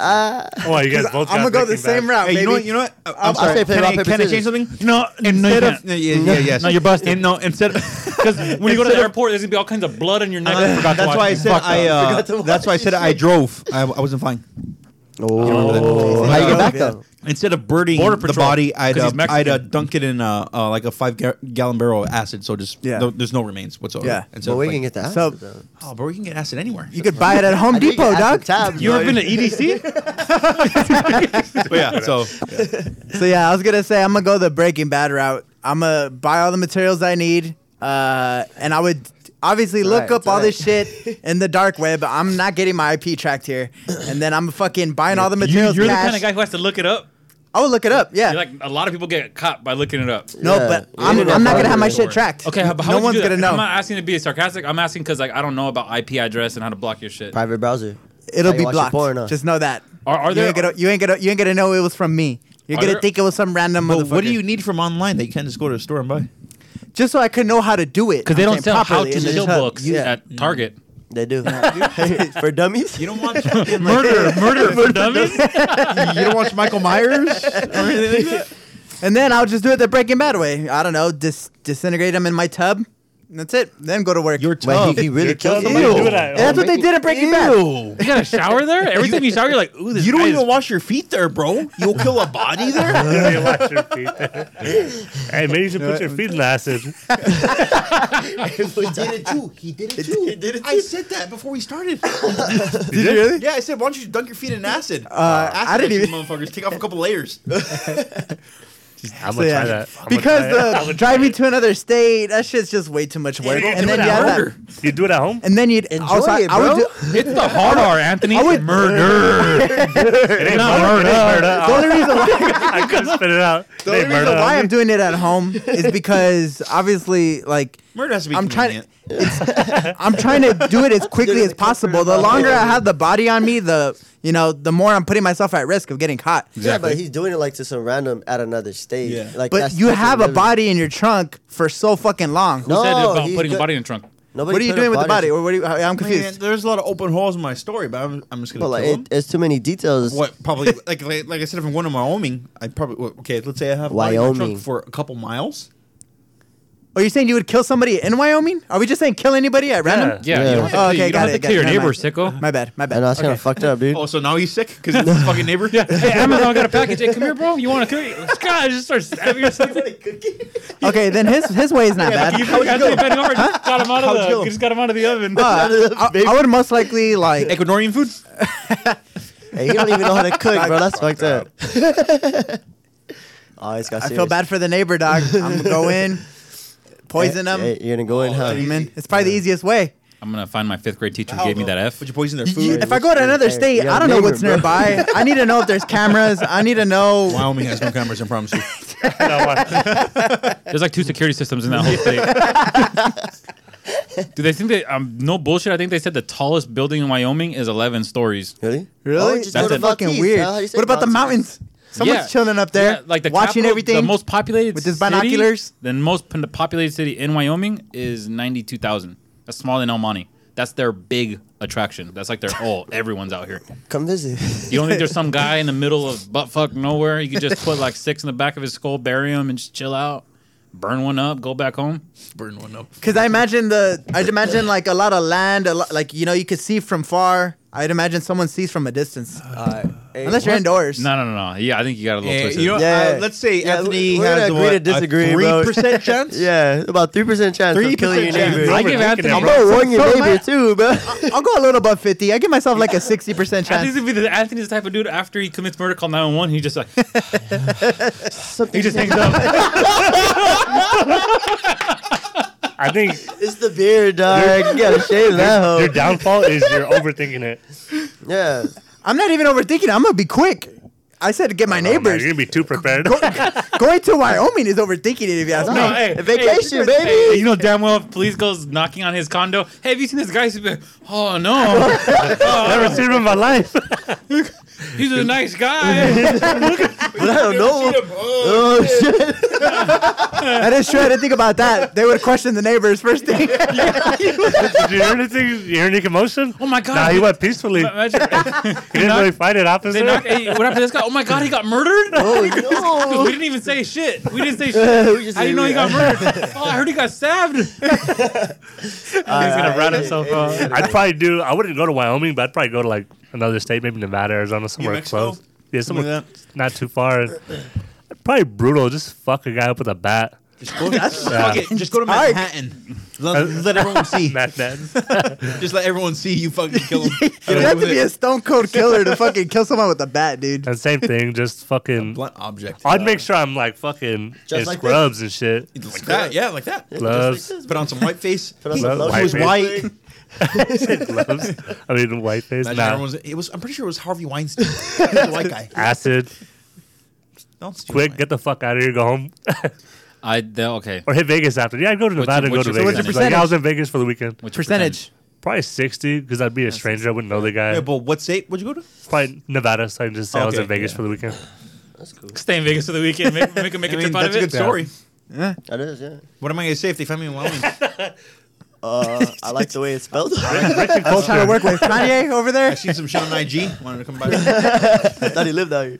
[SPEAKER 5] ah.
[SPEAKER 2] Oh, you guys both.
[SPEAKER 3] I'm gonna go the same route,
[SPEAKER 6] Hey,
[SPEAKER 3] baby.
[SPEAKER 6] you know what? You know what? I'm
[SPEAKER 5] sorry.
[SPEAKER 6] sorry.
[SPEAKER 5] Play
[SPEAKER 6] Can,
[SPEAKER 5] rock,
[SPEAKER 6] I,
[SPEAKER 5] paper,
[SPEAKER 6] can I change
[SPEAKER 5] scissors.
[SPEAKER 6] something?
[SPEAKER 4] No, no, you
[SPEAKER 6] uh, Instead
[SPEAKER 4] can't.
[SPEAKER 6] of yeah, yeah, yeah, yes.
[SPEAKER 4] No, you're busted.
[SPEAKER 6] And no, instead because
[SPEAKER 4] When you go to the airport, there's gonna be all kinds of blood in your neck. I forgot to
[SPEAKER 6] Uh, that's
[SPEAKER 4] watch
[SPEAKER 6] why I
[SPEAKER 4] it.
[SPEAKER 6] said
[SPEAKER 4] Fuck
[SPEAKER 6] I.
[SPEAKER 4] up.
[SPEAKER 6] Uh, that's why I said I drove. I, I wasn't flying.
[SPEAKER 5] Oh, how you get back though?
[SPEAKER 6] Instead of birding
[SPEAKER 4] Border
[SPEAKER 6] the
[SPEAKER 4] Patrol,
[SPEAKER 6] body, I'd
[SPEAKER 4] 'cause
[SPEAKER 6] uh,
[SPEAKER 4] he's Mexican.
[SPEAKER 6] I'd uh, dunk it in uh, uh, like a five ga- gallon barrel of acid. So just
[SPEAKER 3] Yeah.
[SPEAKER 6] no- there's no remains whatsoever.
[SPEAKER 3] Yeah.
[SPEAKER 6] Instead
[SPEAKER 5] But
[SPEAKER 6] of,
[SPEAKER 5] we
[SPEAKER 6] like-
[SPEAKER 5] can get that.
[SPEAKER 3] So-
[SPEAKER 6] Oh, but we can get acid anywhere.
[SPEAKER 3] You could buy it at Home Depot, dog.
[SPEAKER 5] Tab,
[SPEAKER 4] You ever been to EDC?
[SPEAKER 6] But yeah. So
[SPEAKER 3] So yeah, I was gonna say I'm gonna go the Breaking Bad route. I'm gonna buy all the materials I need, uh, and I would obviously look
[SPEAKER 5] Right,
[SPEAKER 3] up all this shit in the dark web. I'm not getting my IP tracked here, and then I'm fucking buying all the
[SPEAKER 4] You,
[SPEAKER 3] materials
[SPEAKER 4] you're the
[SPEAKER 3] cash.
[SPEAKER 4] kind of guy who has to look it up.
[SPEAKER 3] I would look it up. Yeah.
[SPEAKER 4] You're like a lot of people get caught by looking it up.
[SPEAKER 3] no,
[SPEAKER 5] Yeah,
[SPEAKER 3] but
[SPEAKER 5] you
[SPEAKER 3] I'm,
[SPEAKER 5] didn't
[SPEAKER 3] I'm not gonna have my
[SPEAKER 5] evaluate
[SPEAKER 3] shit tracked.
[SPEAKER 4] Okay, but how
[SPEAKER 3] no
[SPEAKER 4] would
[SPEAKER 3] one's
[SPEAKER 4] you do
[SPEAKER 3] gonna
[SPEAKER 4] that? I'm
[SPEAKER 3] know.
[SPEAKER 4] not asking to be sarcastic. I'm asking because like I don't know about IP address and how to block your shit.
[SPEAKER 5] private browser.
[SPEAKER 3] It'll
[SPEAKER 5] How you
[SPEAKER 3] be
[SPEAKER 5] watch your
[SPEAKER 3] blocked.
[SPEAKER 5] porn, huh?
[SPEAKER 3] Just know that.
[SPEAKER 4] Are- are
[SPEAKER 3] you
[SPEAKER 4] there-
[SPEAKER 3] Ain't gonna, you ain't gonna. You ain't gonna know it was from me. You're
[SPEAKER 4] Are
[SPEAKER 3] gonna
[SPEAKER 4] there-
[SPEAKER 3] think it was some random
[SPEAKER 6] but
[SPEAKER 3] motherfucker.
[SPEAKER 6] what do you need from online that you can't just go to a store and buy?
[SPEAKER 3] Just so I could know how to do it.
[SPEAKER 4] Because they
[SPEAKER 3] I'm
[SPEAKER 4] don't
[SPEAKER 3] saying
[SPEAKER 4] sell how
[SPEAKER 3] properly
[SPEAKER 4] to
[SPEAKER 3] in this
[SPEAKER 4] kill
[SPEAKER 3] hub.
[SPEAKER 4] books
[SPEAKER 3] Yeah.
[SPEAKER 4] at Target.
[SPEAKER 5] They do for dummies.
[SPEAKER 6] You don't watch fucking, like,
[SPEAKER 4] Murder, murder for dummies.
[SPEAKER 6] you don't watch Michael Myers or anything like that.
[SPEAKER 3] And then I'll just do it the Breaking Bad way. I don't know, dis- disintegrate them in my tub. And that's it. Then go to work.
[SPEAKER 6] Your
[SPEAKER 5] Wait,
[SPEAKER 6] tub.
[SPEAKER 5] he, he really killed
[SPEAKER 2] Ew.
[SPEAKER 5] somebody.
[SPEAKER 2] Do it at
[SPEAKER 3] And that's what they did at Breaking Bad.
[SPEAKER 6] Ew.
[SPEAKER 4] You got a shower there. Every time you shower, you're like, ooh, this.
[SPEAKER 6] You don't
[SPEAKER 4] guy
[SPEAKER 6] even
[SPEAKER 4] is-
[SPEAKER 6] wash your feet there, bro. You'll kill a body there.
[SPEAKER 2] Yeah, you watch your feet. hey, maybe you should put your feet in the acid.
[SPEAKER 6] He did it too. He did it too. I said that before we started.
[SPEAKER 3] Did you really?
[SPEAKER 6] yeah, I said, why don't you dunk your feet in acid? Uh,
[SPEAKER 3] I
[SPEAKER 6] acid
[SPEAKER 3] didn't
[SPEAKER 6] at you motherfuckers. Take off a couple layers.
[SPEAKER 2] I'm
[SPEAKER 3] So,
[SPEAKER 2] gonna
[SPEAKER 3] yeah.
[SPEAKER 2] try that. I'm gonna try it.
[SPEAKER 3] Because the driving to another state, that shit's just way too much work.
[SPEAKER 2] you
[SPEAKER 3] and
[SPEAKER 2] do
[SPEAKER 3] then
[SPEAKER 2] it
[SPEAKER 3] you
[SPEAKER 2] at
[SPEAKER 3] have that.
[SPEAKER 6] Murder.
[SPEAKER 2] you do it at home.
[SPEAKER 3] And then you'd
[SPEAKER 5] Enjoy
[SPEAKER 3] also I-
[SPEAKER 5] it,
[SPEAKER 3] I would
[SPEAKER 5] bro.
[SPEAKER 3] do,
[SPEAKER 4] It's the hard R, Anthony.
[SPEAKER 3] would-
[SPEAKER 4] murder.
[SPEAKER 2] It ain't
[SPEAKER 4] not
[SPEAKER 2] murder. It ain't
[SPEAKER 4] murder.
[SPEAKER 2] murder.
[SPEAKER 3] the only
[SPEAKER 2] I-
[SPEAKER 3] reason why
[SPEAKER 2] I couldn't spit it out.
[SPEAKER 3] the only reason why I'm doing it at home is because obviously like
[SPEAKER 6] Murder has to be
[SPEAKER 3] I'm trying
[SPEAKER 6] convenient.
[SPEAKER 3] I'm trying to do it as quickly as
[SPEAKER 5] the comfort
[SPEAKER 3] possible.
[SPEAKER 5] of
[SPEAKER 3] The
[SPEAKER 5] my
[SPEAKER 3] longer I
[SPEAKER 5] home.
[SPEAKER 3] have the body on me, the you know, the more I'm putting myself at risk of getting caught.
[SPEAKER 5] Yeah, but he's doing it like to some random at another stage.
[SPEAKER 6] Yeah.
[SPEAKER 5] Like,
[SPEAKER 3] But
[SPEAKER 5] that's-
[SPEAKER 3] you
[SPEAKER 5] that's
[SPEAKER 3] have a
[SPEAKER 5] living-
[SPEAKER 3] body in your trunk for so fucking long.
[SPEAKER 5] No,
[SPEAKER 4] Said about
[SPEAKER 5] he's
[SPEAKER 4] putting a
[SPEAKER 5] do-
[SPEAKER 4] body in a trunk.
[SPEAKER 5] Nobody
[SPEAKER 3] What are you
[SPEAKER 5] put a
[SPEAKER 3] doing with the body?
[SPEAKER 5] in-
[SPEAKER 3] Or what are you, I- I'm
[SPEAKER 6] Man,
[SPEAKER 3] confused.
[SPEAKER 6] there's a lot of open holes in my story, but I'm, I'm just gonna
[SPEAKER 5] Well, like,
[SPEAKER 6] kill him.
[SPEAKER 5] it, it's too many details.
[SPEAKER 6] what probably like, like like I said, if I'm going to Wyoming, I probably well, okay. Let's say I have a body in my trunk
[SPEAKER 5] Wyoming.
[SPEAKER 6] for a couple miles.
[SPEAKER 3] Are you saying you would kill somebody in Wyoming? Are we just saying kill anybody at random?
[SPEAKER 4] Yeah,
[SPEAKER 5] Yeah.
[SPEAKER 4] you don't have to,
[SPEAKER 3] Oh,
[SPEAKER 4] clear-
[SPEAKER 3] okay, got
[SPEAKER 4] you don't have
[SPEAKER 3] it,
[SPEAKER 4] to
[SPEAKER 3] got
[SPEAKER 4] clear your
[SPEAKER 3] it,
[SPEAKER 4] neighbor,
[SPEAKER 3] never
[SPEAKER 4] sicko.
[SPEAKER 3] My bad, my
[SPEAKER 5] And
[SPEAKER 3] bad.
[SPEAKER 5] that's kind of fucked up, dude.
[SPEAKER 6] Oh, so now he's sick because it's his fucking neighbor.
[SPEAKER 4] Hey, Amazon got a package. Hey, come here, bro. You want to cook? God, just start stabbing or something.
[SPEAKER 3] Okay, then his his way is not bad.
[SPEAKER 4] You got him out of
[SPEAKER 6] How'd you
[SPEAKER 4] the.
[SPEAKER 6] kill him?
[SPEAKER 4] Just got him out of the oven.
[SPEAKER 3] Uh, I, I would most likely like
[SPEAKER 6] Ecuadorian food.
[SPEAKER 5] Hey, you don't even know how to cook, bro. That's fucked up. oh, it's got
[SPEAKER 3] I
[SPEAKER 5] serious.
[SPEAKER 3] feel bad for the neighbor dog. I'm gonna go in, poison them.
[SPEAKER 5] Hey, you're gonna go
[SPEAKER 6] Oh,
[SPEAKER 5] in, huh?
[SPEAKER 3] I mean, it's probably the easiest way.
[SPEAKER 4] I'm gonna find my fifth grade teacher who gave me that F.
[SPEAKER 6] Would you poison their
[SPEAKER 3] You-
[SPEAKER 6] food?
[SPEAKER 3] if I go to another
[SPEAKER 5] Hey, you
[SPEAKER 3] state,
[SPEAKER 5] got
[SPEAKER 3] I
[SPEAKER 5] a
[SPEAKER 3] don't know
[SPEAKER 5] neighbor,
[SPEAKER 3] what's
[SPEAKER 5] bro.
[SPEAKER 3] nearby. I need to know if there's cameras. I need to know.
[SPEAKER 6] Wyoming has no cameras, I promise you.
[SPEAKER 2] I'm.
[SPEAKER 4] There's like two security systems in that whole state. Do they think that? Um, no bullshit. I think they said the tallest building in Wyoming is 11 stories.
[SPEAKER 5] Really?
[SPEAKER 3] Really?
[SPEAKER 5] just
[SPEAKER 4] That's
[SPEAKER 5] go
[SPEAKER 4] it.
[SPEAKER 5] to
[SPEAKER 3] fucking
[SPEAKER 5] Maltese,
[SPEAKER 3] weird.
[SPEAKER 5] huh? How do you say
[SPEAKER 3] What about the
[SPEAKER 5] Maltese?
[SPEAKER 3] mountains? Someone's
[SPEAKER 4] Yeah.
[SPEAKER 3] chilling up there,
[SPEAKER 4] Yeah, like the
[SPEAKER 3] watching
[SPEAKER 4] capital-
[SPEAKER 3] everything.
[SPEAKER 4] The most populated
[SPEAKER 3] with his
[SPEAKER 4] city-
[SPEAKER 3] binoculars.
[SPEAKER 4] the most pon- populated city in Wyoming is 92,000. That's smaller than El Monte. That's their big attraction. That's like their oh, everyone's out here.
[SPEAKER 5] Come visit.
[SPEAKER 4] You don't think there's some guy in the middle of butt fuck nowhere. You could just put like six in the back of his skull, bury him, and just chill out, burn one up, go back home.
[SPEAKER 6] Burn one up.
[SPEAKER 3] Because I imagine the, I'd imagine like a lot of land, a lot, like you know, you could see from far. I'd imagine someone sees from a distance, unless you're indoors.
[SPEAKER 4] Uh, No, no, no, no. Yeah, I think you got a little
[SPEAKER 6] Yeah,
[SPEAKER 4] twisted.
[SPEAKER 6] you know,
[SPEAKER 5] Yeah.
[SPEAKER 6] uh, let's say
[SPEAKER 5] Yeah,
[SPEAKER 6] Anthony
[SPEAKER 5] we- we're
[SPEAKER 6] has
[SPEAKER 5] gonna agree
[SPEAKER 6] what,
[SPEAKER 5] to disagree,
[SPEAKER 6] a
[SPEAKER 5] bro.
[SPEAKER 6] three percent chance.
[SPEAKER 5] yeah, about three percent chance of
[SPEAKER 6] 3%
[SPEAKER 5] killing your
[SPEAKER 6] chance.
[SPEAKER 5] neighbor.
[SPEAKER 4] I
[SPEAKER 2] Overthinking
[SPEAKER 4] give Anthony.
[SPEAKER 2] it,
[SPEAKER 5] I'm
[SPEAKER 2] bro.
[SPEAKER 5] gonna warn your
[SPEAKER 3] So am
[SPEAKER 5] neighbor
[SPEAKER 3] I.
[SPEAKER 5] too, bro.
[SPEAKER 3] I'll go a little above fifty. I give myself like a sixty percent
[SPEAKER 4] Anthony's
[SPEAKER 3] chance.
[SPEAKER 4] gonna be the Anthony's the type of dude after he commits murder, call 911. He just like
[SPEAKER 5] Something
[SPEAKER 4] he just hangs up.
[SPEAKER 2] I think
[SPEAKER 5] It's the beard, dog. You gotta shave that
[SPEAKER 2] your
[SPEAKER 5] hoe.
[SPEAKER 2] downfall is you're overthinking it. Oh,
[SPEAKER 5] Yeah.
[SPEAKER 3] I'm not even overthinking. it. I'm gonna be quick. I said to get my
[SPEAKER 2] Oh, man,
[SPEAKER 3] neighbors.
[SPEAKER 2] you're gonna be too prepared.
[SPEAKER 3] Going to Wyoming is overthinking it. If you ask
[SPEAKER 4] No,
[SPEAKER 3] me.
[SPEAKER 4] hey,
[SPEAKER 5] A vacation,
[SPEAKER 4] hey,
[SPEAKER 5] baby.
[SPEAKER 4] hey, you know damn well if police goes knocking on his condo. Hey, have you seen this guy? He's like, oh no.
[SPEAKER 2] Never seen him in my life.
[SPEAKER 4] He's a nice guy.
[SPEAKER 5] But I don't know. Oh, shit.
[SPEAKER 3] That is true. I didn't think about that. They would question the neighbors first thing.
[SPEAKER 2] Did you hear anything? You hear any commotion?
[SPEAKER 4] oh my god.
[SPEAKER 2] Nah, he went peacefully. He
[SPEAKER 4] Imagine-
[SPEAKER 2] didn't really fight it, officer.
[SPEAKER 4] they knocked, hey, what happened to this guy? Oh my god, he got murdered?
[SPEAKER 5] Oh,
[SPEAKER 4] We
[SPEAKER 5] no.
[SPEAKER 4] didn't even say shit. We didn't say shit.
[SPEAKER 5] We just
[SPEAKER 4] How do you
[SPEAKER 5] say
[SPEAKER 4] know
[SPEAKER 5] we-
[SPEAKER 4] he got murdered? Oh, I heard he got stabbed. Uh,
[SPEAKER 2] He's gonna rat
[SPEAKER 5] hey,
[SPEAKER 2] himself
[SPEAKER 5] hey,
[SPEAKER 2] out.
[SPEAKER 5] hey,
[SPEAKER 2] I'd probably do. I wouldn't go to Wyoming, but I'd probably go to like another state, maybe Nevada, Arizona, somewhere
[SPEAKER 6] Mexico?
[SPEAKER 2] close. Yeah,
[SPEAKER 6] Something
[SPEAKER 2] somewhere
[SPEAKER 6] like that.
[SPEAKER 2] not too far. I'd probably brutal. Just fuck a guy up with a bat.
[SPEAKER 6] Just go, fuck it. Just go to Manhattan.
[SPEAKER 5] Uh,
[SPEAKER 6] Let, let everyone see.
[SPEAKER 2] Matt Nats.
[SPEAKER 6] Just let everyone see you fucking kill him.
[SPEAKER 3] You'd have to be a stone cold killer to fucking kill someone with a bat, dude.
[SPEAKER 2] and same thing. Just fucking.
[SPEAKER 6] blunt object. Uh,
[SPEAKER 2] I'd make sure I'm like fucking in
[SPEAKER 5] like this?
[SPEAKER 2] scrubs and shit.
[SPEAKER 6] like that. Yeah, like that.
[SPEAKER 2] Gloves.
[SPEAKER 6] Put on some white face.
[SPEAKER 5] Put on some
[SPEAKER 2] Love
[SPEAKER 5] lotion.
[SPEAKER 2] was white. gloves. I mean, white face.
[SPEAKER 6] Imagine
[SPEAKER 2] Nah.
[SPEAKER 6] everyone's- it was. I'm pretty sure it was Harvey Weinstein. He was a white guy.
[SPEAKER 2] Acid.
[SPEAKER 6] Don't steal
[SPEAKER 2] Quick,
[SPEAKER 6] mine.
[SPEAKER 2] get the fuck out of here. Go home.
[SPEAKER 4] I the- okay.
[SPEAKER 2] or hit Vegas after. Yeah, I'd go to
[SPEAKER 4] What's
[SPEAKER 2] Nevada and
[SPEAKER 4] your-
[SPEAKER 2] go
[SPEAKER 4] what's
[SPEAKER 2] to
[SPEAKER 4] your
[SPEAKER 2] Vegas. Like, yeah, I was in Vegas for the weekend.
[SPEAKER 4] What's your
[SPEAKER 3] Percentage.
[SPEAKER 2] Probably 60 because I'd be a stranger. I wouldn't know the guy.
[SPEAKER 6] Yeah, but what state would you go to?
[SPEAKER 2] Probably Nevada. So I just say I was
[SPEAKER 6] Okay,
[SPEAKER 2] in Vegas
[SPEAKER 6] yeah.
[SPEAKER 2] for the weekend.
[SPEAKER 5] That's cool.
[SPEAKER 4] Stay in Vegas for the weekend. Make make, make, make a
[SPEAKER 6] I mean,
[SPEAKER 4] trip out
[SPEAKER 6] that's
[SPEAKER 4] of
[SPEAKER 6] a good
[SPEAKER 4] it.
[SPEAKER 6] story.
[SPEAKER 5] That is, yeah.
[SPEAKER 6] What am I gonna say if they find me in Wyoming?
[SPEAKER 5] Uh, I like the way it's spelled. I
[SPEAKER 3] I was trying to work with Kanye over
[SPEAKER 6] I
[SPEAKER 3] there.
[SPEAKER 6] seen some shit on IG. Wanted to come by.
[SPEAKER 5] thought he lived out here.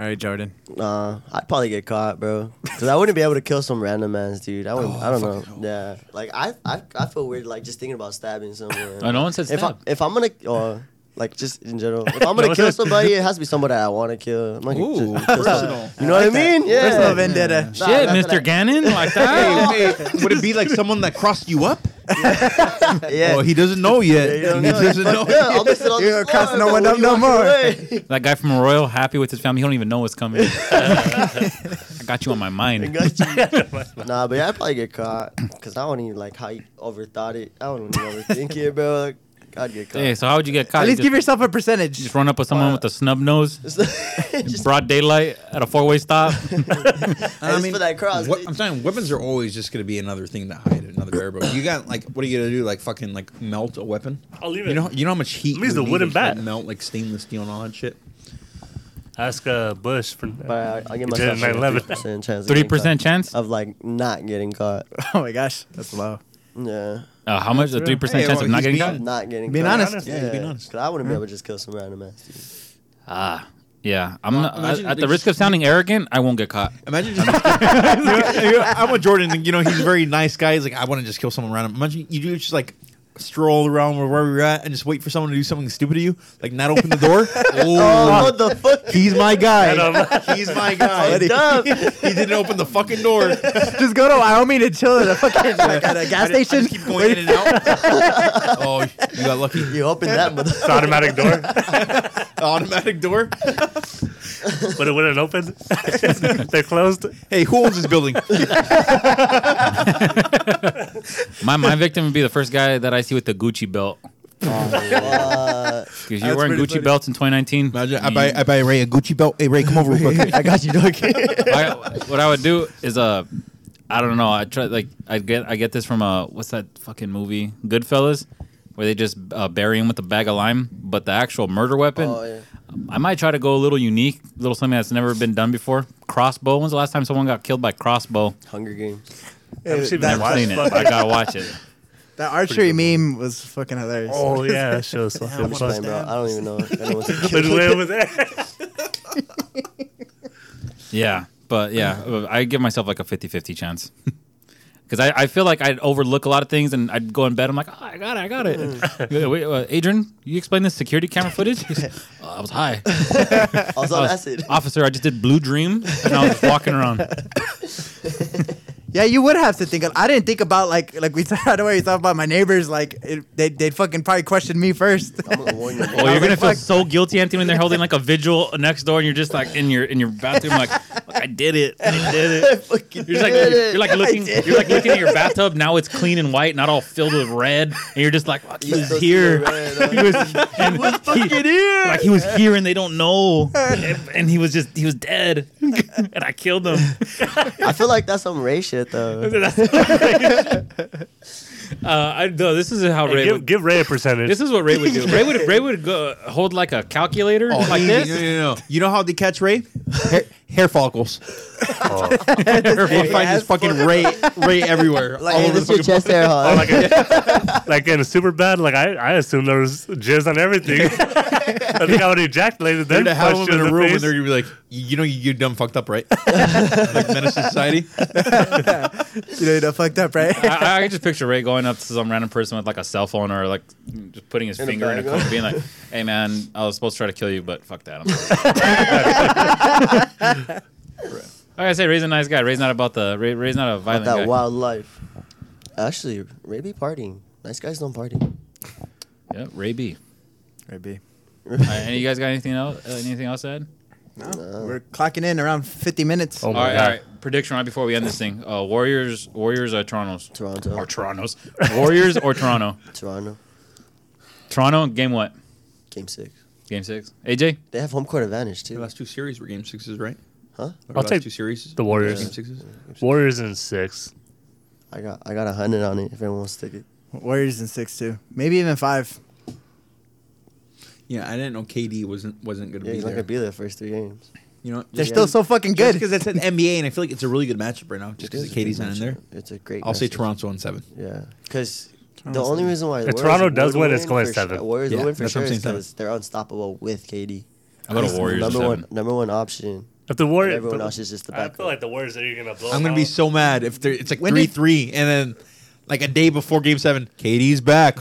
[SPEAKER 3] All right, Jordan.
[SPEAKER 5] Nah, I'd probably get caught, bro. Cause I wouldn't be able to kill some random ass dude. I
[SPEAKER 3] Oh,
[SPEAKER 5] wouldn't. I don't know. Yeah, like I, I, I feel weird like just thinking about stabbing someone.
[SPEAKER 4] Oh, no one says
[SPEAKER 5] if I,
[SPEAKER 4] stab.
[SPEAKER 5] if I'm gonna or like just in general, if I'm gonna
[SPEAKER 2] No,
[SPEAKER 5] kill
[SPEAKER 2] it's-
[SPEAKER 5] somebody, it has to be somebody that I want to kill. I'm not gonna
[SPEAKER 6] Ooh,
[SPEAKER 5] just-
[SPEAKER 6] personal.
[SPEAKER 5] you know what I mean? Yeah.
[SPEAKER 3] Personal vendetta.
[SPEAKER 5] Nah,
[SPEAKER 4] Shit,
[SPEAKER 5] that's what
[SPEAKER 4] Mr. Gannon, like that.
[SPEAKER 6] Hey, hey, would it be like someone that crossed you up?
[SPEAKER 5] I, yeah.
[SPEAKER 6] Oh, he doesn't know yet.
[SPEAKER 5] You don't
[SPEAKER 6] he
[SPEAKER 5] know.
[SPEAKER 6] doesn't know.
[SPEAKER 5] yeah, I'll just sit on
[SPEAKER 3] You
[SPEAKER 5] the
[SPEAKER 3] don't cuss
[SPEAKER 5] floor,
[SPEAKER 3] no
[SPEAKER 5] but
[SPEAKER 3] one
[SPEAKER 5] when
[SPEAKER 3] up
[SPEAKER 5] you
[SPEAKER 3] no
[SPEAKER 5] walk
[SPEAKER 3] more.
[SPEAKER 5] away-
[SPEAKER 4] That guy from Royal, happy with his family. He don't even know what's coming. I got you on my mind.
[SPEAKER 5] nah, but yeah, I'd probably get caught because I don't even like how you overthought it. I don't even overthink it, bro. Like, I'd get caught.
[SPEAKER 4] Hey, so how would you get caught?
[SPEAKER 3] At
[SPEAKER 4] You
[SPEAKER 3] least
[SPEAKER 4] just,
[SPEAKER 3] give yourself a percentage.
[SPEAKER 4] just run up with someone with a snub nose,
[SPEAKER 5] Just-
[SPEAKER 4] broad daylight at a four way stop.
[SPEAKER 5] It's for that cross,
[SPEAKER 6] what-
[SPEAKER 5] bitch.
[SPEAKER 6] I'm saying weapons are always just gonna be another thing to hide, another variable. You got like, what are you gonna do? Like fucking like melt a weapon?
[SPEAKER 2] I'll leave
[SPEAKER 6] You
[SPEAKER 2] it.
[SPEAKER 6] know, you know how much heat.
[SPEAKER 2] At least
[SPEAKER 6] you
[SPEAKER 2] a
[SPEAKER 6] would need
[SPEAKER 2] wooden
[SPEAKER 6] to
[SPEAKER 2] bat.
[SPEAKER 6] melt like stainless steel and all that shit.
[SPEAKER 2] Ask uh, Bush for.
[SPEAKER 5] But I, I give
[SPEAKER 2] You did
[SPEAKER 5] myself
[SPEAKER 2] it 9/11.
[SPEAKER 5] 3% chance. of
[SPEAKER 4] Three
[SPEAKER 5] getting
[SPEAKER 4] percent
[SPEAKER 5] caught.
[SPEAKER 4] chance.
[SPEAKER 5] of like not getting caught.
[SPEAKER 3] Oh my gosh, that's low.
[SPEAKER 5] Yeah,
[SPEAKER 4] Uh, how much? A three percent
[SPEAKER 6] Hey,
[SPEAKER 4] chance
[SPEAKER 6] well,
[SPEAKER 4] of not
[SPEAKER 6] he's
[SPEAKER 4] getting
[SPEAKER 6] being-
[SPEAKER 4] caught.
[SPEAKER 5] not getting
[SPEAKER 3] Being
[SPEAKER 5] caught.
[SPEAKER 3] honest.
[SPEAKER 5] yeah,
[SPEAKER 6] Yeah, being honest.
[SPEAKER 5] 'Cause I wouldn't be able to just kill some random ass. dude.
[SPEAKER 4] Ah, yeah. I'm not,
[SPEAKER 6] imagine
[SPEAKER 4] at
[SPEAKER 6] they
[SPEAKER 4] the risk of
[SPEAKER 6] just-
[SPEAKER 4] sounding arrogant. I won't get caught.
[SPEAKER 6] Imagine just. You know, I'm with Jordan. and, You know, he's a very nice guy. He's like, I want to just kill someone random. Imagine you do just like stroll around wherever you're at and just wait for someone to do something stupid to you, like not open the door.
[SPEAKER 5] Oh,
[SPEAKER 6] oh,
[SPEAKER 5] what the fuck?
[SPEAKER 6] he's my guy.
[SPEAKER 2] Adam,
[SPEAKER 6] He's my guy.
[SPEAKER 5] Fucked up.
[SPEAKER 6] he didn't open the fucking door.
[SPEAKER 3] Just go to Wyoming and chill at a fucking like at a gas
[SPEAKER 6] I just
[SPEAKER 3] station.
[SPEAKER 6] keep going in and out. oh, you got lucky.
[SPEAKER 5] You opened that mother.
[SPEAKER 2] it's automatic door,
[SPEAKER 6] Automatic door.
[SPEAKER 2] but it wouldn't open. They're closed.
[SPEAKER 6] Hey, who owns this building?
[SPEAKER 4] My my victim would be the first guy that I see with the Gucci belt.
[SPEAKER 5] Uh,
[SPEAKER 4] Because you're wearing Gucci belts in Mm. 2019.
[SPEAKER 6] Imagine I buy I buy Ray a Gucci belt. Hey Ray, come over real quick.
[SPEAKER 5] I got you, dog.
[SPEAKER 4] I, what I would do is uh, I don't know. I try like I get I get this from uh, what's that fucking movie Goodfellas, where they just uh, bury him with a bag of lime. But the actual murder weapon,
[SPEAKER 5] Oh, yeah.
[SPEAKER 4] I might try to go a little unique, little something that's never been done before. Crossbow. When's the last time someone got killed by crossbow?
[SPEAKER 5] Hunger Games.
[SPEAKER 2] I've seen
[SPEAKER 3] that-
[SPEAKER 2] that
[SPEAKER 4] I've seen
[SPEAKER 2] watch.
[SPEAKER 4] it. I gotta watch it.
[SPEAKER 3] That archery meme was fucking hilarious.
[SPEAKER 2] Oh yeah, that shit was fucking
[SPEAKER 5] Which one,
[SPEAKER 2] fun.
[SPEAKER 5] bro? I don't even know. if anyone's
[SPEAKER 2] It's way over there.
[SPEAKER 4] Yeah, but yeah, uh, I give myself like a 50-50 chance. Because I, I feel like I'd overlook a lot of things and I'd go in bed. I'm like, oh, I got it, I got
[SPEAKER 5] Mm.
[SPEAKER 4] it. Yeah, Wait, uh, Adrian, you explain this security camera footage? He's, "Oh, I was high.
[SPEAKER 5] I was
[SPEAKER 3] Oh.
[SPEAKER 5] on acid.
[SPEAKER 4] Officer, I just did Blue Dream and I was just walking around.
[SPEAKER 3] Yeah, you would have to think. Of, I didn't think about like like we talked about. You talked about my neighbors. Like it, they they'd fucking probably question me first.
[SPEAKER 5] I'm gonna warn you.
[SPEAKER 4] Oh,
[SPEAKER 5] bro.
[SPEAKER 4] you're gonna
[SPEAKER 3] like,
[SPEAKER 4] feel
[SPEAKER 3] "Fuck."
[SPEAKER 4] so guilty, Anthony, when they're holding like a vigil next door and you're just like in your in your bathroom, like, "Look, I did it, I did it.
[SPEAKER 5] I fucking
[SPEAKER 4] You're just like
[SPEAKER 5] did
[SPEAKER 4] you're,
[SPEAKER 5] it.
[SPEAKER 4] you're like looking you're like looking at your bathtub now it's clean and white not all filled with red and you're just like "Fuck, he
[SPEAKER 5] You
[SPEAKER 4] was
[SPEAKER 5] still see
[SPEAKER 4] here
[SPEAKER 5] the red,
[SPEAKER 4] he
[SPEAKER 5] huh?
[SPEAKER 4] was and he, like he was here and they don't know and, and he was just he was dead and I killed him
[SPEAKER 5] I feel like that's some Ray shit though.
[SPEAKER 4] That's- Uh, I, no, this is how Ray.
[SPEAKER 2] give,
[SPEAKER 4] would,
[SPEAKER 2] give Ray a percentage.
[SPEAKER 4] this is what Ray would do. Ray would Ray would go, hold like a calculator
[SPEAKER 6] Oh,
[SPEAKER 4] like
[SPEAKER 6] easy.
[SPEAKER 4] this.
[SPEAKER 6] No, no, no. You know how they catch Ray? Hair, hair follicles.
[SPEAKER 2] Oh.
[SPEAKER 6] We'll find this fucking Ray Ray everywhere.
[SPEAKER 5] Like,
[SPEAKER 6] all
[SPEAKER 5] hey,
[SPEAKER 6] over the
[SPEAKER 5] this your chest
[SPEAKER 6] fucking
[SPEAKER 5] hair, huh?
[SPEAKER 2] like, a, like in a super bad, like I, I assume there was jizz on everything. I think I would ejaculated
[SPEAKER 6] They're
[SPEAKER 2] then.
[SPEAKER 6] gonna have
[SPEAKER 2] punched
[SPEAKER 6] him in
[SPEAKER 2] you
[SPEAKER 6] a
[SPEAKER 2] the
[SPEAKER 6] room
[SPEAKER 2] face.
[SPEAKER 6] and they're gonna be like, you you know, you, you dumb fucked up, right? like menace to society.
[SPEAKER 3] You know, you done fucked up, right?
[SPEAKER 4] I, I could just picture Ray going up to some random person with like a cell phone or like just putting his
[SPEAKER 5] In a
[SPEAKER 4] finger in a
[SPEAKER 5] bag.
[SPEAKER 4] coat, and being like, "Hey man, I was supposed to try to kill you, but fuck that." I'm sorry." like I say, Ray's a nice guy. Ray's not about the Ray, Ray's not a violent guy.
[SPEAKER 5] that wild life. Actually, Ray be partying. Nice guys don't party.
[SPEAKER 4] Yeah, Ray B.
[SPEAKER 3] Maybe.
[SPEAKER 4] All right, any of you guys got anything else? Uh, anything else to add?
[SPEAKER 3] We're clocking in around 50 minutes.
[SPEAKER 2] Oh
[SPEAKER 4] all
[SPEAKER 2] my
[SPEAKER 4] right,
[SPEAKER 2] god!
[SPEAKER 4] all right. Prediction right before we end this thing. Uh, Warriors, Warriors or Toronto's?
[SPEAKER 5] Toronto.
[SPEAKER 4] Or Toronto's. Warriors or Toronto?
[SPEAKER 5] Toronto.
[SPEAKER 4] Toronto, game what?
[SPEAKER 5] Game six.
[SPEAKER 4] Game six. AJ?
[SPEAKER 5] They have home court advantage too.
[SPEAKER 6] Their last two series were game sixes, right?
[SPEAKER 5] Huh?
[SPEAKER 6] Their
[SPEAKER 2] I'll
[SPEAKER 6] last
[SPEAKER 2] take
[SPEAKER 6] two series.
[SPEAKER 2] the Warriors.
[SPEAKER 6] Game sixes.
[SPEAKER 2] Warriors in six.
[SPEAKER 5] I got I got a hundred on it if anyone wants to take it.
[SPEAKER 3] Warriors in six, too. Maybe even five.
[SPEAKER 6] Yeah, I didn't know KD wasn't wasn't gonna
[SPEAKER 5] Yeah,
[SPEAKER 6] be
[SPEAKER 5] he's not
[SPEAKER 6] there.
[SPEAKER 5] gonna be there first three games.
[SPEAKER 6] you know,
[SPEAKER 3] They're
[SPEAKER 6] just-
[SPEAKER 3] still so fucking good.
[SPEAKER 6] just because that's an NBA, and I feel like it's a really good matchup right now. Just
[SPEAKER 5] It
[SPEAKER 6] because
[SPEAKER 5] is a good
[SPEAKER 6] KD's not in there,
[SPEAKER 5] matchup. It's a great.
[SPEAKER 6] I'll say
[SPEAKER 5] matchup.
[SPEAKER 6] Toronto in seven.
[SPEAKER 5] Yeah, because the only reason why
[SPEAKER 2] If
[SPEAKER 5] Warriors
[SPEAKER 2] Toronto does
[SPEAKER 5] would
[SPEAKER 2] win, it's going
[SPEAKER 5] for
[SPEAKER 2] seven.
[SPEAKER 5] sure- Warriors
[SPEAKER 6] Yeah,
[SPEAKER 5] will win for
[SPEAKER 6] that's what
[SPEAKER 5] sure
[SPEAKER 6] I'm saying, seven.
[SPEAKER 5] because they're unstoppable with KD.
[SPEAKER 4] How about
[SPEAKER 5] He's
[SPEAKER 4] a
[SPEAKER 5] the
[SPEAKER 4] Warriors or
[SPEAKER 5] number
[SPEAKER 4] seven?
[SPEAKER 5] one number one option.
[SPEAKER 2] If the Warriors,
[SPEAKER 5] Everyone else is just the
[SPEAKER 2] I
[SPEAKER 5] backup.
[SPEAKER 2] feel like the Warriors are even gonna blow.
[SPEAKER 6] I'm gonna be
[SPEAKER 2] them
[SPEAKER 6] so mad if they're, it's like
[SPEAKER 3] When
[SPEAKER 6] three
[SPEAKER 3] did-
[SPEAKER 6] three, and then like a day before game seven, KD's back.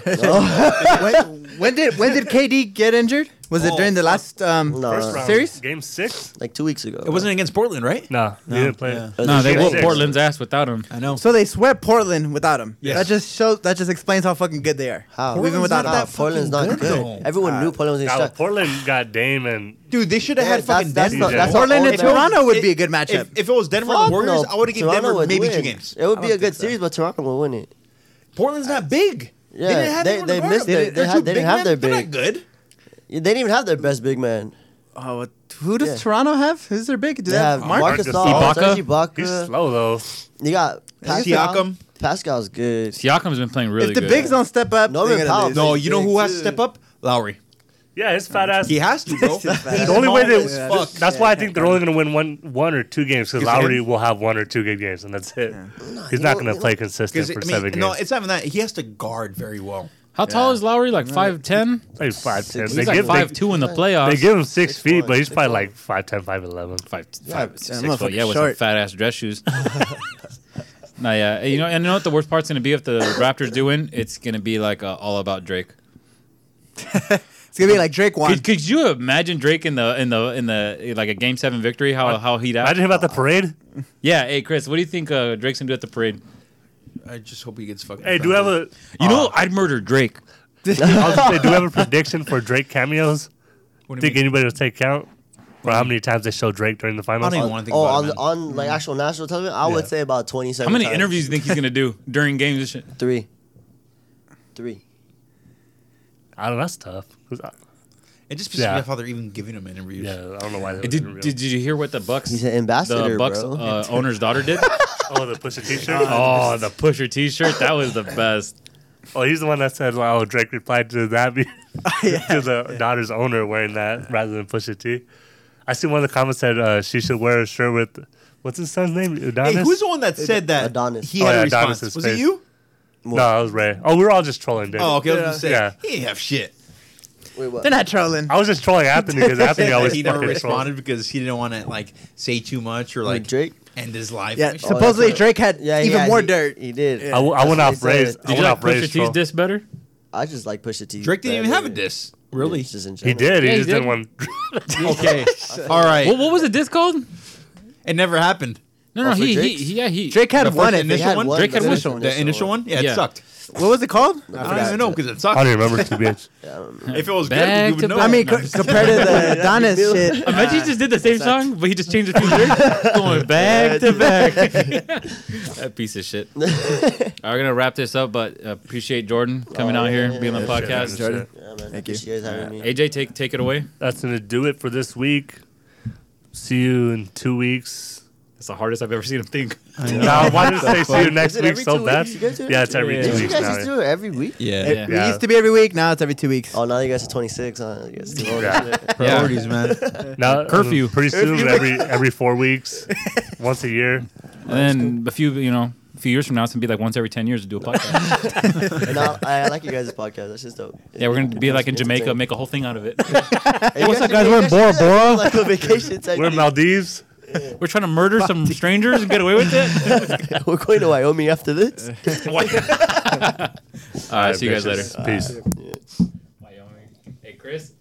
[SPEAKER 3] when, when did when did KD get injured? Was it
[SPEAKER 6] Oh,
[SPEAKER 3] during the last um,
[SPEAKER 5] No.
[SPEAKER 2] out.
[SPEAKER 5] Uh,
[SPEAKER 2] First round,
[SPEAKER 3] series?
[SPEAKER 2] game six.
[SPEAKER 5] like two weeks ago.
[SPEAKER 6] It wasn't against Portland, right?
[SPEAKER 2] No, they didn't play.
[SPEAKER 6] yeah.
[SPEAKER 5] It was
[SPEAKER 4] No,
[SPEAKER 5] a
[SPEAKER 4] they
[SPEAKER 5] game
[SPEAKER 4] whooped
[SPEAKER 5] six.
[SPEAKER 4] Portland's ass without him.
[SPEAKER 6] I know.
[SPEAKER 3] So they swept Portland without him.
[SPEAKER 6] Yes.
[SPEAKER 3] That just shows. That just explains how fucking good they are.
[SPEAKER 5] How?
[SPEAKER 3] Even without
[SPEAKER 5] How?
[SPEAKER 3] him.
[SPEAKER 6] fucking
[SPEAKER 5] Portland's not
[SPEAKER 6] good,
[SPEAKER 5] good.
[SPEAKER 6] though.
[SPEAKER 5] Everyone knew Portland was
[SPEAKER 2] God,
[SPEAKER 5] gonna
[SPEAKER 2] well,
[SPEAKER 5] stop.
[SPEAKER 2] Portland got Dame and
[SPEAKER 6] Dude, they should have
[SPEAKER 5] Yeah,
[SPEAKER 6] had fucking
[SPEAKER 5] that's- that's
[SPEAKER 2] not-
[SPEAKER 6] Denver.
[SPEAKER 2] that's
[SPEAKER 5] not
[SPEAKER 3] Portland
[SPEAKER 5] all
[SPEAKER 3] and
[SPEAKER 5] they were-
[SPEAKER 3] Toronto would be a good
[SPEAKER 6] If-
[SPEAKER 3] matchup.
[SPEAKER 6] If, it was Denver
[SPEAKER 5] Fuck
[SPEAKER 6] and Warriors,
[SPEAKER 5] no.
[SPEAKER 6] I would have given
[SPEAKER 5] Toronto
[SPEAKER 6] Denver
[SPEAKER 5] would
[SPEAKER 6] maybe
[SPEAKER 5] win.
[SPEAKER 6] two games.
[SPEAKER 5] It would
[SPEAKER 3] I
[SPEAKER 5] be
[SPEAKER 3] don't
[SPEAKER 5] a good
[SPEAKER 3] think so.
[SPEAKER 5] series, but Toronto will win it.
[SPEAKER 6] Portland's not big.
[SPEAKER 5] Yeah,
[SPEAKER 6] they didn't have
[SPEAKER 5] they-
[SPEAKER 6] anyone
[SPEAKER 5] they
[SPEAKER 6] to guard
[SPEAKER 5] missed
[SPEAKER 6] them.
[SPEAKER 5] it. They
[SPEAKER 6] They're
[SPEAKER 5] had-
[SPEAKER 6] too
[SPEAKER 5] they didn't have
[SPEAKER 6] men.
[SPEAKER 5] their
[SPEAKER 6] They're
[SPEAKER 5] big-
[SPEAKER 6] not good.
[SPEAKER 5] Yeah, They didn't even have their best big man.
[SPEAKER 3] Oh, what- who does
[SPEAKER 5] Yeah.
[SPEAKER 3] Toronto have? Who's their big? Do
[SPEAKER 5] They have
[SPEAKER 2] Marcus
[SPEAKER 5] Marcus Gasol,
[SPEAKER 2] Ibaka?
[SPEAKER 5] Serge
[SPEAKER 2] he's
[SPEAKER 5] Ibaka.
[SPEAKER 2] slow though.
[SPEAKER 5] You got Pascal.
[SPEAKER 6] Siakam.
[SPEAKER 5] Pascal's good.
[SPEAKER 4] Siakam's been playing really
[SPEAKER 3] if the
[SPEAKER 4] good.
[SPEAKER 3] bigs don't step up,
[SPEAKER 5] Norman
[SPEAKER 3] they're gonna
[SPEAKER 5] Powell.
[SPEAKER 3] lose.
[SPEAKER 6] No, you know who has to
[SPEAKER 5] Dude.
[SPEAKER 6] step up? Lowry.
[SPEAKER 2] Yeah, his fat ass.
[SPEAKER 6] He has to, bro.
[SPEAKER 3] He's
[SPEAKER 2] The only way they
[SPEAKER 6] Yeah.
[SPEAKER 2] fuck. That's why I think they're only going to win one, one or two games because
[SPEAKER 6] Is
[SPEAKER 2] Lowry
[SPEAKER 6] him-
[SPEAKER 2] will have one or two good games and that's it. He's
[SPEAKER 5] you
[SPEAKER 2] not going
[SPEAKER 5] know- you
[SPEAKER 2] to
[SPEAKER 5] know-
[SPEAKER 2] play consistent
[SPEAKER 6] 'Cause,
[SPEAKER 2] for
[SPEAKER 6] I
[SPEAKER 2] seven
[SPEAKER 6] mean,
[SPEAKER 2] games.
[SPEAKER 6] no, it's not even that. He has to guard very well.
[SPEAKER 4] How tall is Lowry? Like five ten?
[SPEAKER 2] like five ten.
[SPEAKER 5] He's
[SPEAKER 2] They
[SPEAKER 4] He's like
[SPEAKER 2] give
[SPEAKER 4] five
[SPEAKER 2] they,
[SPEAKER 4] two in the
[SPEAKER 2] they
[SPEAKER 4] playoffs.
[SPEAKER 2] give him six,
[SPEAKER 5] Six
[SPEAKER 2] feet,
[SPEAKER 5] one,
[SPEAKER 2] but he's
[SPEAKER 5] six
[SPEAKER 2] probably
[SPEAKER 5] one.
[SPEAKER 2] like five ten, five eleven.
[SPEAKER 4] five,
[SPEAKER 5] Yeah,
[SPEAKER 4] five
[SPEAKER 5] that
[SPEAKER 4] six
[SPEAKER 3] motherfucker's
[SPEAKER 4] foot. Yeah, with some
[SPEAKER 3] short.
[SPEAKER 4] fat ass dress shoes. no, yeah, you know, and you know what the worst part's gonna be if the Raptors do win, it's gonna be like uh, all about Drake.
[SPEAKER 3] It's gonna be like Drake won.
[SPEAKER 4] Could, could you imagine Drake in the in the in the like a game seven victory? How how he'd act?
[SPEAKER 2] Imagine him at the parade.
[SPEAKER 4] Yeah, hey Chris, what do you think uh, Drake's gonna do at the parade?
[SPEAKER 6] I just hope he gets fucking.
[SPEAKER 2] Hey, do we have
[SPEAKER 6] fouled.
[SPEAKER 2] a?
[SPEAKER 4] You know, I'd murder Drake.
[SPEAKER 2] I was gonna say, do we have a prediction for Drake cameos?
[SPEAKER 6] What do you
[SPEAKER 2] Think
[SPEAKER 6] mean?
[SPEAKER 2] anybody will take count for how many times they show Drake during the
[SPEAKER 6] I
[SPEAKER 2] finals?
[SPEAKER 6] don't even want to think
[SPEAKER 5] oh,
[SPEAKER 6] about
[SPEAKER 5] on,
[SPEAKER 6] it. man.
[SPEAKER 5] on like actual national television, I would
[SPEAKER 6] Yeah.
[SPEAKER 5] say about twenty-seven.
[SPEAKER 4] How many
[SPEAKER 5] times.
[SPEAKER 4] interviews do you think he's gonna do during games? and shit?
[SPEAKER 5] Three. Three.
[SPEAKER 2] I don't know. That's tough. 'Cause I-
[SPEAKER 6] It just pisses
[SPEAKER 2] Yeah.
[SPEAKER 6] me off how they're even giving him interviews.
[SPEAKER 2] Yeah, I don't know why. They
[SPEAKER 4] Hey, Did, did you hear what the Bucks?
[SPEAKER 5] He's an ambassador,
[SPEAKER 4] the Bucks
[SPEAKER 5] bro.
[SPEAKER 4] uh, owner's daughter did.
[SPEAKER 2] oh, the push a t-shirt.
[SPEAKER 4] oh, the pusher T-shirt. That was the best.
[SPEAKER 2] Oh, he's the one that said, "Wow, Drake replied to that be- to the daughter's owner wearing that rather than Pusha T." I see one of the comments said uh, she should wear a shirt with what's his son's name? Udonis?
[SPEAKER 6] Hey, who's the one that said that?
[SPEAKER 5] Adonis.
[SPEAKER 6] He
[SPEAKER 2] Oh,
[SPEAKER 6] had
[SPEAKER 2] yeah,
[SPEAKER 6] a response.
[SPEAKER 2] Adonis's
[SPEAKER 6] Was
[SPEAKER 2] face.
[SPEAKER 6] it you?
[SPEAKER 2] no, it was Ray. Oh, we were all just trolling, dude.
[SPEAKER 6] Oh, okay. I
[SPEAKER 2] Yeah.
[SPEAKER 6] was gonna say
[SPEAKER 2] Yeah.
[SPEAKER 6] he didn't have shit.
[SPEAKER 5] Wait, what?
[SPEAKER 3] they're not trolling.
[SPEAKER 2] I was just trolling Anthony because Anthony always
[SPEAKER 6] he never
[SPEAKER 2] fucking trolls.
[SPEAKER 6] responded because he didn't want to like say too much or
[SPEAKER 5] Like
[SPEAKER 6] like
[SPEAKER 5] Drake?
[SPEAKER 6] end his life.
[SPEAKER 3] Yeah,
[SPEAKER 6] and shit.
[SPEAKER 5] Oh,
[SPEAKER 3] Oh, supposedly
[SPEAKER 5] that's right.
[SPEAKER 3] Drake had
[SPEAKER 5] Yeah, he
[SPEAKER 3] even
[SPEAKER 5] had-
[SPEAKER 3] more
[SPEAKER 5] he-
[SPEAKER 3] dirt.
[SPEAKER 5] He did.
[SPEAKER 2] I, w- I went
[SPEAKER 5] That's
[SPEAKER 2] off
[SPEAKER 5] what he
[SPEAKER 2] Ray's.
[SPEAKER 5] said.
[SPEAKER 2] I
[SPEAKER 4] Did
[SPEAKER 2] went
[SPEAKER 4] you like
[SPEAKER 2] off Ray's
[SPEAKER 4] Pusha T's
[SPEAKER 2] troll.
[SPEAKER 4] diss better?
[SPEAKER 5] I just like Pusha T.
[SPEAKER 6] Drake didn't even have a
[SPEAKER 5] better.
[SPEAKER 6] diss. Really?
[SPEAKER 5] Just in general.
[SPEAKER 2] He did. He
[SPEAKER 4] Yeah, he
[SPEAKER 2] just did. not
[SPEAKER 4] did.
[SPEAKER 2] want.
[SPEAKER 6] okay. All right.
[SPEAKER 4] What, what was the diss called?
[SPEAKER 6] it never happened.
[SPEAKER 4] No, no,
[SPEAKER 5] Oh, for
[SPEAKER 4] he, he,
[SPEAKER 5] Drake?
[SPEAKER 4] he, yeah, he.
[SPEAKER 3] Drake
[SPEAKER 6] The
[SPEAKER 3] had
[SPEAKER 6] first
[SPEAKER 3] one. I think.
[SPEAKER 5] They
[SPEAKER 6] initial
[SPEAKER 5] had
[SPEAKER 6] one.
[SPEAKER 5] one,
[SPEAKER 4] Drake had
[SPEAKER 5] the
[SPEAKER 4] one.
[SPEAKER 5] initial
[SPEAKER 6] The initial one. Yeah, it
[SPEAKER 4] Yeah.
[SPEAKER 6] sucked.
[SPEAKER 3] What was it called?
[SPEAKER 6] I don't even know because it
[SPEAKER 2] I
[SPEAKER 6] sucked.
[SPEAKER 2] don't even remember two bitch.
[SPEAKER 6] If it was
[SPEAKER 4] Back
[SPEAKER 6] good, we
[SPEAKER 4] to
[SPEAKER 6] would know.
[SPEAKER 3] I mean,
[SPEAKER 4] No.
[SPEAKER 3] co- compared to the Adonis shit.
[SPEAKER 4] Imagine he just did the same song, but he just changed a few lyrics, going back to back. that piece of shit. All right, we're gonna wrap this up, but uh, appreciate Jordan coming out here, being on the podcast.
[SPEAKER 2] Jordan.
[SPEAKER 5] Yeah, man.
[SPEAKER 3] Thank
[SPEAKER 5] Thank
[SPEAKER 3] you.
[SPEAKER 5] you. guys having me.
[SPEAKER 4] AJ, take take it away.
[SPEAKER 2] That's gonna do it for this week. See you in two weeks.
[SPEAKER 4] It's the hardest I've ever seen him think.
[SPEAKER 2] No, I wanted to say see you next
[SPEAKER 5] Is it
[SPEAKER 2] week
[SPEAKER 5] every
[SPEAKER 2] so
[SPEAKER 5] two
[SPEAKER 2] bad.
[SPEAKER 5] weeks? You guys do it
[SPEAKER 2] Yeah, it's
[SPEAKER 5] every
[SPEAKER 2] every two
[SPEAKER 4] two
[SPEAKER 5] Did you
[SPEAKER 2] weeks
[SPEAKER 5] guys
[SPEAKER 2] now.
[SPEAKER 5] just do it every week?
[SPEAKER 7] Yeah.
[SPEAKER 4] Yeah.
[SPEAKER 3] It
[SPEAKER 2] Yeah.
[SPEAKER 3] used to be every week. Now it's every two weeks.
[SPEAKER 5] Oh, now you guys are 26. Huh? You guys too old.
[SPEAKER 2] Yeah.
[SPEAKER 5] Shit.
[SPEAKER 6] Priorities, man.
[SPEAKER 2] Now, mm,
[SPEAKER 4] Curfew.
[SPEAKER 2] Pretty soon, every every four weeks, once a year.
[SPEAKER 4] And then a few, you know, a few years from now, it's gonna be like once every ten years to do a podcast.
[SPEAKER 5] And now, I, I like you guys' podcast. That's just dope.
[SPEAKER 4] yeah, we're gonna be like in
[SPEAKER 5] It's
[SPEAKER 4] Jamaica,
[SPEAKER 5] entertaining.
[SPEAKER 4] make a whole thing out of it.
[SPEAKER 5] Hey, you
[SPEAKER 3] what's up,
[SPEAKER 5] should
[SPEAKER 3] guys?
[SPEAKER 5] do-
[SPEAKER 3] We're
[SPEAKER 5] you
[SPEAKER 3] in
[SPEAKER 5] should
[SPEAKER 3] Bora
[SPEAKER 5] do
[SPEAKER 3] Bora.
[SPEAKER 5] Like a vacation type
[SPEAKER 2] We're in
[SPEAKER 5] thing.
[SPEAKER 2] Maldives.
[SPEAKER 4] We're trying to murder some strangers and get away with it.
[SPEAKER 5] We're going to Wyoming after this.
[SPEAKER 4] All right, see you guys later.
[SPEAKER 2] Peace.
[SPEAKER 4] Wyoming. Hey, Chris.